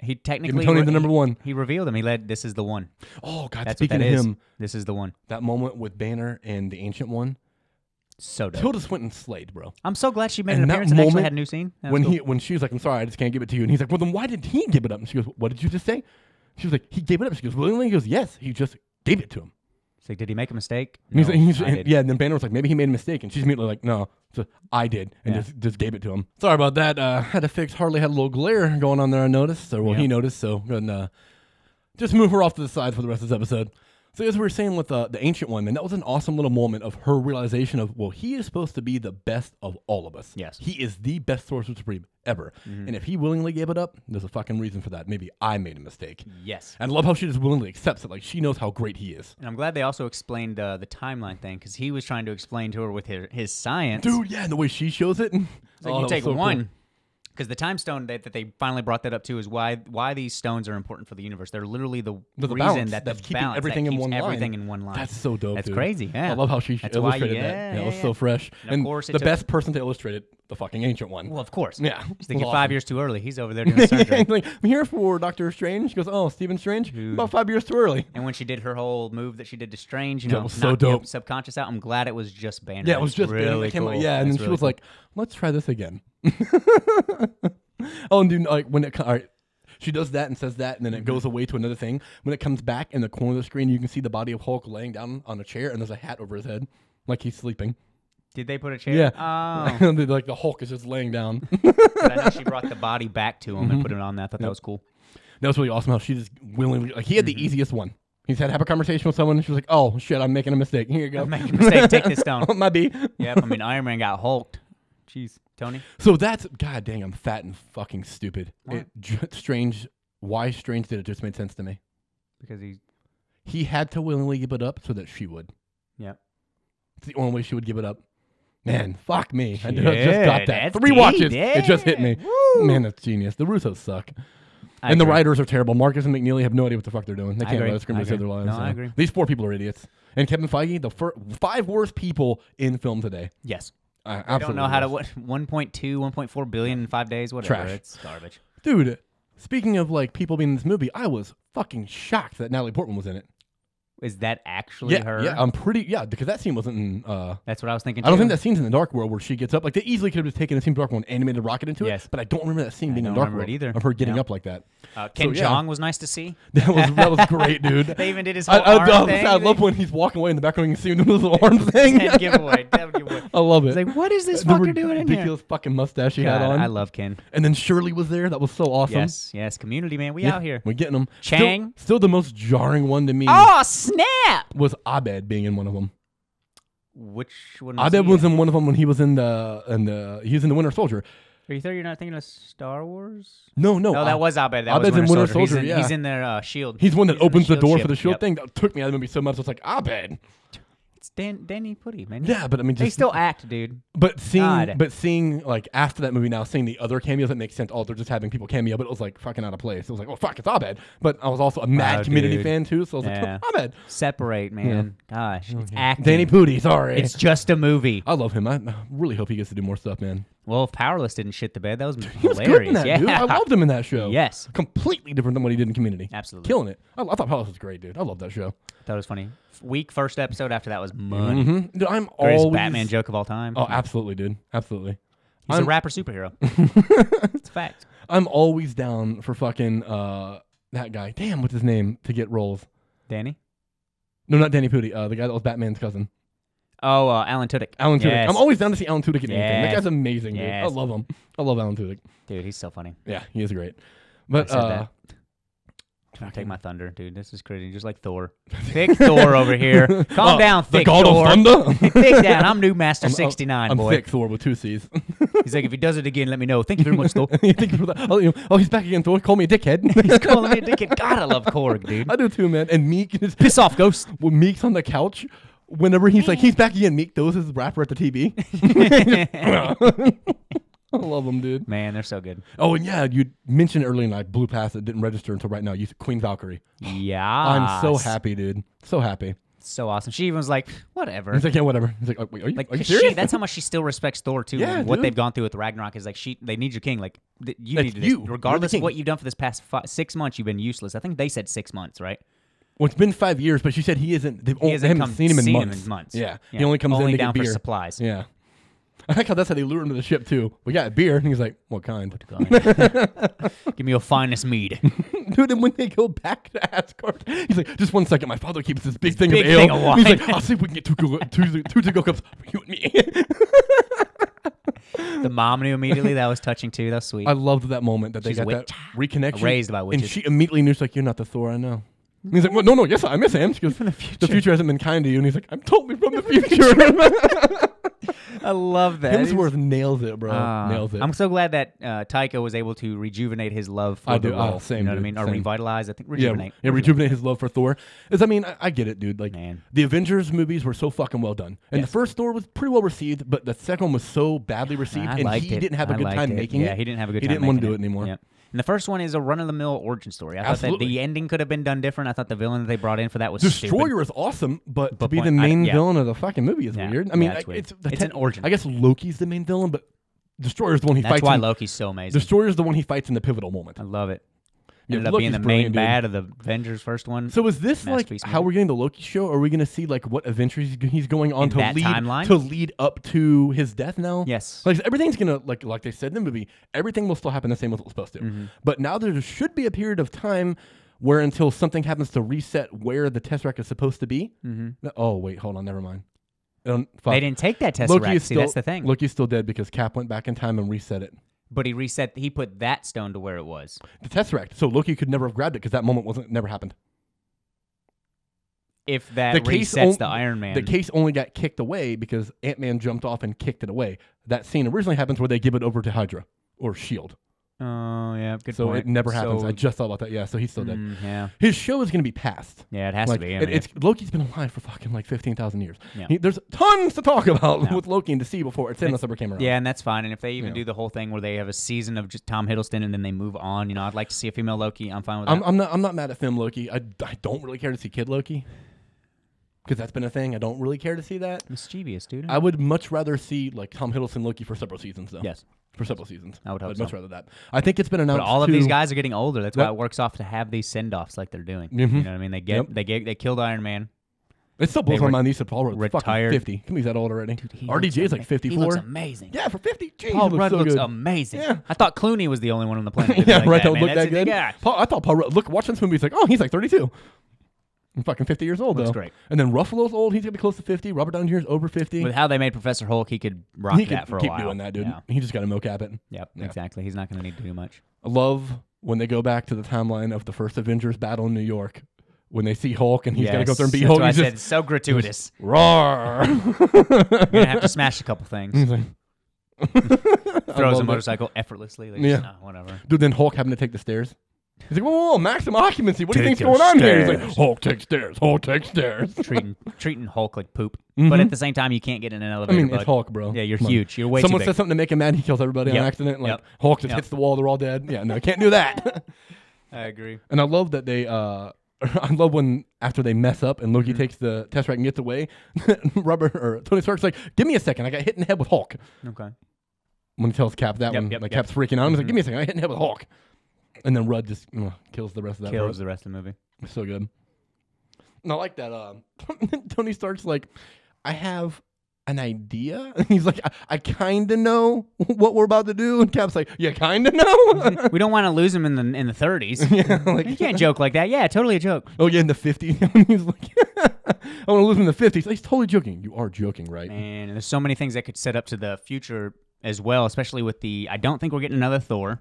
[SPEAKER 2] he
[SPEAKER 1] giving
[SPEAKER 2] technically
[SPEAKER 1] Tony
[SPEAKER 2] re-
[SPEAKER 1] the number one.
[SPEAKER 2] He revealed him. He led. This is the one.
[SPEAKER 1] Oh God!
[SPEAKER 2] That's
[SPEAKER 1] speaking
[SPEAKER 2] what that
[SPEAKER 1] of
[SPEAKER 2] is.
[SPEAKER 1] him,
[SPEAKER 2] This is the one.
[SPEAKER 1] that moment with Banner and the Ancient One,
[SPEAKER 2] So dope.
[SPEAKER 1] Tilda Swinton slayed, bro.
[SPEAKER 2] I'm so glad she made an
[SPEAKER 1] And that
[SPEAKER 2] appearance and actually
[SPEAKER 1] moment
[SPEAKER 2] had a new scene. That was
[SPEAKER 1] when
[SPEAKER 2] cool.
[SPEAKER 1] he when she was like, "I'm sorry, I just can't give it to you," and he's like, "Well, then why did he give it up?" And she goes, "What did you just say?" She was like, "He gave it up." She goes, "Willingly?" He goes, "Yes, he just gave it to him."
[SPEAKER 2] It's like, did he make a mistake?
[SPEAKER 1] And he's,
[SPEAKER 2] No,
[SPEAKER 1] and he's-
[SPEAKER 2] I
[SPEAKER 1] and-
[SPEAKER 2] did.
[SPEAKER 1] yeah, and then Banner was like, maybe he made a mistake. And she's immediately like, no, so I did. And
[SPEAKER 2] Yeah.
[SPEAKER 1] just, just gave it to him. Sorry about that. Uh, had to fix. Harley had a little glare going on there, I noticed. Or, well, he
[SPEAKER 2] Yeah.
[SPEAKER 1] noticed. So, and, uh, just move her off to the side for the rest of this episode. So, as we were saying with uh, the Ancient One, man, that was an awesome little moment of her realization of, well, he is supposed to be the best of all of us.
[SPEAKER 2] Yes.
[SPEAKER 1] He is the best Sorcerer Supreme ever. And if he willingly gave it up, there's a fucking reason for that. Maybe I made a mistake.
[SPEAKER 2] Yes.
[SPEAKER 1] And I love how she just willingly accepts it. Like, she knows how great he is.
[SPEAKER 2] And I'm glad they also explained uh, the timeline thing because he was trying to explain to her with his, his science.
[SPEAKER 1] Dude, Oh, yeah, and the way she shows it.
[SPEAKER 2] It's like, you take one. Because the time stone that, that they finally brought that up to is why why these stones are important for the universe. They're literally the,
[SPEAKER 1] The- the
[SPEAKER 2] reason
[SPEAKER 1] balance
[SPEAKER 2] that the
[SPEAKER 1] that's keeping
[SPEAKER 2] balance
[SPEAKER 1] everything in
[SPEAKER 2] that keeps
[SPEAKER 1] one line.
[SPEAKER 2] everything in one line.
[SPEAKER 1] That's so dope.
[SPEAKER 2] That's
[SPEAKER 1] dude.
[SPEAKER 2] crazy. Yeah,
[SPEAKER 1] I love how she sh-
[SPEAKER 2] That's why-
[SPEAKER 1] illustrated that.
[SPEAKER 2] yeah,
[SPEAKER 1] Yeah, it was
[SPEAKER 2] yeah,
[SPEAKER 1] so
[SPEAKER 2] yeah.
[SPEAKER 1] fresh.
[SPEAKER 2] And of course it
[SPEAKER 1] the
[SPEAKER 2] took-
[SPEAKER 1] best person to illustrate it, the fucking ancient one.
[SPEAKER 2] Well, of course.
[SPEAKER 1] Yeah,
[SPEAKER 2] She's
[SPEAKER 1] it
[SPEAKER 2] thinking
[SPEAKER 1] was
[SPEAKER 2] five
[SPEAKER 1] awesome.
[SPEAKER 2] years too early. He's over there doing surgery.
[SPEAKER 1] like, I'm here for Doctor Strange. She goes, oh, Stephen Strange, about five years too early.
[SPEAKER 2] And when she did her whole move that she did to Strange, you
[SPEAKER 1] That
[SPEAKER 2] know,
[SPEAKER 1] was so
[SPEAKER 2] knocked the
[SPEAKER 1] dope.
[SPEAKER 2] subconscious out. I'm glad it was just Banner.
[SPEAKER 1] Yeah, it was
[SPEAKER 2] That's
[SPEAKER 1] just Banner
[SPEAKER 2] really
[SPEAKER 1] that came out-
[SPEAKER 2] cool.
[SPEAKER 1] Yeah, and then
[SPEAKER 2] That's
[SPEAKER 1] she
[SPEAKER 2] really
[SPEAKER 1] was like, "Let's try this again." oh, and dude, like when it co- all right, she does that and says that, and then
[SPEAKER 2] Mm-hmm.
[SPEAKER 1] it goes away to another thing. When it comes back in the corner of the screen, you can see the body of Hulk laying down on a chair, and there's a hat over his head, like he's sleeping.
[SPEAKER 2] Did they put a chair?
[SPEAKER 1] Yeah.
[SPEAKER 2] Oh.
[SPEAKER 1] like the Hulk is just laying down.
[SPEAKER 2] 'Cause I know she brought the body back to him
[SPEAKER 1] Mm-hmm.
[SPEAKER 2] and put it on that. I thought that was cool.
[SPEAKER 1] that was really awesome how she just willingly like he had
[SPEAKER 2] Mm-hmm.
[SPEAKER 1] the easiest one. He's had to have a conversation with someone and she was like, Oh shit, I'm making a mistake. Here you go.
[SPEAKER 2] Make a mistake. Take this down.
[SPEAKER 1] My B.
[SPEAKER 2] yep. I mean, Iron Man got hulked. Jeez. Tony?
[SPEAKER 1] So that's god dang, I'm fat and fucking stupid. It, j- strange why strange did it just made sense to me.
[SPEAKER 2] Because he's.
[SPEAKER 1] He had to willingly give it up so that she would.
[SPEAKER 2] Yep.
[SPEAKER 1] It's the only way she would give it up. Man, fuck me. I ju- just
[SPEAKER 2] Yeah,
[SPEAKER 1] got that.
[SPEAKER 2] that's
[SPEAKER 1] Three
[SPEAKER 2] deep,
[SPEAKER 1] watches. It just hit
[SPEAKER 2] yeah.
[SPEAKER 1] me.
[SPEAKER 2] Woo.
[SPEAKER 1] Man, that's genius. The Russos suck.
[SPEAKER 2] I
[SPEAKER 1] and the
[SPEAKER 2] agree.
[SPEAKER 1] writers are terrible. Marcus and McNeely have no idea what the fuck they're doing. They can't
[SPEAKER 2] agree.
[SPEAKER 1] write a script
[SPEAKER 2] I
[SPEAKER 1] to save
[SPEAKER 2] agree.
[SPEAKER 1] their lives.
[SPEAKER 2] No, I
[SPEAKER 1] so.
[SPEAKER 2] agree.
[SPEAKER 1] These four people are idiots. And Kevin Feige, the fir- five worst people in film today.
[SPEAKER 2] Yes.
[SPEAKER 1] Uh,
[SPEAKER 2] I don't know how to. What, 1.2, 1.4 billion in five days, whatever.
[SPEAKER 1] Trash.
[SPEAKER 2] It's garbage.
[SPEAKER 1] Dude, speaking of like people being in this movie, I was fucking shocked that Natalie Portman was in it.
[SPEAKER 2] Is that actually
[SPEAKER 1] Yeah,
[SPEAKER 2] her?
[SPEAKER 1] yeah, I'm pretty. Yeah, because that scene wasn't in. Uh,
[SPEAKER 2] That's what I was thinking.
[SPEAKER 1] I don't
[SPEAKER 2] too.
[SPEAKER 1] think that scene's in the Dark World where she gets up. Like they easily could have just taken the scene from Dark World and animated Rocket into
[SPEAKER 2] Yes.
[SPEAKER 1] it. But I don't remember that scene being in
[SPEAKER 2] don't
[SPEAKER 1] Dark
[SPEAKER 2] remember
[SPEAKER 1] World
[SPEAKER 2] it either.
[SPEAKER 1] of her getting
[SPEAKER 2] No.
[SPEAKER 1] up like that.
[SPEAKER 2] Uh, Ken
[SPEAKER 1] yeah.
[SPEAKER 2] Jong was nice to see.
[SPEAKER 1] That was that was great, dude.
[SPEAKER 2] They even did his
[SPEAKER 1] I,
[SPEAKER 2] whole
[SPEAKER 1] I,
[SPEAKER 2] arm
[SPEAKER 1] I-
[SPEAKER 2] thing.
[SPEAKER 1] I love when he's walking away in the background. You can see him doing his little arm thing.
[SPEAKER 2] Ted giveaway. Ted giveaway.
[SPEAKER 1] I love it.
[SPEAKER 2] It's like, what is this
[SPEAKER 1] the
[SPEAKER 2] fucker doing in here?
[SPEAKER 1] ridiculous fucking mustache he had
[SPEAKER 2] God,
[SPEAKER 1] on.
[SPEAKER 2] I love Ken.
[SPEAKER 1] and then Shirley was there. That was so awesome.
[SPEAKER 2] Yes, yes. Community, man. We
[SPEAKER 1] Yeah,
[SPEAKER 2] out here.
[SPEAKER 1] We're getting them.
[SPEAKER 2] Chang.
[SPEAKER 1] Still, still the most jarring one to me
[SPEAKER 2] Oh, snap!
[SPEAKER 1] was Abed being in one of them.
[SPEAKER 2] Which one was
[SPEAKER 1] Abed
[SPEAKER 2] he
[SPEAKER 1] was
[SPEAKER 2] in?
[SPEAKER 1] in one of them when he was in the in the he was in the Winter Soldier.
[SPEAKER 2] Are you sure you're not thinking of Star Wars?
[SPEAKER 1] No, no.
[SPEAKER 2] No,
[SPEAKER 1] Oh, I-
[SPEAKER 2] that was Abed. That
[SPEAKER 1] Abed's
[SPEAKER 2] was
[SPEAKER 1] in
[SPEAKER 2] Winter
[SPEAKER 1] Winter
[SPEAKER 2] Soldier. He's
[SPEAKER 1] Soldier,
[SPEAKER 2] in-
[SPEAKER 1] yeah.
[SPEAKER 2] He's in, their uh, shield.
[SPEAKER 1] He's the one that
[SPEAKER 2] in
[SPEAKER 1] opens the
[SPEAKER 2] shield
[SPEAKER 1] door
[SPEAKER 2] E ship.
[SPEAKER 1] for the shield
[SPEAKER 2] Yep.
[SPEAKER 1] thing. That took me out of the movie so much. I was like, Abed.
[SPEAKER 2] Dan Danny Putty, man.
[SPEAKER 1] Yeah, but I mean,
[SPEAKER 2] They
[SPEAKER 1] just
[SPEAKER 2] still act, dude.
[SPEAKER 1] But seeing,
[SPEAKER 2] God.
[SPEAKER 1] but seeing like after that movie now, seeing the other cameos, it makes sense. Oh, they're just having people cameo, but it was like fucking out of place. It was like, oh fuck, it's Abed. But I was also a mad
[SPEAKER 2] Oh,
[SPEAKER 1] community
[SPEAKER 2] dude.
[SPEAKER 1] fan too, so I was
[SPEAKER 2] Yeah.
[SPEAKER 1] like, "Oh, Abed,
[SPEAKER 2] Separate, man. Gosh, it's acting.
[SPEAKER 1] Oh, Danny Pudi, sorry.
[SPEAKER 2] It's just a movie.
[SPEAKER 1] I love him. I I really hope he gets to do more stuff, man.
[SPEAKER 2] Well, if Powerless didn't shit the bed, that was
[SPEAKER 1] He was
[SPEAKER 2] hilarious.
[SPEAKER 1] good in that,
[SPEAKER 2] yeah,
[SPEAKER 1] dude. I loved him in that show.
[SPEAKER 2] Yes.
[SPEAKER 1] completely different than what he did in Community.
[SPEAKER 2] Absolutely.
[SPEAKER 1] killing it. I, I thought Palace was great, dude. I love that show.
[SPEAKER 2] that was funny. F- Week first episode after that was money.
[SPEAKER 1] hmm Dude, I'm
[SPEAKER 2] Greatest
[SPEAKER 1] always
[SPEAKER 2] Batman joke of all time.
[SPEAKER 1] Oh, absolutely, dude. Absolutely.
[SPEAKER 2] He's
[SPEAKER 1] I'm-
[SPEAKER 2] a rapper superhero. it's a fact.
[SPEAKER 1] I'm always down for fucking uh that guy. Damn, what's his name to get roles?
[SPEAKER 2] Danny.
[SPEAKER 1] No, not Danny Pudi. Uh, the guy that was Batman's cousin.
[SPEAKER 2] Oh, uh, Alan Tudyk.
[SPEAKER 1] Alan Tudyk.
[SPEAKER 2] Yes.
[SPEAKER 1] I'm always down to see Alan Tudyk in anything. That
[SPEAKER 2] Yes.
[SPEAKER 1] guy's amazing, dude.
[SPEAKER 2] Yes.
[SPEAKER 1] I love him. I love Alan Tudyk.
[SPEAKER 2] dude. He's so funny.
[SPEAKER 1] Yeah, he is great. But
[SPEAKER 2] I said
[SPEAKER 1] uh,
[SPEAKER 2] Don't take my thunder, dude. This is crazy. Just like Thor. Thick Thor over here. Calm
[SPEAKER 1] Oh,
[SPEAKER 2] down,
[SPEAKER 1] the
[SPEAKER 2] thick
[SPEAKER 1] God
[SPEAKER 2] Thor.
[SPEAKER 1] of Thunder.
[SPEAKER 2] thick down. I'm new master
[SPEAKER 1] I'm-
[SPEAKER 2] 69,
[SPEAKER 1] I'm
[SPEAKER 2] boy.
[SPEAKER 1] thick Thor with two C's.
[SPEAKER 2] He's like, if he does it again, let me know. Thank you very much, Thor.
[SPEAKER 1] You think for that- Oh, you know, oh, he's back again, Thor. Call me a dickhead.
[SPEAKER 2] He's calling me a dickhead. God, I love Korg, dude.
[SPEAKER 1] I do too, man. And Meek is
[SPEAKER 2] Piss off, Ghost.
[SPEAKER 1] when Meek's on the couch. Whenever he's like, he's back again. Meek throws his rapper at the TV. I love him, dude.
[SPEAKER 2] Man, they're so good.
[SPEAKER 1] Oh, and yeah, you mentioned earlier, and I blew past it. Didn't register until right now. You Queen Valkyrie.
[SPEAKER 2] Yeah. Ah,
[SPEAKER 1] I'm so happy, dude. So happy.
[SPEAKER 2] So awesome. She even was like, whatever.
[SPEAKER 1] He's like, yeah, whatever. He's like, oh, wait, are you,
[SPEAKER 2] Like
[SPEAKER 1] are you
[SPEAKER 2] 'cause
[SPEAKER 1] serious?
[SPEAKER 2] she, that's how much she still respects Thor too.
[SPEAKER 1] Yeah,
[SPEAKER 2] and what
[SPEAKER 1] dude.
[SPEAKER 2] they've gone through with Ragnarok is like she they need your king. Like th- you
[SPEAKER 1] That's
[SPEAKER 2] need this.
[SPEAKER 1] you. You're the
[SPEAKER 2] regardless
[SPEAKER 1] king.
[SPEAKER 2] of what you've done for this past fi six months, you've been useless. I think they said six months, right?
[SPEAKER 1] Well, it's been five years, but she said he isn't. They've only, Oh,
[SPEAKER 2] hasn't
[SPEAKER 1] they haven't
[SPEAKER 2] come-
[SPEAKER 1] seen him in
[SPEAKER 2] seen him
[SPEAKER 1] months.
[SPEAKER 2] in months.
[SPEAKER 1] Yeah, he
[SPEAKER 2] Yeah.
[SPEAKER 1] only comes
[SPEAKER 2] Only
[SPEAKER 1] in to
[SPEAKER 2] down
[SPEAKER 1] get
[SPEAKER 2] for
[SPEAKER 1] beer.
[SPEAKER 2] supplies.
[SPEAKER 1] Yeah, I like how that's how they lure him to the ship too. We got beer, and he's like, "What kind,
[SPEAKER 2] Give me your finest mead.
[SPEAKER 1] dude?" And when they go back to Asgard, he's like, "Just one second, my father keeps this big thing
[SPEAKER 2] big
[SPEAKER 1] of ale."
[SPEAKER 2] thing of
[SPEAKER 1] And He's like,
[SPEAKER 2] wine.
[SPEAKER 1] "I'll see if we can get two go- two, two to go cups for you and me."
[SPEAKER 2] the mom knew immediately. That was touching too. That was sweet.
[SPEAKER 1] I loved that moment that they
[SPEAKER 2] She's a
[SPEAKER 1] got that
[SPEAKER 2] witch.
[SPEAKER 1] reconnection.
[SPEAKER 2] Raised by
[SPEAKER 1] And
[SPEAKER 2] witches.
[SPEAKER 1] she immediately knew, she's like, "You're not the Thor I know." And he's like, well, "No, no, yes, I miss him." She goes, the future. hasn't been kind to you." And he's like, "I'm totally from the future."
[SPEAKER 2] I love that.
[SPEAKER 1] Hemsworth nails it, bro.
[SPEAKER 2] Ah,
[SPEAKER 1] nails it.
[SPEAKER 2] I'm so glad that uh, Taika was able to rejuvenate his love for
[SPEAKER 1] I
[SPEAKER 2] the
[SPEAKER 1] do-
[SPEAKER 2] role.
[SPEAKER 1] oh, same,
[SPEAKER 2] you know what I
[SPEAKER 1] dude,
[SPEAKER 2] mean? Or
[SPEAKER 1] same.
[SPEAKER 2] revitalize. I think
[SPEAKER 1] yeah,
[SPEAKER 2] rejuvenate. Mm-hmm.
[SPEAKER 1] yeah, rejuvenate his love for Thor. Is I mean, I, I get it, dude. Like
[SPEAKER 2] Man.
[SPEAKER 1] the Avengers movies were so fucking well done, and the first Thor was pretty well received, but the second one was so badly received,
[SPEAKER 2] I
[SPEAKER 1] and
[SPEAKER 2] liked
[SPEAKER 1] he
[SPEAKER 2] it.
[SPEAKER 1] didn't have a
[SPEAKER 2] I
[SPEAKER 1] good
[SPEAKER 2] liked
[SPEAKER 1] time
[SPEAKER 2] it.
[SPEAKER 1] making
[SPEAKER 2] yeah,
[SPEAKER 1] it.
[SPEAKER 2] he didn't have a good
[SPEAKER 1] He
[SPEAKER 2] time.
[SPEAKER 1] didn't wanna
[SPEAKER 2] making
[SPEAKER 1] do it anymore.
[SPEAKER 2] Yep. And the first one is a run of the mill origin story. I thought that
[SPEAKER 1] Absolutely.
[SPEAKER 2] the ending could have been done different. I thought the villain that they brought in for that was
[SPEAKER 1] Destroyer
[SPEAKER 2] Stupid.
[SPEAKER 1] is awesome, but, to
[SPEAKER 2] But
[SPEAKER 1] be the
[SPEAKER 2] point- I-
[SPEAKER 1] main
[SPEAKER 2] yeah.
[SPEAKER 1] villain of the fucking movie is
[SPEAKER 2] Yeah.
[SPEAKER 1] weird. I mean,
[SPEAKER 2] Yeah, it's
[SPEAKER 1] I-
[SPEAKER 2] weird.
[SPEAKER 1] it's the
[SPEAKER 2] It's an
[SPEAKER 1] tech-
[SPEAKER 2] origin.
[SPEAKER 1] I guess Loki's the main villain, but Destroyer's the one he
[SPEAKER 2] That's
[SPEAKER 1] fights.
[SPEAKER 2] why
[SPEAKER 1] in,
[SPEAKER 2] Loki's so amazing.
[SPEAKER 1] Destroyer's the one he fights in the pivotal moment.
[SPEAKER 2] I love it.
[SPEAKER 1] Yeah,
[SPEAKER 2] Ended up
[SPEAKER 1] Loki's
[SPEAKER 2] being the main
[SPEAKER 1] brilliant, dude.
[SPEAKER 2] bad of the Avengers first one.
[SPEAKER 1] So is this like
[SPEAKER 2] Masterpiece
[SPEAKER 1] how
[SPEAKER 2] movie.
[SPEAKER 1] we're getting the Loki show? Or are we going to see like what adventures he's- he's going on
[SPEAKER 2] In
[SPEAKER 1] to
[SPEAKER 2] that
[SPEAKER 1] lead
[SPEAKER 2] timeline?
[SPEAKER 1] to lead up to his death now?
[SPEAKER 2] Yes.
[SPEAKER 1] Like everything's gonna like like they said in the movie, everything will still happen the same as it was supposed to.
[SPEAKER 2] Mm-hmm.
[SPEAKER 1] But now there should be a period of time where until something happens to reset where the Tesseract is supposed to be. No- Oh wait, hold on, never mind. Um, fuck.
[SPEAKER 2] Mm-hmm. they didn't take that Tesseract.
[SPEAKER 1] Loki is
[SPEAKER 2] See,
[SPEAKER 1] still
[SPEAKER 2] that's the thing.
[SPEAKER 1] Loki's still dead because Cap went back in time and reset it.
[SPEAKER 2] but he reset. He put that stone to where it was.
[SPEAKER 1] The Tesseract. So Loki could never have grabbed it because that moment wasn't never happened.
[SPEAKER 2] If that
[SPEAKER 1] The
[SPEAKER 2] resets
[SPEAKER 1] case on-
[SPEAKER 2] the Iron Man,
[SPEAKER 1] the case only got kicked away because Ant Man jumped off and kicked it away. That scene originally happens where they give it over to Hydra or Shield.
[SPEAKER 2] Oh yeah, good
[SPEAKER 1] E So
[SPEAKER 2] point.
[SPEAKER 1] it never happens.
[SPEAKER 2] So-
[SPEAKER 1] I just thought about that. Yeah, so he's still dead.
[SPEAKER 2] Mm, yeah,
[SPEAKER 1] His show is going to be passed.
[SPEAKER 2] yeah, it has
[SPEAKER 1] Like,
[SPEAKER 2] to be. I
[SPEAKER 1] it-
[SPEAKER 2] mean,
[SPEAKER 1] it's Loki's been alive for fucking like fifteen thousand years.
[SPEAKER 2] Yeah.
[SPEAKER 1] He- there's tons to talk about with Loki and to see before it's in the
[SPEAKER 2] It's-
[SPEAKER 1] summer came around.
[SPEAKER 2] Yeah, and that's fine. And if they even do the whole thing where they have a season of just Tom Hiddleston and then they move on, you know, I'd like to see a female Loki. I'm fine with that.
[SPEAKER 1] I'm, I'm not. I'm not mad at Femme Loki. I, I don't really care to see Kid Loki because that's been a thing. I don't really care to see that.
[SPEAKER 2] mischievous, dude.
[SPEAKER 1] I would much rather see like Tom Hiddleston Loki for several seasons though.
[SPEAKER 2] yes.
[SPEAKER 1] for several seasons.
[SPEAKER 2] I would hope
[SPEAKER 1] I'd much
[SPEAKER 2] so.
[SPEAKER 1] rather that. I think it's been announced.
[SPEAKER 2] But all of
[SPEAKER 1] too-
[SPEAKER 2] these guys are getting older. That's why
[SPEAKER 1] Yep.
[SPEAKER 2] it works off to have these send offs like they're doing.
[SPEAKER 1] Mhm.
[SPEAKER 2] You know what I mean? They get
[SPEAKER 1] Yep.
[SPEAKER 2] they get they killed Iron Man.
[SPEAKER 1] It still blows
[SPEAKER 2] they
[SPEAKER 1] my
[SPEAKER 2] were
[SPEAKER 1] mind. These Paul Rudd's fucking
[SPEAKER 2] retired.
[SPEAKER 1] fifty. Can be that old already.
[SPEAKER 2] Dude, he looks
[SPEAKER 1] RDJ is
[SPEAKER 2] ama-
[SPEAKER 1] like
[SPEAKER 2] He
[SPEAKER 1] fifty-four.
[SPEAKER 2] looks amazing.
[SPEAKER 1] yeah, for fifty. Jeez,
[SPEAKER 2] Paul
[SPEAKER 1] he looks
[SPEAKER 2] Rudd
[SPEAKER 1] so
[SPEAKER 2] looks
[SPEAKER 1] good.
[SPEAKER 2] amazing.
[SPEAKER 1] Yeah.
[SPEAKER 2] I thought Clooney was the only one on the planet. that did
[SPEAKER 1] yeah,
[SPEAKER 2] like
[SPEAKER 1] right.
[SPEAKER 2] That,
[SPEAKER 1] Don't
[SPEAKER 2] man.
[SPEAKER 1] look that
[SPEAKER 2] That's-
[SPEAKER 1] good.
[SPEAKER 2] yeah.
[SPEAKER 1] Paul, I thought Paul Rudd. Look, watching this movie, he's like, oh, he's like thirty-two. I'm fucking fifty years old
[SPEAKER 2] Looks
[SPEAKER 1] though.
[SPEAKER 2] great.
[SPEAKER 1] And then Ruffalo's old. He's gonna be close to fifty. Robert Downey Jr.'s over fifty.
[SPEAKER 2] With how they made Professor Hulk, he could rock
[SPEAKER 1] he
[SPEAKER 2] that
[SPEAKER 1] could
[SPEAKER 2] for a
[SPEAKER 1] keep
[SPEAKER 2] while.
[SPEAKER 1] doing that, dude.
[SPEAKER 2] Yeah.
[SPEAKER 1] He just got to mocap it.
[SPEAKER 2] Yep,
[SPEAKER 1] Yeah.
[SPEAKER 2] exactly. He's not going to need to do much.
[SPEAKER 1] I love when they go back to the timeline of the first Avengers battle in New York. When they see Hulk and he's got to go
[SPEAKER 2] Yes,
[SPEAKER 1] through and beat
[SPEAKER 2] that's
[SPEAKER 1] Hulk,
[SPEAKER 2] why I
[SPEAKER 1] he's
[SPEAKER 2] said
[SPEAKER 1] just
[SPEAKER 2] it's so gratuitous.
[SPEAKER 1] roar.
[SPEAKER 2] You're gonna have to smash a couple things.
[SPEAKER 1] He's like, love
[SPEAKER 2] Throws a
[SPEAKER 1] it.
[SPEAKER 2] motorcycle effortlessly. Like,
[SPEAKER 1] Yeah.
[SPEAKER 2] yeah, whatever.
[SPEAKER 1] Dude, then Hulk having to take the stairs. He's like, whoa, whoa, whoa maximum occupancy. What do you
[SPEAKER 5] Take
[SPEAKER 1] think's
[SPEAKER 5] your
[SPEAKER 1] going on here? He's
[SPEAKER 5] stairs.
[SPEAKER 1] like, Hulk take stairs. Hulk take stairs.
[SPEAKER 2] treating treating Hulk like poop. But at the same time, you can't get in an
[SPEAKER 1] Mm-hmm. I
[SPEAKER 2] elevator.
[SPEAKER 1] mean,
[SPEAKER 2] bud.
[SPEAKER 1] it's Hulk, bro.
[SPEAKER 2] Yeah, you're
[SPEAKER 1] Come on.
[SPEAKER 2] huge. You're way
[SPEAKER 1] Someone
[SPEAKER 2] too
[SPEAKER 1] says
[SPEAKER 2] big.
[SPEAKER 1] something to make him mad. He kills everybody
[SPEAKER 2] Yep.
[SPEAKER 1] on accident. Like
[SPEAKER 2] Yep.
[SPEAKER 1] Hulk just
[SPEAKER 2] Yep.
[SPEAKER 1] hits the wall. They're all dead. Yeah, no, can't do that.
[SPEAKER 2] I agree.
[SPEAKER 1] and I love that they. uh I love when after they mess up and
[SPEAKER 2] Mm-hmm.
[SPEAKER 1] Loki takes the test rack and gets away. Rubber or Tony Stark's like, "Give me a second. I got hit in the head with Hulk."
[SPEAKER 2] Okay.
[SPEAKER 1] When he tells Cap that
[SPEAKER 2] Yep,
[SPEAKER 1] one,
[SPEAKER 2] yep,
[SPEAKER 1] like
[SPEAKER 2] yep. Mm-hmm.
[SPEAKER 1] Cap's freaking out. He's like, "Give me a second. I got hit in the head with Hulk." And then Rudd just mm, kills the rest of that. part.
[SPEAKER 2] Kills the rest of the movie.
[SPEAKER 1] So good. And I like that. Um, Tony Stark's like, I have an idea. And he's like, I, I kind of know what we're about to do. And Cap's like, You kind of know?
[SPEAKER 2] We don't want to lose him in the in the 30s.
[SPEAKER 1] yeah,
[SPEAKER 2] You
[SPEAKER 1] like,
[SPEAKER 2] can't joke like that. Yeah, totally a joke.
[SPEAKER 1] oh, yeah, in the 50s. he's like, I want to lose him in the 50s. He's totally joking. You are joking, right?
[SPEAKER 2] Man, there's so many things that could set up to the future as well, especially with the. I don't think we're getting another Thor.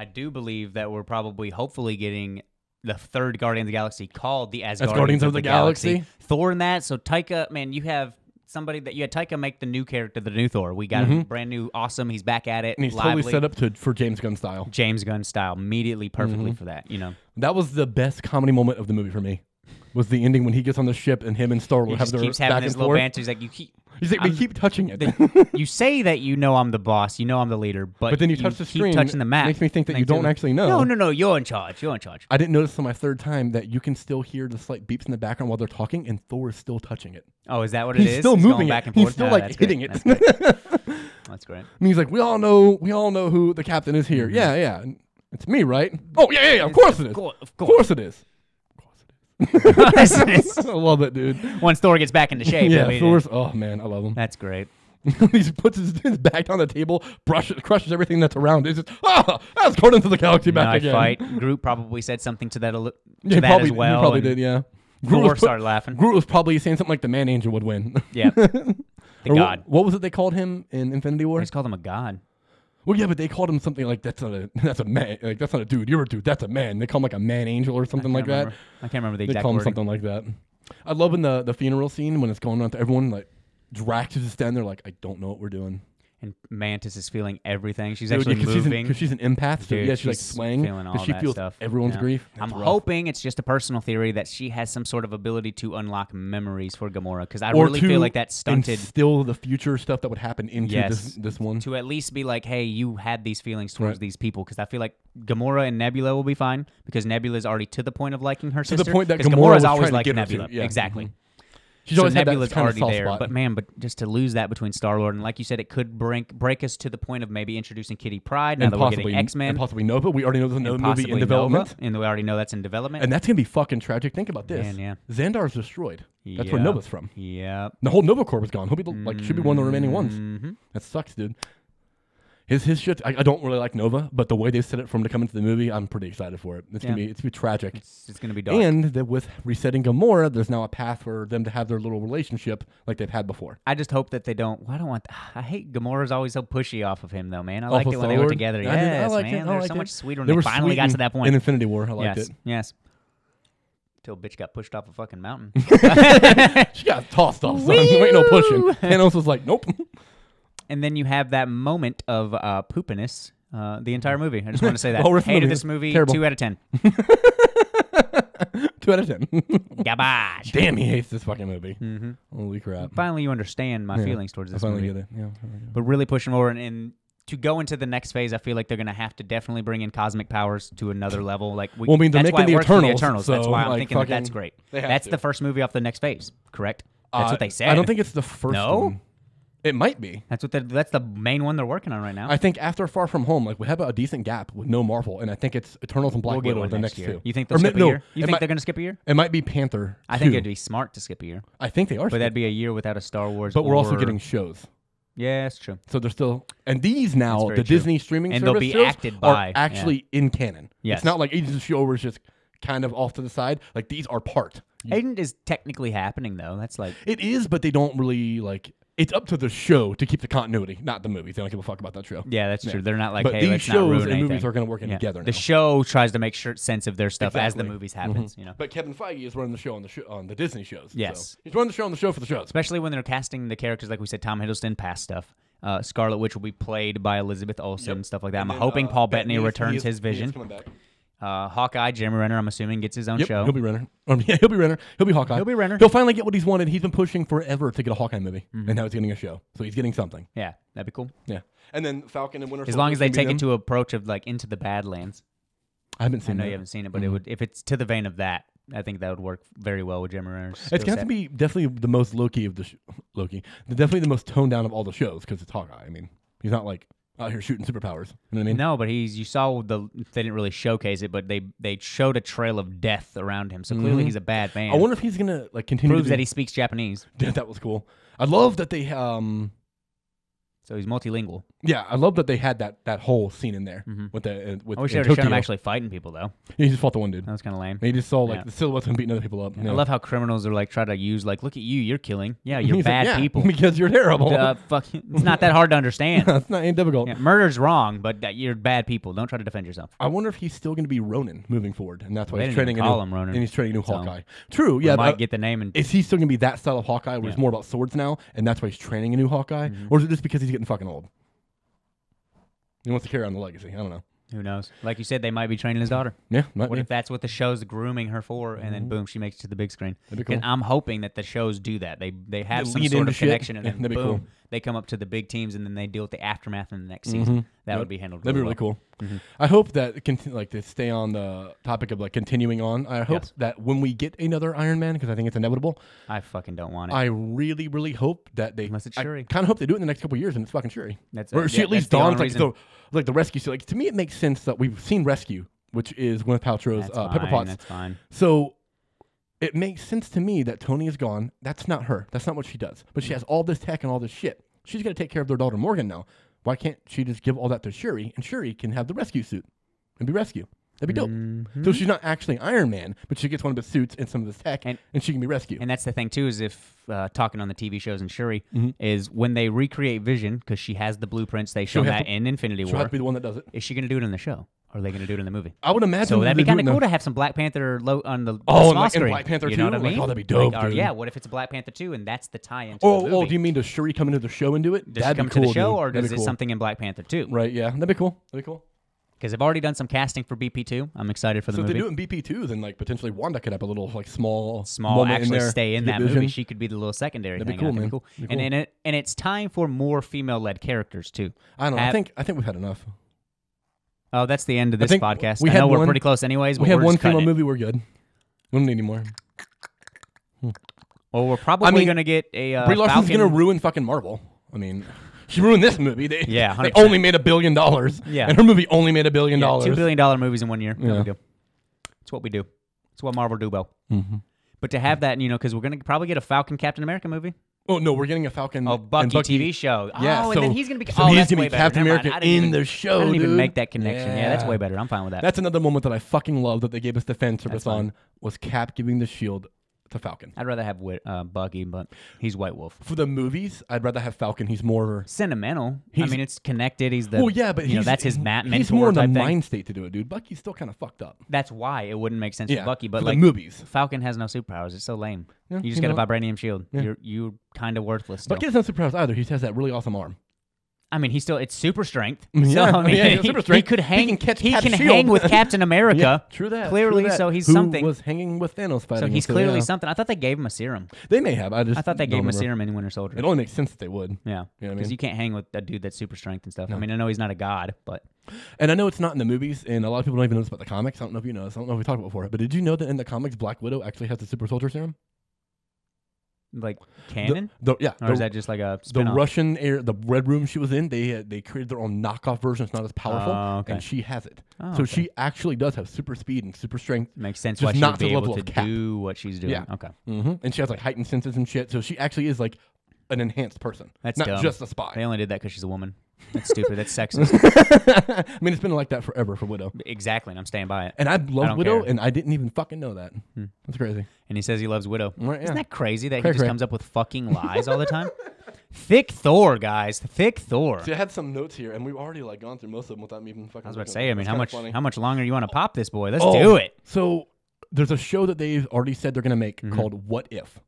[SPEAKER 2] I do believe that we're probably, hopefully, getting the third Guardian of the Galaxy called the Asgardians,
[SPEAKER 1] Asgardians of the Galaxy.
[SPEAKER 2] Thor in that. So Taika, man, you have somebody that you had Taika make the new character, the new Thor. We got him brand new, awesome. He's back at it.
[SPEAKER 1] Mm-hmm. And he's
[SPEAKER 2] lively.
[SPEAKER 1] totally set up to for James Gunn style.
[SPEAKER 2] James Gunn style, immediately perfectly
[SPEAKER 1] Mm-hmm.
[SPEAKER 2] for that. You know,
[SPEAKER 1] That was the best comedy moment of the movie for me. Was the ending when he gets on the ship and him and Star
[SPEAKER 2] he
[SPEAKER 1] Lord have
[SPEAKER 2] just
[SPEAKER 1] their
[SPEAKER 2] keeps
[SPEAKER 1] back
[SPEAKER 2] having
[SPEAKER 1] and
[SPEAKER 2] this little
[SPEAKER 1] forth.
[SPEAKER 2] banter. He's like, you keep.
[SPEAKER 1] He's like, we
[SPEAKER 2] I'm-
[SPEAKER 1] keep touching it.
[SPEAKER 2] you say that you know I'm the boss, you know I'm the leader, but,
[SPEAKER 1] But then you touch the
[SPEAKER 2] keep
[SPEAKER 1] screen,
[SPEAKER 2] touching the map.
[SPEAKER 1] makes me think that
[SPEAKER 2] and
[SPEAKER 1] you
[SPEAKER 2] then
[SPEAKER 1] don't
[SPEAKER 2] do-
[SPEAKER 1] actually know.
[SPEAKER 2] No, no, no. You're in charge. You're in charge.
[SPEAKER 1] I didn't notice on my third time that you can still hear the slight beeps in the background while they're talking, and Thor is still touching it.
[SPEAKER 2] Oh, is that what it
[SPEAKER 1] He's
[SPEAKER 2] is?
[SPEAKER 1] still
[SPEAKER 2] going
[SPEAKER 1] moving it.
[SPEAKER 2] back and
[SPEAKER 1] He's
[SPEAKER 2] forth.
[SPEAKER 1] still,
[SPEAKER 2] No,
[SPEAKER 1] like,
[SPEAKER 2] that's
[SPEAKER 1] hitting
[SPEAKER 2] great.
[SPEAKER 1] it.
[SPEAKER 2] That's great. That's great.
[SPEAKER 1] And he's like, "We all know, we all know who the captain is
[SPEAKER 2] Mm-hmm.
[SPEAKER 1] here. Yeah, yeah, And it's me, right? Oh, yeah, yeah, yeah. Of course it is.
[SPEAKER 2] cour- of
[SPEAKER 1] Of course it is.
[SPEAKER 2] That's-
[SPEAKER 1] I love it, dude.
[SPEAKER 2] Once Thor gets back into shape,
[SPEAKER 1] yeah,
[SPEAKER 2] I mean,
[SPEAKER 1] Thor's. Oh man, I love him.
[SPEAKER 2] that's great.
[SPEAKER 1] he just puts his, his back on the table, brushes, crushes everything that's around. It's just ah, that's going into the galaxy back
[SPEAKER 2] Now I
[SPEAKER 1] again.
[SPEAKER 2] fight. Groot probably said something to that, al- to
[SPEAKER 1] Yeah, he
[SPEAKER 2] that
[SPEAKER 1] probably,
[SPEAKER 2] as well.
[SPEAKER 1] he probably
[SPEAKER 2] and
[SPEAKER 1] did. Yeah. Groot
[SPEAKER 2] Thor
[SPEAKER 1] was, put-
[SPEAKER 2] started laughing.
[SPEAKER 1] Groot was probably saying something like the man angel would win.
[SPEAKER 2] Yeah, the
[SPEAKER 1] Or what-
[SPEAKER 2] god.
[SPEAKER 1] What, was it they called him in Infinity War?
[SPEAKER 2] He's called him a god.
[SPEAKER 1] Well, yeah, but they called him something like that's not a that's a man like that's not a dude. You're a dude. That's a man. They call him like a man angel or something like that.
[SPEAKER 2] remember. I can't remember the
[SPEAKER 1] They
[SPEAKER 2] exact
[SPEAKER 1] call him
[SPEAKER 2] word.
[SPEAKER 1] something like that. I love in the the funeral scene when it's going on to everyone like Drax is just standing there like I don't know what we're doing.
[SPEAKER 2] And Mantis is feeling everything. She's
[SPEAKER 1] Dude,
[SPEAKER 2] actually
[SPEAKER 1] yeah, 'cause she's an-
[SPEAKER 2] moving.
[SPEAKER 1] 'cause she's an empath. So
[SPEAKER 2] Dude,
[SPEAKER 1] yeah, she's, like swaying
[SPEAKER 2] feeling all
[SPEAKER 1] because she
[SPEAKER 2] that
[SPEAKER 1] feels
[SPEAKER 2] stuff.
[SPEAKER 1] everyone's
[SPEAKER 2] Yeah.
[SPEAKER 1] grief.
[SPEAKER 2] I'm
[SPEAKER 1] That's rough.
[SPEAKER 2] hoping it's just a personal theory that she has some sort of ability to unlock memories for Gamora because I
[SPEAKER 1] Or
[SPEAKER 2] really feel
[SPEAKER 1] to
[SPEAKER 2] like that stunted
[SPEAKER 1] Still, the future stuff that would happen into
[SPEAKER 2] Yes.
[SPEAKER 1] this this one.
[SPEAKER 2] to at least be like, hey, you had these feelings towards
[SPEAKER 1] Right.
[SPEAKER 2] these people because I feel like Gamora and Nebula will be fine because Nebula's already to the point of liking her
[SPEAKER 1] the
[SPEAKER 2] sister.
[SPEAKER 1] point that
[SPEAKER 2] 'cause
[SPEAKER 1] Gamora
[SPEAKER 2] Gamora's
[SPEAKER 1] was
[SPEAKER 2] always
[SPEAKER 1] trying to
[SPEAKER 2] like
[SPEAKER 1] get her to,
[SPEAKER 2] Nebula,
[SPEAKER 1] yeah. Mm-hmm.
[SPEAKER 2] exactly.
[SPEAKER 1] She's
[SPEAKER 2] so
[SPEAKER 1] always had that
[SPEAKER 2] Nebula's
[SPEAKER 1] kind of
[SPEAKER 2] already
[SPEAKER 1] soft
[SPEAKER 2] there,
[SPEAKER 1] spot.
[SPEAKER 2] but man, but just to lose that between Star Lord and like you said, it could break break us to the point of maybe introducing Kitty Pride now
[SPEAKER 1] and
[SPEAKER 2] that we're
[SPEAKER 1] possibly
[SPEAKER 2] getting X Men.
[SPEAKER 1] and possibly Nova. We already know there's another
[SPEAKER 2] and
[SPEAKER 1] movie in
[SPEAKER 2] possibly
[SPEAKER 1] development.
[SPEAKER 2] Nova, and we already know that's in development.
[SPEAKER 1] And that's gonna be fucking tragic. Think about this.
[SPEAKER 2] Man,
[SPEAKER 1] Xandar's destroyed. That's where
[SPEAKER 2] Yeah.
[SPEAKER 1] Nova's from.
[SPEAKER 2] Yep.
[SPEAKER 1] The whole Nova Corp is gone. He'll be the, like should be one of the remaining ones.
[SPEAKER 2] Mm-hmm.
[SPEAKER 1] That sucks, dude. His his shit. I, I don't really like Nova, but the way they set it from to come into the movie, I'm pretty excited for it. It's gonna
[SPEAKER 2] Yeah.
[SPEAKER 1] be it's gonna be tragic.
[SPEAKER 2] It's, it's gonna be dark.
[SPEAKER 1] And that with resetting Gamora, there's now a path for them to have their little relationship like they've had before.
[SPEAKER 2] I just hope that they don't. Well, I don't want. I hate Gamora's always so pushy off of him though, man. I
[SPEAKER 1] Off
[SPEAKER 2] like
[SPEAKER 1] of
[SPEAKER 2] it when they
[SPEAKER 1] Star
[SPEAKER 2] were
[SPEAKER 1] Lord?
[SPEAKER 2] together.
[SPEAKER 1] I did- I
[SPEAKER 2] yes,
[SPEAKER 1] liked it,
[SPEAKER 2] man.
[SPEAKER 1] I
[SPEAKER 2] They were
[SPEAKER 1] liked
[SPEAKER 2] so
[SPEAKER 1] it.
[SPEAKER 2] much sweeter when
[SPEAKER 1] They
[SPEAKER 2] they,
[SPEAKER 1] were
[SPEAKER 2] finally
[SPEAKER 1] sweet
[SPEAKER 2] got
[SPEAKER 1] in-
[SPEAKER 2] to that
[SPEAKER 1] in
[SPEAKER 2] point.
[SPEAKER 1] Infinity War. I liked
[SPEAKER 2] yes,
[SPEAKER 1] it.
[SPEAKER 2] yes. Till bitch got pushed off a fucking mountain.
[SPEAKER 1] She got tossed off. Son. Ain't no pushing. Thanos was like, nope.
[SPEAKER 2] and then you have that moment of uh, poopiness. Uh, the entire movie. I just want to say that.
[SPEAKER 1] whole rest of the
[SPEAKER 2] Hated
[SPEAKER 1] movie
[SPEAKER 2] this
[SPEAKER 1] was
[SPEAKER 2] movie.
[SPEAKER 1] terrible.
[SPEAKER 2] Two out of ten.
[SPEAKER 1] Two out of ten.
[SPEAKER 2] Garbage.
[SPEAKER 1] Damn, he hates this fucking movie.
[SPEAKER 2] Mm-hmm.
[SPEAKER 1] Holy crap.
[SPEAKER 2] Finally, you understand my feelings towards
[SPEAKER 1] I
[SPEAKER 2] this
[SPEAKER 1] finally
[SPEAKER 2] movie.
[SPEAKER 1] get it. Yeah.
[SPEAKER 2] but really pushing forward and, and to go into the next phase, I feel like they're going to have to definitely bring in cosmic powers to another level. Like, we,
[SPEAKER 1] Well, I mean, they're
[SPEAKER 2] that's why
[SPEAKER 1] making
[SPEAKER 2] it
[SPEAKER 1] the
[SPEAKER 2] works for
[SPEAKER 1] Eternals,
[SPEAKER 2] that's
[SPEAKER 1] so,
[SPEAKER 2] why I'm
[SPEAKER 1] like,
[SPEAKER 2] thinking that that's
[SPEAKER 1] fucking-
[SPEAKER 2] great.
[SPEAKER 1] they have
[SPEAKER 2] That's
[SPEAKER 1] to.
[SPEAKER 2] the first movie off the next phase, correct? That's what they said.
[SPEAKER 1] Uh, I don't think it's the first
[SPEAKER 2] No?
[SPEAKER 1] one. It might be.
[SPEAKER 2] that's what they're, that's the main one they're working on right now.
[SPEAKER 1] I think after Far From Home, like we have a decent gap with no Marvel, and I think it's Eternals and Black
[SPEAKER 2] we'll get
[SPEAKER 1] Widow are
[SPEAKER 2] one
[SPEAKER 1] the next,
[SPEAKER 2] next year.
[SPEAKER 1] two.
[SPEAKER 2] You think
[SPEAKER 1] Or
[SPEAKER 2] they'll
[SPEAKER 1] mi-
[SPEAKER 2] skip a
[SPEAKER 1] no,
[SPEAKER 2] year? You
[SPEAKER 1] it
[SPEAKER 2] think
[SPEAKER 1] might,
[SPEAKER 2] they're going to skip a year?
[SPEAKER 1] It might be Panther.
[SPEAKER 2] I think
[SPEAKER 1] 2.
[SPEAKER 2] it'd be smart to skip a year,
[SPEAKER 1] I think they are.
[SPEAKER 2] but
[SPEAKER 1] skipping.
[SPEAKER 2] that'd be a year without a Star Wars.
[SPEAKER 1] but we're also
[SPEAKER 2] or-
[SPEAKER 1] getting shows,
[SPEAKER 2] yeah, that's true.
[SPEAKER 1] so they're still and these now
[SPEAKER 2] That's very
[SPEAKER 1] the
[SPEAKER 2] true.
[SPEAKER 1] Disney streaming
[SPEAKER 2] And they'll
[SPEAKER 1] service
[SPEAKER 2] be
[SPEAKER 1] shows
[SPEAKER 2] acted by-
[SPEAKER 1] are
[SPEAKER 2] yeah.
[SPEAKER 1] actually in canon. E
[SPEAKER 2] Yes.
[SPEAKER 1] it's not like Agents of Shield was just kind of off to the side. Like these are part.
[SPEAKER 2] Agent is technically happening though. That's like
[SPEAKER 1] It is, but they don't really like. It's up to the show to keep the continuity, not the movies. They don't give a fuck about that show.
[SPEAKER 2] yeah, that's true. They're not like
[SPEAKER 1] but
[SPEAKER 2] hey,
[SPEAKER 1] these
[SPEAKER 2] let's not
[SPEAKER 1] shows
[SPEAKER 2] ruin
[SPEAKER 1] and
[SPEAKER 2] anything.
[SPEAKER 1] movies are going to work in
[SPEAKER 2] Yeah.
[SPEAKER 1] together. Now.
[SPEAKER 2] The show tries to make sure sense of their stuff as the
[SPEAKER 1] Exactly. Mm-hmm.
[SPEAKER 2] movies happens, you know.
[SPEAKER 1] But Kevin Feige is running the show on the show on the Disney shows.
[SPEAKER 2] Yes.
[SPEAKER 1] so he's running the show on the show for the shows.
[SPEAKER 2] Especially when they're casting the characters, like we said, Tom Hiddleston, past stuff. Uh, Scarlet Witch will be played by Elizabeth Olsen, stuff like that. I'm
[SPEAKER 1] And,
[SPEAKER 2] hoping
[SPEAKER 1] uh,
[SPEAKER 2] Paul
[SPEAKER 1] Bettany
[SPEAKER 2] Bettany
[SPEAKER 1] is- he
[SPEAKER 2] returns
[SPEAKER 1] is-
[SPEAKER 2] his
[SPEAKER 1] he is
[SPEAKER 2] vision.
[SPEAKER 1] coming back.
[SPEAKER 2] Uh, Hawkeye, Jeremy Renner, I'm assuming, gets his own
[SPEAKER 1] Yep,
[SPEAKER 2] show.
[SPEAKER 1] he'll be Renner. Um, yeah, he'll be Renner. He'll be Hawkeye.
[SPEAKER 2] He'll be Renner.
[SPEAKER 1] He'll finally get what he's wanted. He's been pushing forever to get a Hawkeye movie,
[SPEAKER 2] Mm-hmm.
[SPEAKER 1] and now he's getting a show. So he's getting something.
[SPEAKER 2] yeah, that'd be cool.
[SPEAKER 1] Yeah. And then Falcon and Winter
[SPEAKER 2] As long as they take it to approach of like into the Badlands.
[SPEAKER 1] I haven't
[SPEAKER 2] I
[SPEAKER 1] seen.
[SPEAKER 2] know you
[SPEAKER 1] that.
[SPEAKER 2] haven't seen it, but
[SPEAKER 1] Mm-hmm.
[SPEAKER 2] it would if it's to the vein of that, I think that would work very well with Jeremy Renner's.
[SPEAKER 1] It's
[SPEAKER 2] skill
[SPEAKER 1] gonna have
[SPEAKER 2] set.
[SPEAKER 1] to be definitely the most Loki of the sh- Loki. Definitely the most toned down of all the shows because it's Hawkeye. I mean, he's not like out here shooting superpowers. You know what I mean?
[SPEAKER 2] No, but he's you saw the they didn't really showcase it, but they they showed a trail of death around him. So clearly he's a bad man.
[SPEAKER 1] Mm-hmm. I wonder if he's gonna like continue.
[SPEAKER 2] proves
[SPEAKER 1] to
[SPEAKER 2] that
[SPEAKER 1] do-
[SPEAKER 2] he speaks Japanese,
[SPEAKER 1] Yeah, that was cool. I love that they um
[SPEAKER 2] so he's multilingual.
[SPEAKER 1] yeah I love that they had that that whole scene in there with the uh, with
[SPEAKER 2] Mm-hmm. I wish
[SPEAKER 1] in
[SPEAKER 2] they would have shown him
[SPEAKER 1] Tokyo.
[SPEAKER 2] actually fighting people though.
[SPEAKER 1] Yeah, he just fought the one dude.
[SPEAKER 2] That was kind of lame.
[SPEAKER 1] He just saw like
[SPEAKER 2] Yeah.
[SPEAKER 1] the silhouettes of him beating other people up.
[SPEAKER 2] I
[SPEAKER 1] Yeah.
[SPEAKER 2] love how criminals are like try to use like, look at you, you're killing. Yeah, you're
[SPEAKER 1] He's like,
[SPEAKER 2] bad
[SPEAKER 1] "Yeah,
[SPEAKER 2] people.
[SPEAKER 1] because you're terrible.
[SPEAKER 2] Duh, fuck, it's not that hard to understand.
[SPEAKER 1] That's not ain't difficult.
[SPEAKER 2] Yeah, murder's wrong, but that you're bad people. Don't try to defend yourself.
[SPEAKER 1] I wonder if he's still going to be Ronin moving forward, and that's why
[SPEAKER 2] They
[SPEAKER 1] he's
[SPEAKER 2] didn't even
[SPEAKER 1] training a
[SPEAKER 2] call
[SPEAKER 1] new,
[SPEAKER 2] him Ronin,
[SPEAKER 1] and he's training a new
[SPEAKER 2] so-
[SPEAKER 1] Hawkeye. True,
[SPEAKER 2] Yeah,
[SPEAKER 1] yeah.
[SPEAKER 2] might
[SPEAKER 1] but
[SPEAKER 2] get the name and
[SPEAKER 1] is he still going to be that style of Hawkeye, where it's more about swords now, and that's why he's training a new Hawkeye,
[SPEAKER 2] Mm-hmm.
[SPEAKER 1] or is it just because he's getting fucking old? He wants to carry on the legacy. I don't know.
[SPEAKER 2] who knows? Like you said, they might be training his daughter.
[SPEAKER 1] Yeah, might
[SPEAKER 2] What
[SPEAKER 1] be.
[SPEAKER 2] if that's what the show's grooming her for, and then boom, she makes it to the big screen?
[SPEAKER 1] Mm-hmm. That'd be
[SPEAKER 2] And
[SPEAKER 1] cool.
[SPEAKER 2] I'm hoping that the shows do that. They they have
[SPEAKER 1] They
[SPEAKER 2] some
[SPEAKER 1] lead
[SPEAKER 2] sort
[SPEAKER 1] into
[SPEAKER 2] of
[SPEAKER 1] shit.
[SPEAKER 2] connection, and
[SPEAKER 1] Yeah,
[SPEAKER 2] then
[SPEAKER 1] that'd be
[SPEAKER 2] boom,
[SPEAKER 1] cool. Mm-hmm.
[SPEAKER 2] they come up to the big teams, and then they deal with the aftermath in the next season. That would be handled.
[SPEAKER 1] That'd be really
[SPEAKER 2] well.
[SPEAKER 1] cool. I hope that it conti- like to stay on the topic of like continuing on. I hope
[SPEAKER 2] Yes.
[SPEAKER 1] that when we get another Iron Man, because I think it's inevitable.
[SPEAKER 2] I fucking don't want it.
[SPEAKER 1] I really, really hope that they.
[SPEAKER 2] Unless it's Shuri.
[SPEAKER 1] kind of hope they do it in the next couple of years, and it's fucking Shuri.
[SPEAKER 2] That's-
[SPEAKER 1] or
[SPEAKER 2] uh,
[SPEAKER 1] she
[SPEAKER 2] yeah,
[SPEAKER 1] at least
[SPEAKER 2] that's the only
[SPEAKER 1] dons like
[SPEAKER 2] reason.
[SPEAKER 1] the like the rescue. So like to me, it makes sense that we've seen Rescue, which is Gwyneth Paltrow's
[SPEAKER 2] that's
[SPEAKER 1] uh,
[SPEAKER 2] fine.
[SPEAKER 1] Pepper Potts.
[SPEAKER 2] That's fine.
[SPEAKER 1] So it makes sense to me that Tony is gone. That's not her. That's not what she does. But
[SPEAKER 2] Mm.
[SPEAKER 1] she has all this tech and all this shit. She's got to take care of their daughter Morgan now. Why can't she just give all that to Shuri and Shuri can have the rescue suit and be rescue? That'd be dope.
[SPEAKER 2] Mm-hmm.
[SPEAKER 1] So she's not actually Iron Man, but she gets one of his suits and some of his tech, and,
[SPEAKER 2] And-
[SPEAKER 1] she can be rescue.
[SPEAKER 2] And that's the thing too is if uh, talking on the TV shows and Shuri
[SPEAKER 1] Mm-hmm.
[SPEAKER 2] is when they recreate Vision because she has the blueprints. They show
[SPEAKER 1] have
[SPEAKER 2] that
[SPEAKER 1] to-
[SPEAKER 2] in Infinity
[SPEAKER 1] She'll
[SPEAKER 2] War.
[SPEAKER 1] have to be the one that does it.
[SPEAKER 2] is she gonna do it in the show? Or are they gonna do it in the movie?
[SPEAKER 1] I would imagine.
[SPEAKER 2] So that'd
[SPEAKER 1] they
[SPEAKER 2] be
[SPEAKER 1] do it
[SPEAKER 2] kind of
[SPEAKER 1] in
[SPEAKER 2] cool
[SPEAKER 1] the-
[SPEAKER 2] to have some Black Panther low on the
[SPEAKER 1] Oh, and
[SPEAKER 2] the small
[SPEAKER 1] like- and
[SPEAKER 2] screen.
[SPEAKER 1] Black Panther
[SPEAKER 2] you know
[SPEAKER 1] 2?
[SPEAKER 2] what I
[SPEAKER 1] Like,
[SPEAKER 2] mean?
[SPEAKER 1] oh, that'd be dope,
[SPEAKER 2] Like, or,
[SPEAKER 1] dude.
[SPEAKER 2] yeah, what if it's a Black Panther two and that's the tie into the
[SPEAKER 1] Oh,
[SPEAKER 2] movie?
[SPEAKER 1] oh, do you mean does Shuri come into the show and do it?
[SPEAKER 2] does it
[SPEAKER 1] That'd
[SPEAKER 2] come
[SPEAKER 1] be
[SPEAKER 2] to
[SPEAKER 1] cool,
[SPEAKER 2] the show,
[SPEAKER 1] dude.
[SPEAKER 2] or
[SPEAKER 1] That'd
[SPEAKER 2] does
[SPEAKER 1] be
[SPEAKER 2] it
[SPEAKER 1] cool.
[SPEAKER 2] something in Black Panther two?
[SPEAKER 1] Right? Yeah, that'd be cool. That'd be cool.
[SPEAKER 2] Because they've already done some casting for BP two. I'm excited for the
[SPEAKER 1] So if
[SPEAKER 2] movie.
[SPEAKER 1] they do it in BP two, then like potentially Wanda could have a little like small,
[SPEAKER 2] Small
[SPEAKER 1] moment in
[SPEAKER 2] actually
[SPEAKER 1] there
[SPEAKER 2] stay in
[SPEAKER 1] to get
[SPEAKER 2] that movie.
[SPEAKER 1] Vision.
[SPEAKER 2] She could be the little secondary
[SPEAKER 1] That'd be
[SPEAKER 2] thing. and I
[SPEAKER 1] cool, man.
[SPEAKER 2] think And
[SPEAKER 1] That'd be
[SPEAKER 2] and, it, and it's time for more female led characters too.
[SPEAKER 1] I don't know. I
[SPEAKER 2] Have-
[SPEAKER 1] think I think we've had enough.
[SPEAKER 2] Oh, that's the end of this
[SPEAKER 1] think
[SPEAKER 2] podcast.
[SPEAKER 1] we
[SPEAKER 2] I
[SPEAKER 1] had
[SPEAKER 2] know we're
[SPEAKER 1] one-
[SPEAKER 2] pretty close anyways. But
[SPEAKER 1] We have
[SPEAKER 2] we're
[SPEAKER 1] one
[SPEAKER 2] just cutting
[SPEAKER 1] female
[SPEAKER 2] it.
[SPEAKER 1] movie. We're good. We don't need any more.
[SPEAKER 2] Well, we're probably
[SPEAKER 1] mean,
[SPEAKER 2] gonna get a uh,
[SPEAKER 1] Brie Larson's
[SPEAKER 2] Falcon-
[SPEAKER 1] gonna ruin fucking Marvel. I mean, she ruined this movie. They,
[SPEAKER 2] Yeah,
[SPEAKER 1] they
[SPEAKER 2] 100%.
[SPEAKER 1] only made a billion dollars.
[SPEAKER 2] Yeah.
[SPEAKER 1] and her movie only made a billion
[SPEAKER 2] Yeah,
[SPEAKER 1] dollars.
[SPEAKER 2] Two billion dollar movies in one year. Yeah.
[SPEAKER 1] Yeah.
[SPEAKER 2] we do. It's what we do. It's what Marvel do well.
[SPEAKER 1] Mm-hmm.
[SPEAKER 2] But to have that, you know, because we're gonna probably get a Falcon Captain America movie.
[SPEAKER 1] Oh no, we're getting a Falcon.
[SPEAKER 2] Oh,
[SPEAKER 1] and
[SPEAKER 2] Bucky,
[SPEAKER 1] Bucky
[SPEAKER 2] TV show.
[SPEAKER 1] Yeah, so-
[SPEAKER 2] oh, and then he's gonna be.
[SPEAKER 1] so
[SPEAKER 2] oh,
[SPEAKER 1] he's
[SPEAKER 2] that's
[SPEAKER 1] gonna be
[SPEAKER 2] way better.
[SPEAKER 1] Captain
[SPEAKER 2] Never mind.
[SPEAKER 1] America
[SPEAKER 2] I didn't
[SPEAKER 1] in
[SPEAKER 2] even-
[SPEAKER 1] the show,
[SPEAKER 2] I didn't even
[SPEAKER 1] dude.
[SPEAKER 2] make that connection. Yeah. that's
[SPEAKER 1] Yeah.
[SPEAKER 2] way better. I'm fine with that.
[SPEAKER 1] That's another moment that I fucking love that they gave us the fan service on was Cap giving the shield to Falcon.
[SPEAKER 2] I'd rather have Wi- uh, Bucky, but he's White Wolf.
[SPEAKER 1] For the movies, I'd rather have Falcon. He's more.
[SPEAKER 2] Sentimental. I
[SPEAKER 1] He's-
[SPEAKER 2] mean, it's connected. He's the.
[SPEAKER 1] Well, yeah, but
[SPEAKER 2] you know
[SPEAKER 1] he's,
[SPEAKER 2] that's his mat mentor
[SPEAKER 1] He's more in the
[SPEAKER 2] type thing.
[SPEAKER 1] mind state to do it, dude. Bucky's still kind of fucked up.
[SPEAKER 2] That's why it wouldn't make sense
[SPEAKER 1] Yeah,
[SPEAKER 2] for Bucky, but
[SPEAKER 1] for the
[SPEAKER 2] like
[SPEAKER 1] movies.
[SPEAKER 2] Falcon has no superpowers. It's so lame. you
[SPEAKER 1] you
[SPEAKER 2] just got a
[SPEAKER 1] know what?
[SPEAKER 2] vibranium shield. You're you're kind of worthless. Still.
[SPEAKER 1] Bucky has no superpowers either. He has that really awesome arm.
[SPEAKER 2] I mean, he's still it's super strength. So,
[SPEAKER 1] Yeah.
[SPEAKER 2] I mean,
[SPEAKER 1] Yeah, yeah,
[SPEAKER 2] he-
[SPEAKER 1] super
[SPEAKER 2] He
[SPEAKER 1] strength.
[SPEAKER 2] could
[SPEAKER 1] He
[SPEAKER 2] hang.
[SPEAKER 1] can catch
[SPEAKER 2] he
[SPEAKER 1] Cap
[SPEAKER 2] can
[SPEAKER 1] Shield.
[SPEAKER 2] hang with Captain America.
[SPEAKER 1] true that. true
[SPEAKER 2] Clearly,
[SPEAKER 1] that.
[SPEAKER 2] so he's
[SPEAKER 1] Who
[SPEAKER 2] something.
[SPEAKER 1] Was hanging with Thanos fighting.
[SPEAKER 2] so
[SPEAKER 1] him,
[SPEAKER 2] he's clearly
[SPEAKER 1] yeah.
[SPEAKER 2] something. I thought they gave him a serum.
[SPEAKER 1] They may have. I just.
[SPEAKER 2] I thought they
[SPEAKER 1] don't
[SPEAKER 2] gave him a
[SPEAKER 1] remember.
[SPEAKER 2] serum in Winter Soldier.
[SPEAKER 1] It only makes sense that they would. You
[SPEAKER 2] yeah,
[SPEAKER 1] know what I
[SPEAKER 2] because
[SPEAKER 1] mean?
[SPEAKER 2] you can't hang with a dude that's super strength and stuff. I mean, I know he's not a god, but
[SPEAKER 1] And I know it's not in the movies, and a lot of people don't even know this about the comics. I don't know if you know this. I don't know if we talked about it before, but did you know that in the comics, Black Widow actually has the super soldier serum?
[SPEAKER 2] like
[SPEAKER 1] The-
[SPEAKER 2] canon,
[SPEAKER 1] The, yeah.
[SPEAKER 2] or
[SPEAKER 1] the,
[SPEAKER 2] is that just like a
[SPEAKER 1] the
[SPEAKER 2] spin-off?
[SPEAKER 1] Russian air, the red room she was in, they uh, they created their own knockoff version. It's not as powerful,
[SPEAKER 2] Oh, okay.
[SPEAKER 1] and she has it.
[SPEAKER 2] Oh,
[SPEAKER 1] so
[SPEAKER 2] okay.
[SPEAKER 1] she actually does have super speed and super strength.
[SPEAKER 2] Makes sense
[SPEAKER 1] just
[SPEAKER 2] why she
[SPEAKER 1] not
[SPEAKER 2] would
[SPEAKER 1] to
[SPEAKER 2] be
[SPEAKER 1] the
[SPEAKER 2] able
[SPEAKER 1] level
[SPEAKER 2] to
[SPEAKER 1] of Cap.
[SPEAKER 2] do what she's doing.
[SPEAKER 1] Yeah.
[SPEAKER 2] Okay,
[SPEAKER 1] hmm And she has like heightened senses and shit. So she actually is like an enhanced person.
[SPEAKER 2] That's
[SPEAKER 1] not
[SPEAKER 2] dumb.
[SPEAKER 1] just a spy.
[SPEAKER 2] they only did that because she's a woman. That's stupid. That's sexist.
[SPEAKER 1] I mean, it's been like that forever for Widow.
[SPEAKER 2] Exactly, and I'm staying by it.
[SPEAKER 1] And I love
[SPEAKER 2] don't
[SPEAKER 1] Widow,
[SPEAKER 2] care.
[SPEAKER 1] and I didn't even fucking know that. That's crazy.
[SPEAKER 2] And he says he loves Widow.
[SPEAKER 1] Right, Mm, yeah.
[SPEAKER 2] Isn't that crazy that
[SPEAKER 1] Cray
[SPEAKER 2] he just
[SPEAKER 1] cray.
[SPEAKER 2] comes up with fucking lies all the time? Thick Thor, guys. Thick Thor.
[SPEAKER 1] See, I had some notes here, and we've already like gone through most of them without me even fucking.
[SPEAKER 2] I was about to say. I mean, how much
[SPEAKER 1] Funny.
[SPEAKER 2] how much longer you want to pop this boy? Let's
[SPEAKER 1] Oh,
[SPEAKER 2] do it. Mm-hmm.
[SPEAKER 1] So there's a show that they've already said they're going to make called What If.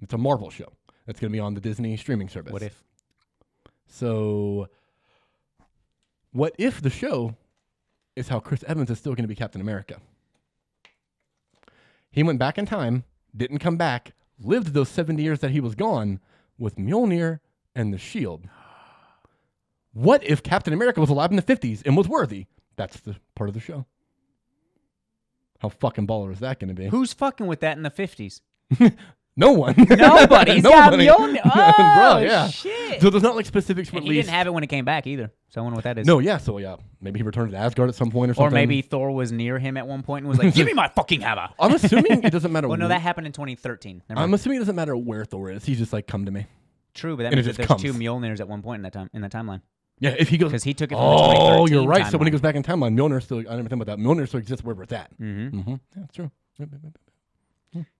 [SPEAKER 1] It's a Marvel show that's going to be on the Disney streaming service.
[SPEAKER 2] What if?
[SPEAKER 1] So, what if the show is how Chris Evans is still going to be Captain America. He went back in time, didn't come back, lived those 70 years that he was gone with Mjolnir and the shield. What if Captain America was alive in the 50s and was worthy? That's the part of the show. How fucking baller is that going to be?
[SPEAKER 2] Who's fucking with that in the fifties?
[SPEAKER 1] No one.
[SPEAKER 2] Nobody's got Mjolnir. Oh,
[SPEAKER 1] Bruh, yeah.
[SPEAKER 2] shit.
[SPEAKER 1] So there's not like specifics for at
[SPEAKER 2] And he
[SPEAKER 1] least.
[SPEAKER 2] didn't have it when it came back either. So I wonder what that is.
[SPEAKER 1] no, yeah. So yeah, maybe he returned to Asgard at some point or something.
[SPEAKER 2] Or maybe Thor was near him at one point and was like, "Give me my fucking hammer."
[SPEAKER 1] I'm assuming it doesn't matter.
[SPEAKER 2] Well, no,
[SPEAKER 1] wh-
[SPEAKER 2] that happened in 2013. Never mind.
[SPEAKER 1] I'm assuming it doesn't matter where Thor is. He's just like, come to me.
[SPEAKER 2] True, but that
[SPEAKER 1] and it
[SPEAKER 2] means that there's
[SPEAKER 1] just
[SPEAKER 2] two
[SPEAKER 1] comes.
[SPEAKER 2] Mjolnirs at one point in that time in that timeline.
[SPEAKER 1] Yeah, if he goes
[SPEAKER 2] 'Cause he took it from the
[SPEAKER 1] oh,
[SPEAKER 2] 2013
[SPEAKER 1] you're right. So when he
[SPEAKER 2] timeline.
[SPEAKER 1] goes back in timeline, Mjolnir still. I never think about that. Mjolnir still exists wherever it's at.
[SPEAKER 2] Mm-hmm.
[SPEAKER 1] Mm-hmm. Yeah, that's true. Yep, yep, yep.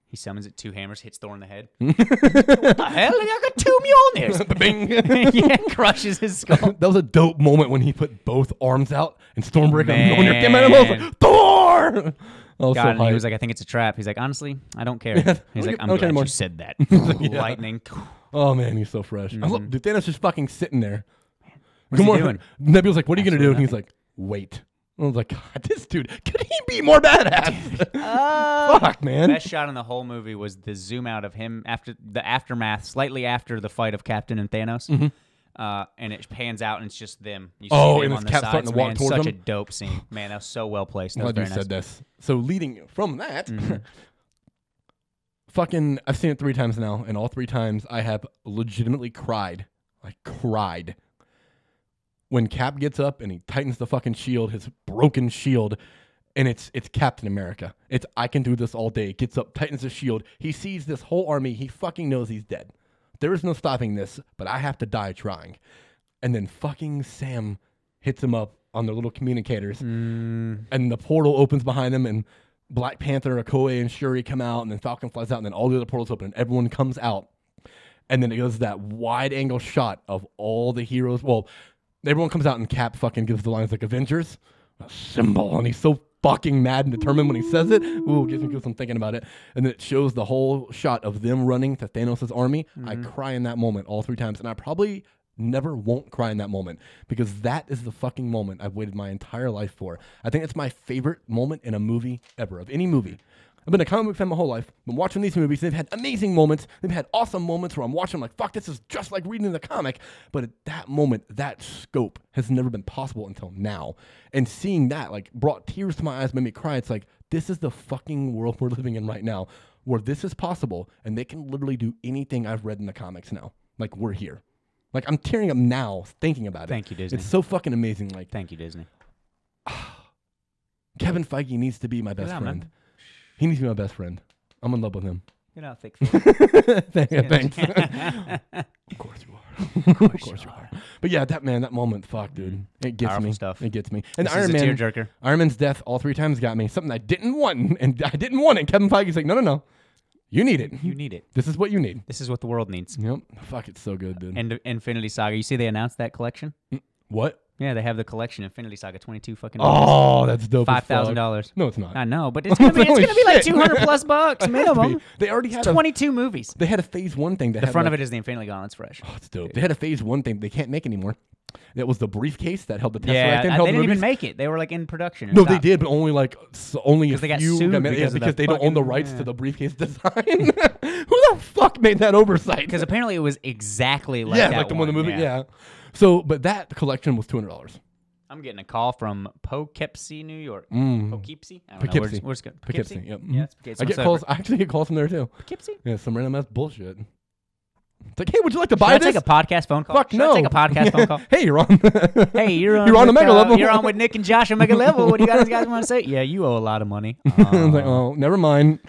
[SPEAKER 2] He summons it two hammers, hits Thor in the head. what the hell? I got two Mjolnirs.
[SPEAKER 1] Bing.
[SPEAKER 2] yeah, crushes his skull.
[SPEAKER 1] that was a dope moment when he put both arms out and Stormbreaker and Mjolnir came at him. I was
[SPEAKER 2] Man.
[SPEAKER 1] like, Thor! I was
[SPEAKER 2] God,
[SPEAKER 1] so
[SPEAKER 2] and he
[SPEAKER 1] hyped.
[SPEAKER 2] was like, "I think it's a trap." He's like, "Honestly, I don't care." He's like,
[SPEAKER 1] okay,
[SPEAKER 2] "I'm
[SPEAKER 1] okay,
[SPEAKER 2] glad
[SPEAKER 1] more."
[SPEAKER 2] you said that." Lightning.
[SPEAKER 1] oh man, he's so fresh. I love, dude, Thanos just fucking sitting there.
[SPEAKER 2] What's Mm-hmm. he doing?
[SPEAKER 1] Nebula's like, what are you going to do? And he's like, wait. I was like, God, this dude, could he be more badass?
[SPEAKER 2] Uh,
[SPEAKER 1] Fuck, man.
[SPEAKER 2] Best shot in the whole movie was the zoom out of him after the aftermath, slightly after the fight of Captain and Thanos. Uh, and it pans out, and it's just them. You see
[SPEAKER 1] Mm-hmm. Oh, and
[SPEAKER 2] him on
[SPEAKER 1] his
[SPEAKER 2] the
[SPEAKER 1] cap
[SPEAKER 2] sides,
[SPEAKER 1] starting to walk
[SPEAKER 2] man.
[SPEAKER 1] towards
[SPEAKER 2] Such a
[SPEAKER 1] him.
[SPEAKER 2] dope scene, man. That was so well placed. That
[SPEAKER 1] I'm
[SPEAKER 2] was
[SPEAKER 1] glad you
[SPEAKER 2] very nice. Mm-hmm.
[SPEAKER 1] said this. So leading from that, fucking, I've seen it three times now, and all three times I have legitimately cried, like cried. When Cap gets up and he tightens the fucking shield, his broken shield, and it's it's Captain America. It's I can do this all day. Gets up, tightens the shield. He sees this whole army. He fucking knows he's dead. There is no stopping this, but I have to die trying. And then fucking Sam hits him up on their little communicators
[SPEAKER 2] Mm.
[SPEAKER 1] and the portal opens behind them and Black Panther, Okoye, and Shuri come out, and then Falcon flies out, and then all the other portals open, and everyone comes out. And then it goes that wide angle shot of all the heroes. Well, everyone comes out, and Cap fucking gives the lines like Avengers, a symbol, and he's so fucking mad and determined when he says it. Ooh, gives me goosebumps I'm thinking about it. And then it shows the whole shot of them running to Thanos' army. I cry in that moment all three times, and I probably never won't cry in that moment because that is the fucking moment I've waited my entire life for. I think it's my favorite moment in a movie ever, of any movie. I've been a comic book fan my whole life. Been watching these movies. They've had amazing moments. They've had awesome moments where I'm watching like, fuck, this is just like reading the comic. But at that moment, that scope has never been possible until now. And seeing that like brought tears to my eyes, made me cry. It's like this is the fucking world we're living in right now, where this is possible, and they can literally do anything I've read in the comics now. Like we're here. Like I'm tearing up now thinking about it.
[SPEAKER 2] Thank you, Disney.
[SPEAKER 1] It's so fucking amazing. Like
[SPEAKER 2] Thank you, Disney.
[SPEAKER 1] Kevin Feige needs to be my best
[SPEAKER 2] Yeah, man.
[SPEAKER 1] friend. He needs to be my best friend. I'm in love with him.
[SPEAKER 2] You know, thick.
[SPEAKER 1] Thank- Thanks. of course you are. Of course, you are. But yeah, that man, that moment, fuck, dude, it gets
[SPEAKER 2] Mm-hmm. Powerful
[SPEAKER 1] me.
[SPEAKER 2] stuff.
[SPEAKER 1] It gets me. And
[SPEAKER 2] This is
[SPEAKER 1] Iron
[SPEAKER 2] a
[SPEAKER 1] Man,
[SPEAKER 2] tearjerker.
[SPEAKER 1] Iron Man's death all three times got me. Something I didn't want, and I didn't want it. Kevin Feige's like, no, no, no, you need it.
[SPEAKER 2] You need it.
[SPEAKER 1] This is what you need.
[SPEAKER 2] This is what the world needs.
[SPEAKER 1] Yep. Fuck, it's so good, dude.
[SPEAKER 2] And Infinity Saga. You see, they announced that collection.
[SPEAKER 1] what?
[SPEAKER 2] Yeah, they have the collection Infinity Saga, twenty-two fucking.
[SPEAKER 1] Oh, that's dope. as
[SPEAKER 2] five
[SPEAKER 1] fuck.
[SPEAKER 2] thousand dollars.
[SPEAKER 1] No, it's not.
[SPEAKER 2] I know, but it's gonna be, it's
[SPEAKER 1] Holy
[SPEAKER 2] gonna be like
[SPEAKER 1] shit.
[SPEAKER 2] two hundred plus bucks minimum.
[SPEAKER 1] They already had
[SPEAKER 2] It's
[SPEAKER 1] a,
[SPEAKER 2] twenty-two movies.
[SPEAKER 1] They had a phase one thing. That
[SPEAKER 2] The
[SPEAKER 1] had
[SPEAKER 2] front
[SPEAKER 1] like,
[SPEAKER 2] of it is the Infinity Gauntlet's fresh.
[SPEAKER 1] Oh, it's dope. They had a phase one thing they can't make anymore. That was the briefcase that held the Tesseract
[SPEAKER 2] Yeah,
[SPEAKER 1] and
[SPEAKER 2] and
[SPEAKER 1] held
[SPEAKER 2] they
[SPEAKER 1] the
[SPEAKER 2] didn't even
[SPEAKER 1] movies.
[SPEAKER 2] make it. They were like in production. and
[SPEAKER 1] No, they
[SPEAKER 2] stopped.
[SPEAKER 1] did, but only like s only a
[SPEAKER 2] 'Cause they got
[SPEAKER 1] few
[SPEAKER 2] sued
[SPEAKER 1] made-
[SPEAKER 2] because of
[SPEAKER 1] because
[SPEAKER 2] the
[SPEAKER 1] they don't own the
[SPEAKER 2] fucking-
[SPEAKER 1] rights
[SPEAKER 2] yeah.
[SPEAKER 1] to the briefcase design. Who the fuck made that oversight?
[SPEAKER 2] Because apparently it was exactly like
[SPEAKER 1] yeah,
[SPEAKER 2] that
[SPEAKER 1] like the one in the movie.
[SPEAKER 2] Yeah.
[SPEAKER 1] Yeah. So, but that collection was two hundred dollars.
[SPEAKER 2] I'm getting a call from Poughkeepsie, New York. Poughkeepsie? I don't know. We're
[SPEAKER 1] Mm. Poughkeepsie.
[SPEAKER 2] just, we're just gonna-
[SPEAKER 1] Poughkeepsie.
[SPEAKER 2] Poughkeepsie?
[SPEAKER 1] Yep.
[SPEAKER 2] Oh, Yeah, it's Poughkeepsie.
[SPEAKER 1] Mm-hmm. I get calls. I actually get calls from there too.
[SPEAKER 2] Poughkeepsie?
[SPEAKER 1] Yeah, some random ass bullshit. It's like, hey, would you like to
[SPEAKER 2] Should
[SPEAKER 1] buy
[SPEAKER 2] I
[SPEAKER 1] this?
[SPEAKER 2] take a podcast phone call?
[SPEAKER 1] Fuck
[SPEAKER 2] Should
[SPEAKER 1] no.
[SPEAKER 2] I take a podcast phone call?
[SPEAKER 1] hey, you're on.
[SPEAKER 2] Hey, you're on.
[SPEAKER 1] You're on
[SPEAKER 2] with,
[SPEAKER 1] a mega
[SPEAKER 2] uh,
[SPEAKER 1] level.
[SPEAKER 2] You're on with Nick and Josh on Mega Level. What do you guys, guys want to say? Yeah, you owe a lot of money.
[SPEAKER 1] I was like,
[SPEAKER 2] Aw,
[SPEAKER 1] oh, never mind.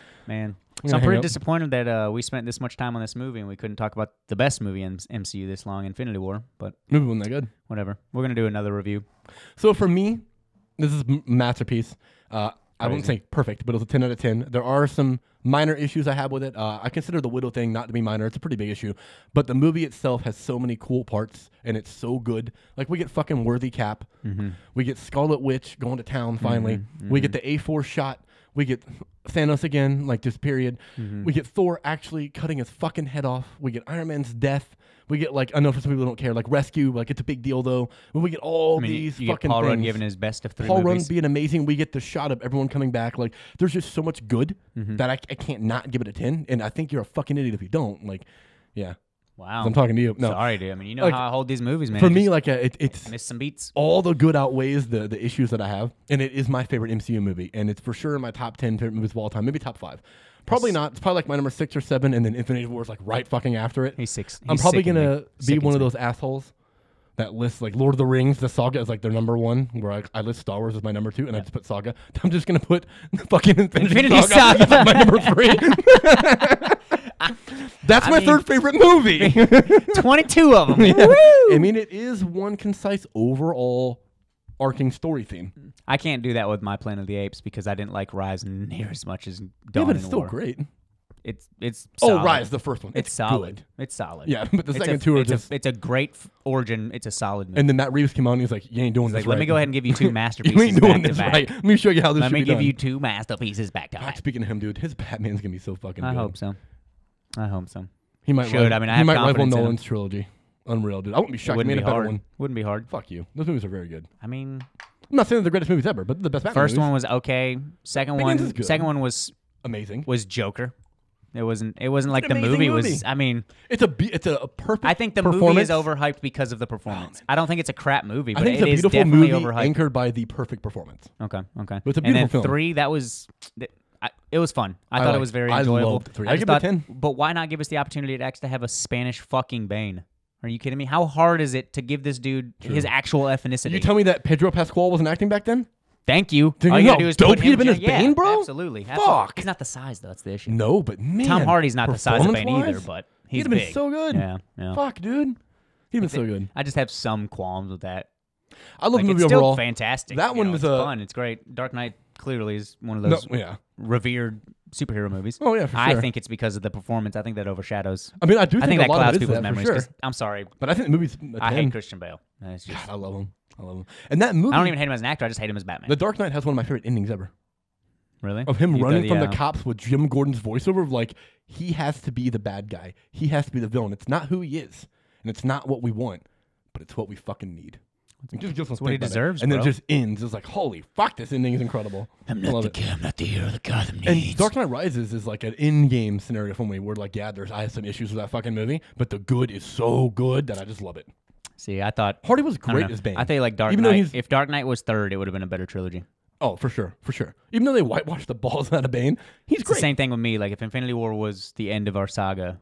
[SPEAKER 1] I'm
[SPEAKER 2] man. So
[SPEAKER 1] gonna
[SPEAKER 2] I'm
[SPEAKER 1] hang
[SPEAKER 2] pretty
[SPEAKER 1] up.
[SPEAKER 2] disappointed that uh, we spent this much time on this movie and we couldn't talk about the best movie in MCU this long, Infinity War. But
[SPEAKER 1] Movie wasn't that good.
[SPEAKER 2] whatever. We're gonna do another review.
[SPEAKER 1] So for me, this is m- masterpiece. Uh, I wouldn't say perfect, but it was a ten out of ten. There are some minor issues I have with it. Uh, I consider the widow thing not to be minor; it's a pretty big issue. But the movie itself has so many cool parts, and it's so good. Like we get fucking worthy cap, we get Scarlet Witch going to town finally. We get the A four shot. We get Thanos again, like this period. We get Thor actually cutting his fucking head off. We get Iron Man's death. We get like I know for some people don't care, like rescue, like it's a big deal though. But we get all
[SPEAKER 2] I mean,
[SPEAKER 1] these
[SPEAKER 2] you get
[SPEAKER 1] fucking
[SPEAKER 2] Paul
[SPEAKER 1] things.
[SPEAKER 2] Rudd giving his best of three
[SPEAKER 1] Paul Rudd
[SPEAKER 2] movies.
[SPEAKER 1] being amazing. We get the shot of everyone coming back. Like, there's just so much good
[SPEAKER 2] Mm-hmm.
[SPEAKER 1] that I, I can't not give it a 10. And I think you're a fucking idiot if you don't. Like, yeah.
[SPEAKER 2] wow.
[SPEAKER 1] I'm talking to you. No.
[SPEAKER 2] Sorry, dude. I mean, you know
[SPEAKER 1] Like,
[SPEAKER 2] how I hold these movies, man.
[SPEAKER 1] For
[SPEAKER 2] I
[SPEAKER 1] me,
[SPEAKER 2] just
[SPEAKER 1] like, uh, it, it's
[SPEAKER 2] miss some beats.
[SPEAKER 1] all the good outweighs the, the issues that I have. And it is my favorite MCU movie. And it's for sure in my top 10 favorite movies of all time. Maybe top five. Probably not. It's probably like my number six or seven. And then Infinity War is like right fucking after it.
[SPEAKER 2] He's six.
[SPEAKER 1] I'm
[SPEAKER 2] he's
[SPEAKER 1] probably
[SPEAKER 2] sickening.
[SPEAKER 1] gonna be
[SPEAKER 2] Sickens
[SPEAKER 1] one of
[SPEAKER 2] me.
[SPEAKER 1] those assholes that lists like Lord of the Rings, the saga is like their number one. Where I, I list Star Wars as my number two, and I just put saga. I'm just gonna put the fucking Infinity,
[SPEAKER 2] Infinity
[SPEAKER 1] Saga,
[SPEAKER 2] Saga.
[SPEAKER 1] as my number three. That's my
[SPEAKER 2] mean-
[SPEAKER 1] third favorite movie.
[SPEAKER 2] Twenty-two of them.
[SPEAKER 1] I mean, it is one concise overall arcing story theme.
[SPEAKER 2] I can't do that with my Planet of the Apes because I didn't like Rise near as much as Dawn
[SPEAKER 1] yeah, but
[SPEAKER 2] and
[SPEAKER 1] it's still
[SPEAKER 2] War.
[SPEAKER 1] great.
[SPEAKER 2] It's it's
[SPEAKER 1] Oh,
[SPEAKER 2] solid.
[SPEAKER 1] Rise, the first one.
[SPEAKER 2] It's, solid. It's solid.
[SPEAKER 1] Yeah, but the
[SPEAKER 2] It's
[SPEAKER 1] second
[SPEAKER 2] a,
[SPEAKER 1] two are
[SPEAKER 2] it's
[SPEAKER 1] just-
[SPEAKER 2] A, it's a great f- origin. It's a solid movie.
[SPEAKER 1] And then Matt Reeves came out and he's like, "You ain't doing
[SPEAKER 2] It's
[SPEAKER 1] this
[SPEAKER 2] like, let me
[SPEAKER 1] right.
[SPEAKER 2] go ahead and give you two masterpieces
[SPEAKER 1] You ain't doing
[SPEAKER 2] back
[SPEAKER 1] this
[SPEAKER 2] to back.
[SPEAKER 1] right. Let me show you how this
[SPEAKER 2] Let
[SPEAKER 1] should
[SPEAKER 2] me
[SPEAKER 1] be
[SPEAKER 2] give
[SPEAKER 1] done."
[SPEAKER 2] you two masterpieces back to
[SPEAKER 1] God,
[SPEAKER 2] back.
[SPEAKER 1] Speaking of him, dude, his Batman's gonna be so fucking.
[SPEAKER 2] I
[SPEAKER 1] good.
[SPEAKER 2] hope so. I hope so.
[SPEAKER 1] He might.
[SPEAKER 2] Should.
[SPEAKER 1] rival-
[SPEAKER 2] I mean, I
[SPEAKER 1] he
[SPEAKER 2] have
[SPEAKER 1] might rival
[SPEAKER 2] confidence in him.
[SPEAKER 1] Nolan's trilogy. Unreal, dude. I wouldn't be shocked. if
[SPEAKER 2] Wouldn't
[SPEAKER 1] he
[SPEAKER 2] be
[SPEAKER 1] made a better
[SPEAKER 2] hard.
[SPEAKER 1] one.
[SPEAKER 2] Wouldn't be hard.
[SPEAKER 1] Fuck you. Those movies are very good.
[SPEAKER 2] I mean,
[SPEAKER 1] I'm not saying they're the greatest movies ever, but they're the best. Batman
[SPEAKER 2] first
[SPEAKER 1] movies.
[SPEAKER 2] one was okay. Second
[SPEAKER 1] Begins
[SPEAKER 2] one,
[SPEAKER 1] is good.
[SPEAKER 2] second one was
[SPEAKER 1] amazing.
[SPEAKER 2] was Joker. It wasn't. It wasn't like
[SPEAKER 1] an
[SPEAKER 2] the
[SPEAKER 1] amazing
[SPEAKER 2] movie,
[SPEAKER 1] movie.
[SPEAKER 2] was. I mean,
[SPEAKER 1] It's a be- it's a, a perfect.
[SPEAKER 2] I think the movie
[SPEAKER 1] performance. Oh,
[SPEAKER 2] is overhyped because of the performance. I don't think it's a crap movie,
[SPEAKER 1] I
[SPEAKER 2] but
[SPEAKER 1] think
[SPEAKER 2] it
[SPEAKER 1] it's a
[SPEAKER 2] is
[SPEAKER 1] beautiful
[SPEAKER 2] definitely
[SPEAKER 1] movie
[SPEAKER 2] overhyped.
[SPEAKER 1] anchored by the perfect performance.
[SPEAKER 2] Okay, okay.
[SPEAKER 1] But it's a
[SPEAKER 2] and then
[SPEAKER 1] beautiful film.
[SPEAKER 2] three, that was, th- I, it was fun. I, thought
[SPEAKER 1] liked-
[SPEAKER 2] it was very
[SPEAKER 1] I
[SPEAKER 2] enjoyable.
[SPEAKER 1] loved three. I
[SPEAKER 2] just
[SPEAKER 1] give it a 10.
[SPEAKER 2] thought, But why not give us the opportunity to actually have a Spanish fucking Bane? Are you kidding me? How hard is it to give this dude his actual ethnicity?
[SPEAKER 1] You tell me that Pedro Pascal wasn't acting back then?
[SPEAKER 2] Thank you.
[SPEAKER 1] Do
[SPEAKER 2] All
[SPEAKER 1] you
[SPEAKER 2] you
[SPEAKER 1] know
[SPEAKER 2] gotta do
[SPEAKER 1] how
[SPEAKER 2] is
[SPEAKER 1] dope
[SPEAKER 2] put
[SPEAKER 1] he'd
[SPEAKER 2] him
[SPEAKER 1] been
[SPEAKER 2] in-
[SPEAKER 1] as
[SPEAKER 2] yeah,
[SPEAKER 1] Bane, bro?
[SPEAKER 2] Absolutely. absolutely.
[SPEAKER 1] Fuck.
[SPEAKER 2] He's not the size though. That's the issue.
[SPEAKER 1] No, but man,
[SPEAKER 2] Tom Hardy's not the size of Bane either,
[SPEAKER 1] performance-wise,
[SPEAKER 2] but
[SPEAKER 1] he'd
[SPEAKER 2] he's
[SPEAKER 1] have
[SPEAKER 2] big.
[SPEAKER 1] been so good.
[SPEAKER 2] Yeah, yeah.
[SPEAKER 1] Fuck, dude. He'd have been so good.
[SPEAKER 2] I just have some qualms with that.
[SPEAKER 1] I love
[SPEAKER 2] Like,
[SPEAKER 1] the
[SPEAKER 2] it's
[SPEAKER 1] movie
[SPEAKER 2] still
[SPEAKER 1] overall.
[SPEAKER 2] fantastic.
[SPEAKER 1] That
[SPEAKER 2] you
[SPEAKER 1] one
[SPEAKER 2] know,
[SPEAKER 1] was
[SPEAKER 2] it's
[SPEAKER 1] a-
[SPEAKER 2] fun. It's great. Dark Knight clearly is one of
[SPEAKER 1] No,
[SPEAKER 2] those
[SPEAKER 1] yeah.
[SPEAKER 2] revered superhero movies.
[SPEAKER 1] Oh, yeah, for
[SPEAKER 2] I
[SPEAKER 1] sure.
[SPEAKER 2] think it's because of the performance. I think that overshadows.
[SPEAKER 1] I mean, I do
[SPEAKER 2] I
[SPEAKER 1] think,
[SPEAKER 2] think
[SPEAKER 1] a
[SPEAKER 2] that
[SPEAKER 1] lot
[SPEAKER 2] clouds
[SPEAKER 1] of it is
[SPEAKER 2] people's
[SPEAKER 1] that for
[SPEAKER 2] memories.
[SPEAKER 1] sure.
[SPEAKER 2] 'cause- I'm sorry,
[SPEAKER 1] But I think the movie's. a
[SPEAKER 2] I
[SPEAKER 1] 10.
[SPEAKER 2] hate Christian Bale. That's just-
[SPEAKER 1] God, I love him. I love him. And that movie.
[SPEAKER 2] I don't even hate him as an actor. I just hate him as Batman.
[SPEAKER 1] The Dark Knight has one of my favorite endings ever.
[SPEAKER 2] really?
[SPEAKER 1] Of him
[SPEAKER 2] You thought- uh,
[SPEAKER 1] running from the
[SPEAKER 2] yeah.
[SPEAKER 1] cops with Jim Gordon's voiceover of like, he has to be the bad guy. He has to be the villain. It's not who he is. And it's not what we want, but it's what we fucking need. It just gives us
[SPEAKER 2] what he
[SPEAKER 1] think about it.
[SPEAKER 2] deserves,
[SPEAKER 1] And then it
[SPEAKER 2] bro.
[SPEAKER 1] just ends. It's like, holy fuck, this ending is incredible.
[SPEAKER 3] I'm
[SPEAKER 1] I
[SPEAKER 3] not
[SPEAKER 1] love
[SPEAKER 3] the
[SPEAKER 1] it.
[SPEAKER 3] kid. I'm not the hero that Gotham needs.
[SPEAKER 1] And Dark Knight Rises is like an in-game scenario for me where like, yeah, there's I have some issues with that fucking movie, but the good is so good that I just love it.
[SPEAKER 2] See, I thought.
[SPEAKER 1] Hardy was
[SPEAKER 2] I don't
[SPEAKER 1] great
[SPEAKER 2] know.
[SPEAKER 1] as Bane.
[SPEAKER 2] I think like Dark
[SPEAKER 1] Even though
[SPEAKER 2] Knight.
[SPEAKER 1] he's-
[SPEAKER 2] If Dark Knight was third, it would have been a better trilogy.
[SPEAKER 1] Oh, for sure, for sure. Even though they whitewashed the balls out of Bane, he's
[SPEAKER 2] It's
[SPEAKER 1] great.
[SPEAKER 2] the same thing with me. Like if Infinity War was the end of our saga,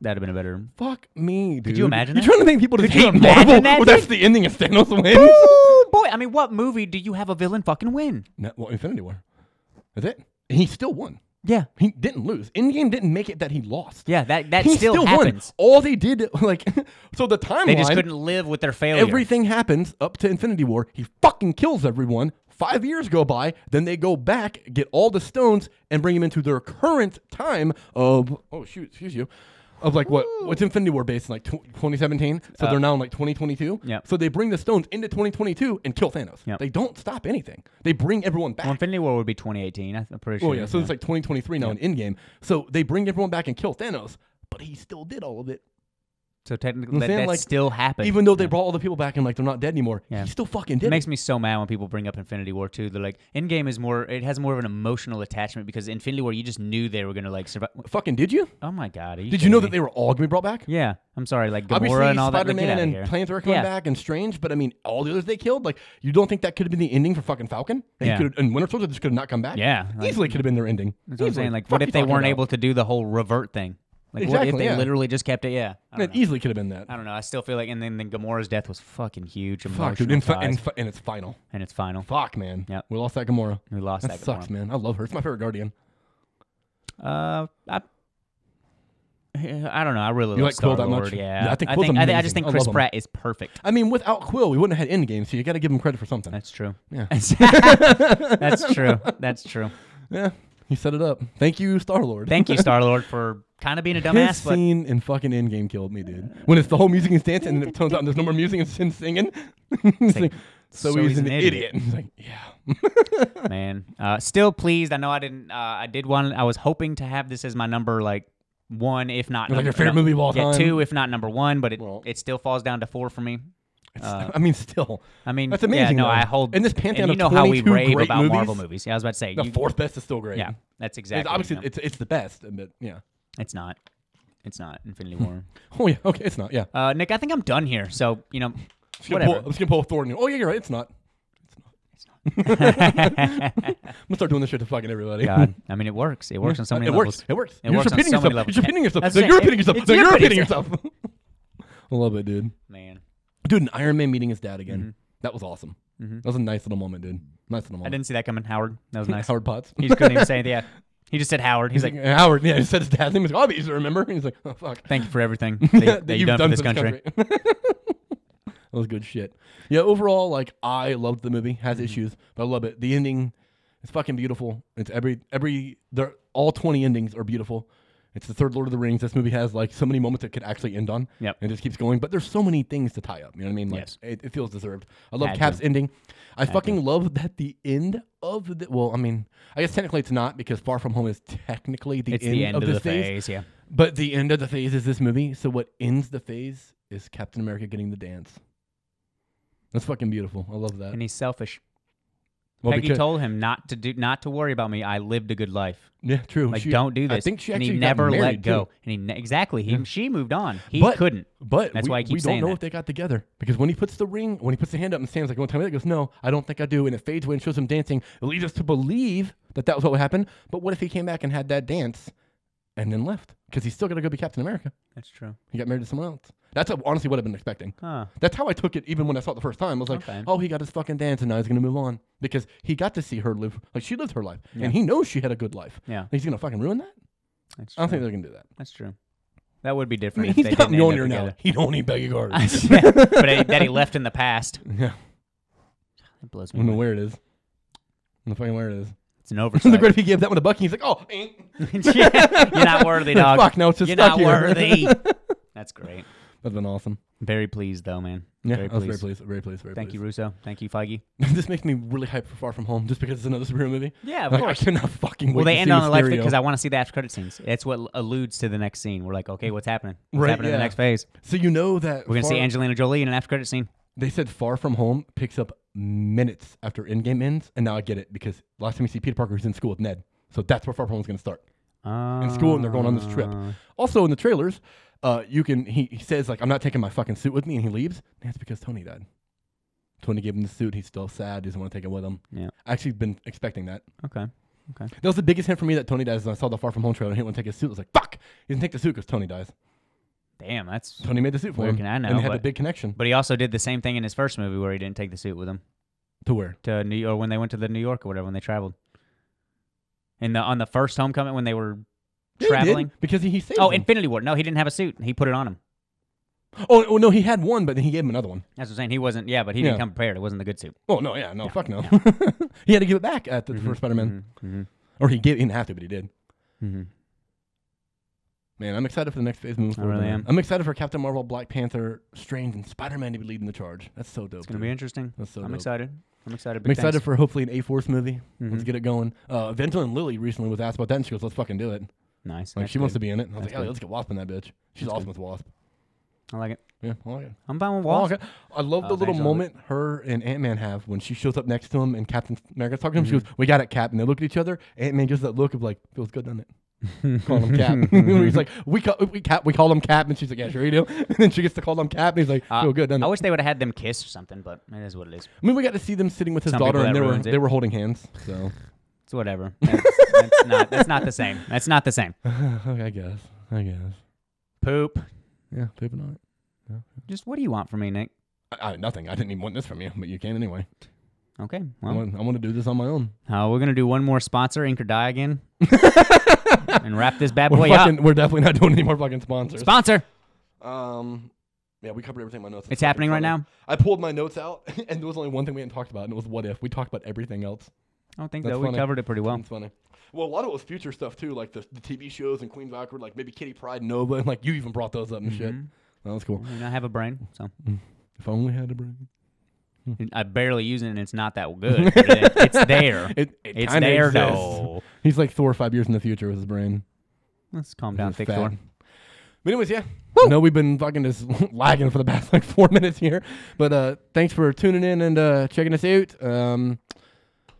[SPEAKER 2] that'd have been a better.
[SPEAKER 1] Fuck me, dude.
[SPEAKER 2] you imagine
[SPEAKER 1] You're
[SPEAKER 2] that?
[SPEAKER 1] trying to make people just
[SPEAKER 2] Could you
[SPEAKER 1] hate
[SPEAKER 2] imagine
[SPEAKER 1] Marvel?
[SPEAKER 2] that,
[SPEAKER 1] well, that's the ending of Thanos wins.
[SPEAKER 2] Ooh, boy! I mean, what movie do you have a villain fucking win?
[SPEAKER 1] no, well, Infinity War. That's it. And he still won.
[SPEAKER 2] Yeah,
[SPEAKER 1] He didn't lose. Endgame didn't make it that he lost.
[SPEAKER 2] yeah. That that
[SPEAKER 1] he
[SPEAKER 2] still, happens.
[SPEAKER 1] won. All they did, like, so the timeline.
[SPEAKER 2] They just couldn't live with their failure.
[SPEAKER 1] Everything happens up to Infinity War. He fucking kills everyone. Five years go by. Then they go back, get all the stones, and bring him into their current time of oh shoot, excuse you, of like what what's Infinity War based in like tw 2017. So they're now in like 2022.
[SPEAKER 2] Yep.
[SPEAKER 1] So they bring the stones into 2022 and kill Thanos.
[SPEAKER 2] Yep.
[SPEAKER 1] They don't stop anything. They bring everyone back.
[SPEAKER 2] Well, Infinity War would be 2018. I th- I'm pretty sure.
[SPEAKER 1] Oh yeah, so it's like 2023 now in Endgame. So they bring everyone back and kill Thanos, but he still did all of it.
[SPEAKER 2] So technically,
[SPEAKER 1] I'm
[SPEAKER 2] that,
[SPEAKER 1] saying,
[SPEAKER 2] that
[SPEAKER 1] like,
[SPEAKER 2] still happened.
[SPEAKER 1] Even though they brought all the people back and like they're not dead anymore,
[SPEAKER 2] Yeah.
[SPEAKER 1] he still fucking did.
[SPEAKER 2] it
[SPEAKER 1] it.
[SPEAKER 2] makes me so mad when people bring up Infinity War 2. They're like, Endgame is more. It has more of an emotional attachment because Infinity War, you just knew they were gonna like survive.
[SPEAKER 1] fucking did you?
[SPEAKER 2] Oh my god! Are you
[SPEAKER 1] Did you know that
[SPEAKER 2] kidding me?
[SPEAKER 1] they were all gonna be brought back?
[SPEAKER 2] Yeah, I'm sorry. Like
[SPEAKER 1] Obviously,
[SPEAKER 2] Gamora and all
[SPEAKER 1] Spider-Man
[SPEAKER 2] that. Like, get outta
[SPEAKER 1] and
[SPEAKER 2] here.
[SPEAKER 1] Panther are coming
[SPEAKER 2] Yeah.
[SPEAKER 1] back and Strange, but I mean, all the others they killed. Like, you don't think that could have been the ending for fucking Falcon? They
[SPEAKER 2] Yeah.
[SPEAKER 1] could've- and Winter Soldier just could have not come back.
[SPEAKER 2] Yeah, like-
[SPEAKER 1] easily could have been their ending.
[SPEAKER 2] That's what I'm
[SPEAKER 1] Easily.
[SPEAKER 2] saying. Like,
[SPEAKER 1] Fuck
[SPEAKER 2] what
[SPEAKER 1] you
[SPEAKER 2] if they
[SPEAKER 1] talking
[SPEAKER 2] weren't
[SPEAKER 1] about?
[SPEAKER 2] able to do the whole revert thing? Like, what
[SPEAKER 1] Exactly,
[SPEAKER 2] if they
[SPEAKER 1] yeah.
[SPEAKER 2] literally just kept it? Yeah, I
[SPEAKER 1] It
[SPEAKER 2] don't, know.
[SPEAKER 1] easily could have been that.
[SPEAKER 2] I don't know. I still feel like, and then, then Gamora's death was fucking huge.
[SPEAKER 1] Fuck, dude.
[SPEAKER 2] emotional
[SPEAKER 1] And, fi-
[SPEAKER 2] ties,
[SPEAKER 1] and, fi- and it's final.
[SPEAKER 2] and it's final.
[SPEAKER 1] Fuck, man.
[SPEAKER 2] Yep.
[SPEAKER 1] We lost that Gamora.
[SPEAKER 2] We lost
[SPEAKER 1] That
[SPEAKER 2] that.
[SPEAKER 1] sucks,
[SPEAKER 2] Gamora.
[SPEAKER 1] man. I love her. It's my favorite Guardian.
[SPEAKER 2] Uh, I, I don't know. I
[SPEAKER 1] You
[SPEAKER 2] really love
[SPEAKER 1] like Quill
[SPEAKER 2] Star
[SPEAKER 1] that much?
[SPEAKER 2] Lord, Yeah.
[SPEAKER 1] Yeah, I think
[SPEAKER 2] I,
[SPEAKER 1] Quill's
[SPEAKER 2] think, I, thi- I just
[SPEAKER 1] amazing.
[SPEAKER 2] think
[SPEAKER 1] I
[SPEAKER 2] Chris
[SPEAKER 1] love him.
[SPEAKER 2] Pratt is perfect.
[SPEAKER 1] I mean, without Quill, we wouldn't have had Endgame, so you got to give him credit for something.
[SPEAKER 2] That's true.
[SPEAKER 1] Yeah.
[SPEAKER 2] That's true. That's true.
[SPEAKER 1] yeah, he set it up. Thank you, Star Lord.
[SPEAKER 2] Thank you, Star Lord, for kind of being a
[SPEAKER 1] His
[SPEAKER 2] dumbass, but
[SPEAKER 1] scene in fucking Endgame killed me, dude. When it's the whole music and dance, and then it turns out there's no more music and it's him singing. He's like, So, he's, an, idiot. He's like, yeah.
[SPEAKER 2] man. Uh, still pleased. I know I didn't. Uh, I did one. I was hoping to have this as my number like one, if not
[SPEAKER 1] Like
[SPEAKER 2] number,
[SPEAKER 1] your favorite movie of all
[SPEAKER 2] yeah,
[SPEAKER 1] time.
[SPEAKER 2] two, if not number one. But it
[SPEAKER 1] Well.
[SPEAKER 2] it still falls down to four for me. Uh,
[SPEAKER 1] It's- I mean, still.
[SPEAKER 2] I mean,
[SPEAKER 1] That's
[SPEAKER 2] Yeah,
[SPEAKER 1] amazing,
[SPEAKER 2] no,
[SPEAKER 1] though.
[SPEAKER 2] I hold
[SPEAKER 1] In this
[SPEAKER 2] and
[SPEAKER 1] pantheon
[SPEAKER 2] you
[SPEAKER 1] of
[SPEAKER 2] know how we
[SPEAKER 1] 22
[SPEAKER 2] rave
[SPEAKER 1] great
[SPEAKER 2] about Marvel
[SPEAKER 1] movies,
[SPEAKER 2] movies. Yeah, I was about to say.
[SPEAKER 1] The
[SPEAKER 2] you-
[SPEAKER 1] fourth best is still great.
[SPEAKER 2] yeah, that's exactly.
[SPEAKER 1] It's obviously,
[SPEAKER 2] no,
[SPEAKER 1] it's, it's the best, but yeah.
[SPEAKER 2] it's not. It's not Infinity War.
[SPEAKER 1] Oh, yeah. Okay, it's not. Yeah.
[SPEAKER 2] uh, Nick, I think I'm done here. So you know,
[SPEAKER 1] Just gonna pull-
[SPEAKER 2] whatever.
[SPEAKER 1] I'm just going to pull a Thor. in here. Oh, yeah, you're right. It's not. I'm going to start doing this shit to fucking everybody.
[SPEAKER 2] God, I mean, it works. It works on so many
[SPEAKER 1] it
[SPEAKER 2] levels.
[SPEAKER 1] works. It works.
[SPEAKER 2] It
[SPEAKER 1] you're
[SPEAKER 2] works
[SPEAKER 1] just
[SPEAKER 2] on
[SPEAKER 1] repeating
[SPEAKER 2] so
[SPEAKER 1] yourself.
[SPEAKER 2] many levels.
[SPEAKER 1] You're repeating yourself.
[SPEAKER 2] That's
[SPEAKER 1] No,
[SPEAKER 2] it.
[SPEAKER 1] you're
[SPEAKER 2] It-
[SPEAKER 1] repeating yourself.
[SPEAKER 2] it's
[SPEAKER 1] No,
[SPEAKER 2] your
[SPEAKER 1] you're repeating
[SPEAKER 2] repeating
[SPEAKER 1] yourself. I love it, dude.
[SPEAKER 2] Man,
[SPEAKER 1] Dude, an Iron Man meeting his dad again. That was awesome. That was a nice little moment, dude. Nice little
[SPEAKER 2] Mm-hmm. I
[SPEAKER 1] moment.
[SPEAKER 2] didn't see that coming. Howard, that was nice.
[SPEAKER 1] Howard Potts.
[SPEAKER 2] He just couldn't even say anything. Yeah. He just said Howard. He's like,
[SPEAKER 1] Yeah, Howard, yeah, he said his dad's name. He's like, oh, I'll be easy to remember. He's like, oh, fuck.
[SPEAKER 2] thank you for everything that, you, that you've done, for this country.
[SPEAKER 1] that was good shit. Yeah, overall, like I loved the movie.
[SPEAKER 2] Mm-hmm.
[SPEAKER 1] Has issues, but I love it. The ending, it's fucking beautiful. It's every every they're all twenty endings are beautiful. It's the third Lord of the Rings. This movie has like so many moments it could actually end on.
[SPEAKER 2] Yep.
[SPEAKER 1] And it just keeps going. But there's so many things to tie up. You know what I mean? Like
[SPEAKER 2] Yes.
[SPEAKER 1] it, it feels deserved. I love
[SPEAKER 2] Had to.
[SPEAKER 1] Cap's ending. I fucking love that the end of the well, I mean, I guess technically it's not because Far From Home is technically the,
[SPEAKER 2] It's
[SPEAKER 1] end,
[SPEAKER 2] the end of,
[SPEAKER 1] this
[SPEAKER 2] the
[SPEAKER 1] phase.
[SPEAKER 2] phase. Yeah.
[SPEAKER 1] But the end of the phase is this movie. So what ends the phase is Captain America getting the dance. That's fucking beautiful. I love that.
[SPEAKER 2] And he's selfish.
[SPEAKER 1] Well,
[SPEAKER 2] Peggy
[SPEAKER 1] because-
[SPEAKER 2] told him not to do, not to worry about me. I lived a good life.
[SPEAKER 1] yeah, true.
[SPEAKER 2] Like,
[SPEAKER 1] She-
[SPEAKER 2] don't do this.
[SPEAKER 1] I think she
[SPEAKER 2] and
[SPEAKER 1] actually
[SPEAKER 2] he
[SPEAKER 1] got
[SPEAKER 2] never let
[SPEAKER 1] married,
[SPEAKER 2] go.
[SPEAKER 1] too.
[SPEAKER 2] And he ne- exactly. He she moved on. He
[SPEAKER 1] But-
[SPEAKER 2] couldn't.
[SPEAKER 1] But
[SPEAKER 2] That's
[SPEAKER 1] we,
[SPEAKER 2] why I keep
[SPEAKER 1] we
[SPEAKER 2] saying
[SPEAKER 1] don't know
[SPEAKER 2] that.
[SPEAKER 1] if they got together because when he puts the ring, when he puts the hand up and Sam's like, "One time," it goes, "No, I don't think I do," and it fades away and shows him dancing. It leads us to believe that that was what would happen. But what if he came back and had that dance, and then left because he's still gonna go be Captain America?
[SPEAKER 2] That's true.
[SPEAKER 1] He got married to someone else. That's honestly what I've been expecting.
[SPEAKER 2] Huh.
[SPEAKER 1] That's how I took it even when I saw it the first time. I was like,
[SPEAKER 2] Okay.
[SPEAKER 1] oh, he got his fucking dance and now he's going to move on because he got to see her live. Like, she lived her life and he knows she had a good life.
[SPEAKER 2] Yeah.
[SPEAKER 1] He's going to fucking ruin that?
[SPEAKER 2] That's true.
[SPEAKER 1] I don't think they're going to do that.
[SPEAKER 2] That's true. That would be
[SPEAKER 1] I
[SPEAKER 2] different.
[SPEAKER 1] mean, he's
[SPEAKER 2] if they
[SPEAKER 1] not
[SPEAKER 2] didn't end up
[SPEAKER 1] Mjolnir now.
[SPEAKER 2] together.
[SPEAKER 1] He don't need Peggy Carter.
[SPEAKER 2] but he- that he left in the past.
[SPEAKER 1] yeah.
[SPEAKER 2] It blows
[SPEAKER 1] I
[SPEAKER 2] me.
[SPEAKER 1] don't know
[SPEAKER 2] away.
[SPEAKER 1] where it is. I don't fucking know where it is.
[SPEAKER 2] It's an
[SPEAKER 1] Look
[SPEAKER 2] oversight.
[SPEAKER 1] what if he gave that one to Bucky. He's like, oh, eh.
[SPEAKER 2] Yeah, You're not worthy, dog.
[SPEAKER 1] fuck, now it's just
[SPEAKER 2] You're
[SPEAKER 1] stuck
[SPEAKER 2] not
[SPEAKER 1] here.
[SPEAKER 2] worthy. That's great.
[SPEAKER 1] That's been awesome.
[SPEAKER 2] Very pleased though, man.
[SPEAKER 1] Yeah,
[SPEAKER 2] very
[SPEAKER 1] I was
[SPEAKER 2] pleased.
[SPEAKER 1] very pleased. Very pleased. Very
[SPEAKER 2] Thank you,
[SPEAKER 1] pleased.
[SPEAKER 2] Russo. Thank you, Feige.
[SPEAKER 1] this makes me really hyped for Far From Home just because it's another superhero movie.
[SPEAKER 2] Yeah, of
[SPEAKER 1] Like,
[SPEAKER 2] course.
[SPEAKER 1] I cannot fucking wait
[SPEAKER 2] Well,
[SPEAKER 1] to
[SPEAKER 2] they
[SPEAKER 1] see
[SPEAKER 2] end on a life
[SPEAKER 1] Mysterio.
[SPEAKER 2] because I want to see the after credit scenes. That's what alludes to the next scene. We're like, okay, what's happening? What's
[SPEAKER 1] Right,
[SPEAKER 2] happening in
[SPEAKER 1] yeah.
[SPEAKER 2] the next phase?
[SPEAKER 1] So you know that
[SPEAKER 2] We're gonna see
[SPEAKER 1] Far-
[SPEAKER 2] Angelina Jolie in an after credit scene.
[SPEAKER 1] They said Far From Home picks up minutes after Endgame ends, and now I get it because last time you see Peter Parker, he's in school with Ned. So that's where Far From Home is going to start
[SPEAKER 2] Uh,
[SPEAKER 1] in school, and they're going on this trip. Also, in the trailers, uh, you can he, he says like I'm not taking my fucking suit with me, and he leaves. And that's because Tony died. Tony gave him the suit. He's still sad. He doesn't want to take it with him.
[SPEAKER 2] Yeah.
[SPEAKER 1] I actually been expecting that.
[SPEAKER 2] Okay.
[SPEAKER 1] That was the biggest hint for me that Tony dies. And I saw the Far From Home trailer. and He didn't want to take his suit. I was like, fuck. He didn't take the suit because Tony dies.
[SPEAKER 2] Damn, that's.
[SPEAKER 1] Tony made the suit for
[SPEAKER 2] Where
[SPEAKER 1] him.
[SPEAKER 2] can I know,
[SPEAKER 1] And they had
[SPEAKER 2] but-
[SPEAKER 1] a big connection
[SPEAKER 2] But he also did the same thing in his first movie where he didn't take the suit with him
[SPEAKER 1] to where
[SPEAKER 2] to New or when they went to the New York or whatever when they traveled. In the on the first homecoming when they were
[SPEAKER 1] Yeah, he did,
[SPEAKER 2] traveling.
[SPEAKER 1] because he, he saved.
[SPEAKER 2] Oh,
[SPEAKER 1] him.
[SPEAKER 2] Infinity War. No, he didn't have a suit. He put it on him.
[SPEAKER 1] oh, oh no, he had one, but then he gave him another one.
[SPEAKER 2] That's what I'm saying. He wasn't. Yeah, but he didn't
[SPEAKER 1] Yeah.
[SPEAKER 2] come prepared. It wasn't the good suit.
[SPEAKER 1] Oh no, yeah, no, fuck no. he had to give it back at the first Spider-Man,
[SPEAKER 2] Mm-hmm.
[SPEAKER 1] or he gave he didn't have to, but he did.
[SPEAKER 2] Mm-hmm.
[SPEAKER 1] Man, I'm excited for the next phase moving forward.
[SPEAKER 2] really
[SPEAKER 1] man.
[SPEAKER 2] am.
[SPEAKER 1] I'm excited for Captain Marvel, Black Panther, Strange, and Spider-Man to be leading the charge. That's so dope.
[SPEAKER 2] It's gonna
[SPEAKER 1] dude.
[SPEAKER 2] be interesting.
[SPEAKER 1] That's so
[SPEAKER 2] I'm
[SPEAKER 1] dope.
[SPEAKER 2] excited. I'm excited.
[SPEAKER 1] I'm
[SPEAKER 2] Big
[SPEAKER 1] excited
[SPEAKER 2] thanks.
[SPEAKER 1] for hopefully an A Force movie. Let's
[SPEAKER 2] Mhm.
[SPEAKER 1] get it going. Uh, Ventil and Lily recently was asked about that, and she goes, "Let's fucking do it." Like
[SPEAKER 2] nice.
[SPEAKER 1] she wants to be in it. And I was
[SPEAKER 2] That's
[SPEAKER 1] like, "Oh,
[SPEAKER 2] good.
[SPEAKER 1] let's get Wasp in that bitch. She's
[SPEAKER 2] That's
[SPEAKER 1] awesome
[SPEAKER 2] good.
[SPEAKER 1] with Wasp."
[SPEAKER 2] I like it.
[SPEAKER 1] Yeah, I like it.
[SPEAKER 2] I'm fine with
[SPEAKER 1] Oh,
[SPEAKER 2] Wasp.
[SPEAKER 1] okay. I love
[SPEAKER 2] Uh,
[SPEAKER 1] the little
[SPEAKER 2] Evangeline.
[SPEAKER 1] moment her and Ant Man have when she shows up next to him and Captain America's talking to him. She
[SPEAKER 2] Mm-hmm.
[SPEAKER 1] goes, "We got it, Cap." And they look at each other. Ant Man gives that look of like, "Feels good, doesn't it?" calling him Cap. he's like, "We call we Cap. We call him Cap." And she's like, "Yeah, sure you do." And then she gets to call him Cap, and he's like,
[SPEAKER 2] Uh,
[SPEAKER 1] "Feel good, doesn't
[SPEAKER 2] I
[SPEAKER 1] it?"
[SPEAKER 2] wish they would have had them kiss or something, but it is what it is.
[SPEAKER 1] I mean, we got to see them sitting with his
[SPEAKER 2] Some
[SPEAKER 1] daughter,
[SPEAKER 2] people
[SPEAKER 1] and they
[SPEAKER 2] that
[SPEAKER 1] were
[SPEAKER 2] ruins it.
[SPEAKER 1] they were holding hands. So
[SPEAKER 2] It's whatever. That's, that's not. That's not the same. That's not the same.
[SPEAKER 1] Okay, I guess, I guess,
[SPEAKER 2] Poop.
[SPEAKER 1] yeah, pooping on it.
[SPEAKER 2] Just what do you want from me, Nick?
[SPEAKER 1] I, I, nothing. I didn't even want this from you, but you can anyway.
[SPEAKER 2] Okay.
[SPEAKER 1] I,
[SPEAKER 2] Well,
[SPEAKER 1] want, I want to do this on my own.
[SPEAKER 2] uh, we're gonna do one more sponsor, Ink or Die again, and wrap this bad
[SPEAKER 1] We're,
[SPEAKER 2] boy uh,
[SPEAKER 1] fucking,
[SPEAKER 2] up.
[SPEAKER 1] we're definitely not doing any more fucking sponsors.
[SPEAKER 2] Sponsor.
[SPEAKER 1] Um, yeah, we covered everything in my notes.
[SPEAKER 2] It's happening right now.
[SPEAKER 1] I pulled my notes out, and there was only one thing we hadn't talked about, and it was what if. We talked about everything else.
[SPEAKER 2] I don't think
[SPEAKER 1] That's
[SPEAKER 2] though we
[SPEAKER 1] funny.
[SPEAKER 2] covered it pretty well.
[SPEAKER 1] It's funny. Well, a lot of it was future stuff too, like the, the TV shows and Queen's Awkward, like maybe Kitty Pride, Nova, and like you even Mm-hmm.
[SPEAKER 2] Mm-hmm.
[SPEAKER 1] brought those up and shit. That was cool.
[SPEAKER 2] I mean, I have a brain, so
[SPEAKER 1] If I only had a brain.
[SPEAKER 2] and I barely use it, and it's not that good. but it- it's there.
[SPEAKER 1] It, it
[SPEAKER 2] it's
[SPEAKER 1] kinda
[SPEAKER 2] there,
[SPEAKER 1] exists.
[SPEAKER 2] though.
[SPEAKER 1] He's like Thor five years in the future with his brain.
[SPEAKER 2] Let's calm down,
[SPEAKER 1] He's
[SPEAKER 2] thick
[SPEAKER 1] fat.
[SPEAKER 2] Thor.
[SPEAKER 1] But anyways, yeah. I know we've been fucking just lagging for the past like four minutes here, but uh, thanks for tuning in and uh, checking us out. Um,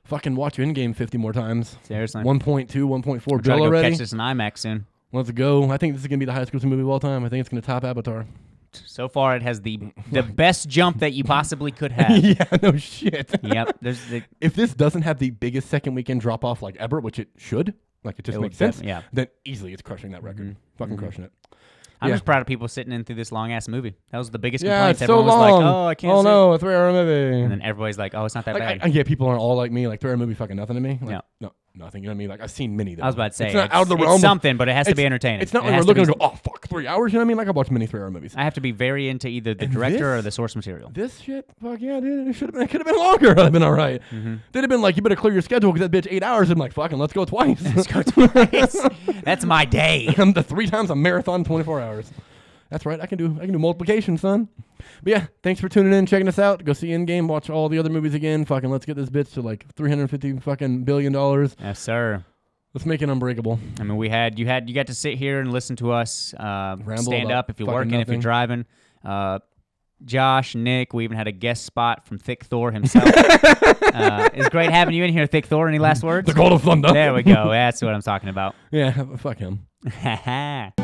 [SPEAKER 1] fucking watch Endgame fifty more times.
[SPEAKER 2] Seriously,
[SPEAKER 1] 1.2, 1.4
[SPEAKER 2] try
[SPEAKER 1] bill
[SPEAKER 2] to go
[SPEAKER 1] already.
[SPEAKER 2] catch this in IMAX soon.
[SPEAKER 1] Let's go. I think this is gonna be the highest grossing movie of all time. I think it's gonna top Avatar.
[SPEAKER 2] So far, it has the the best jump that you possibly could have.
[SPEAKER 1] yeah, no shit.
[SPEAKER 2] yep. There's the,
[SPEAKER 1] if this doesn't have the biggest second weekend drop off like ever, which it should, like it just
[SPEAKER 2] It
[SPEAKER 1] makes
[SPEAKER 2] would Mm-hmm.
[SPEAKER 1] sense,
[SPEAKER 2] def- yeah.
[SPEAKER 1] then easily it's crushing that record. Fucking crushing it.
[SPEAKER 2] I'm
[SPEAKER 1] Yeah.
[SPEAKER 2] just proud of people sitting in through this long ass movie. That was the biggest
[SPEAKER 1] Yeah,
[SPEAKER 2] complaint.
[SPEAKER 1] it's so
[SPEAKER 2] Everyone
[SPEAKER 1] long.
[SPEAKER 2] was like, "Oh, I can't."
[SPEAKER 1] Oh
[SPEAKER 2] see it."
[SPEAKER 1] no, a three hour movie.
[SPEAKER 2] And then everybody's like, "Oh, it's not that
[SPEAKER 1] like,
[SPEAKER 2] bad."
[SPEAKER 1] I, I get people aren't all like me. Like three hour movie, fucking nothing to me. Like,
[SPEAKER 2] No.
[SPEAKER 1] no, nothing. You know what I mean? Like I've seen many. Though.
[SPEAKER 2] I was about to say
[SPEAKER 1] it's not out of the realm. of-
[SPEAKER 2] something, but it has to be
[SPEAKER 1] it's-
[SPEAKER 2] entertaining.
[SPEAKER 1] It's not like
[SPEAKER 2] It
[SPEAKER 1] we're
[SPEAKER 2] has to
[SPEAKER 1] looking
[SPEAKER 2] be-
[SPEAKER 1] to go, oh fuck, three hours. You know what I mean? Like I watch many three hour movies.
[SPEAKER 2] I have to be very into either the director or
[SPEAKER 1] this-
[SPEAKER 2] the source material.
[SPEAKER 1] This shit, fuck yeah, dude. It should have been. It could have been longer. I'd have been all right.
[SPEAKER 2] Mm-hmm.
[SPEAKER 1] They'd have been like, you better clear your schedule because that bitch eight hours. I'm like, fucking, let's go twice. Let's go twice.
[SPEAKER 2] That's my day.
[SPEAKER 1] I'm the three times a marathon, 24 hours. That's right. I can do I can do multiplication, son. But yeah, thanks for tuning in, checking us out. Go see Endgame, watch all the other movies again. Fucking let's get this bitch to like 350 fucking billion dollars.
[SPEAKER 2] yes, sir.
[SPEAKER 1] Let's make it unbreakable.
[SPEAKER 2] I mean, we had you had you got to sit here and listen to us uh,
[SPEAKER 1] Ramble
[SPEAKER 2] stand
[SPEAKER 1] about
[SPEAKER 2] up if you're
[SPEAKER 1] fucking
[SPEAKER 2] working, if
[SPEAKER 1] nothing.
[SPEAKER 2] you're driving. Uh, Josh, Nick, we even had a guest spot from Thick Thor himself. uh, it's great having you in here, Thick Thor. Any last words?
[SPEAKER 1] The God of Thunder.
[SPEAKER 2] There we go. That's what I'm talking about.
[SPEAKER 1] Yeah, fuck him.
[SPEAKER 2] Ha ha.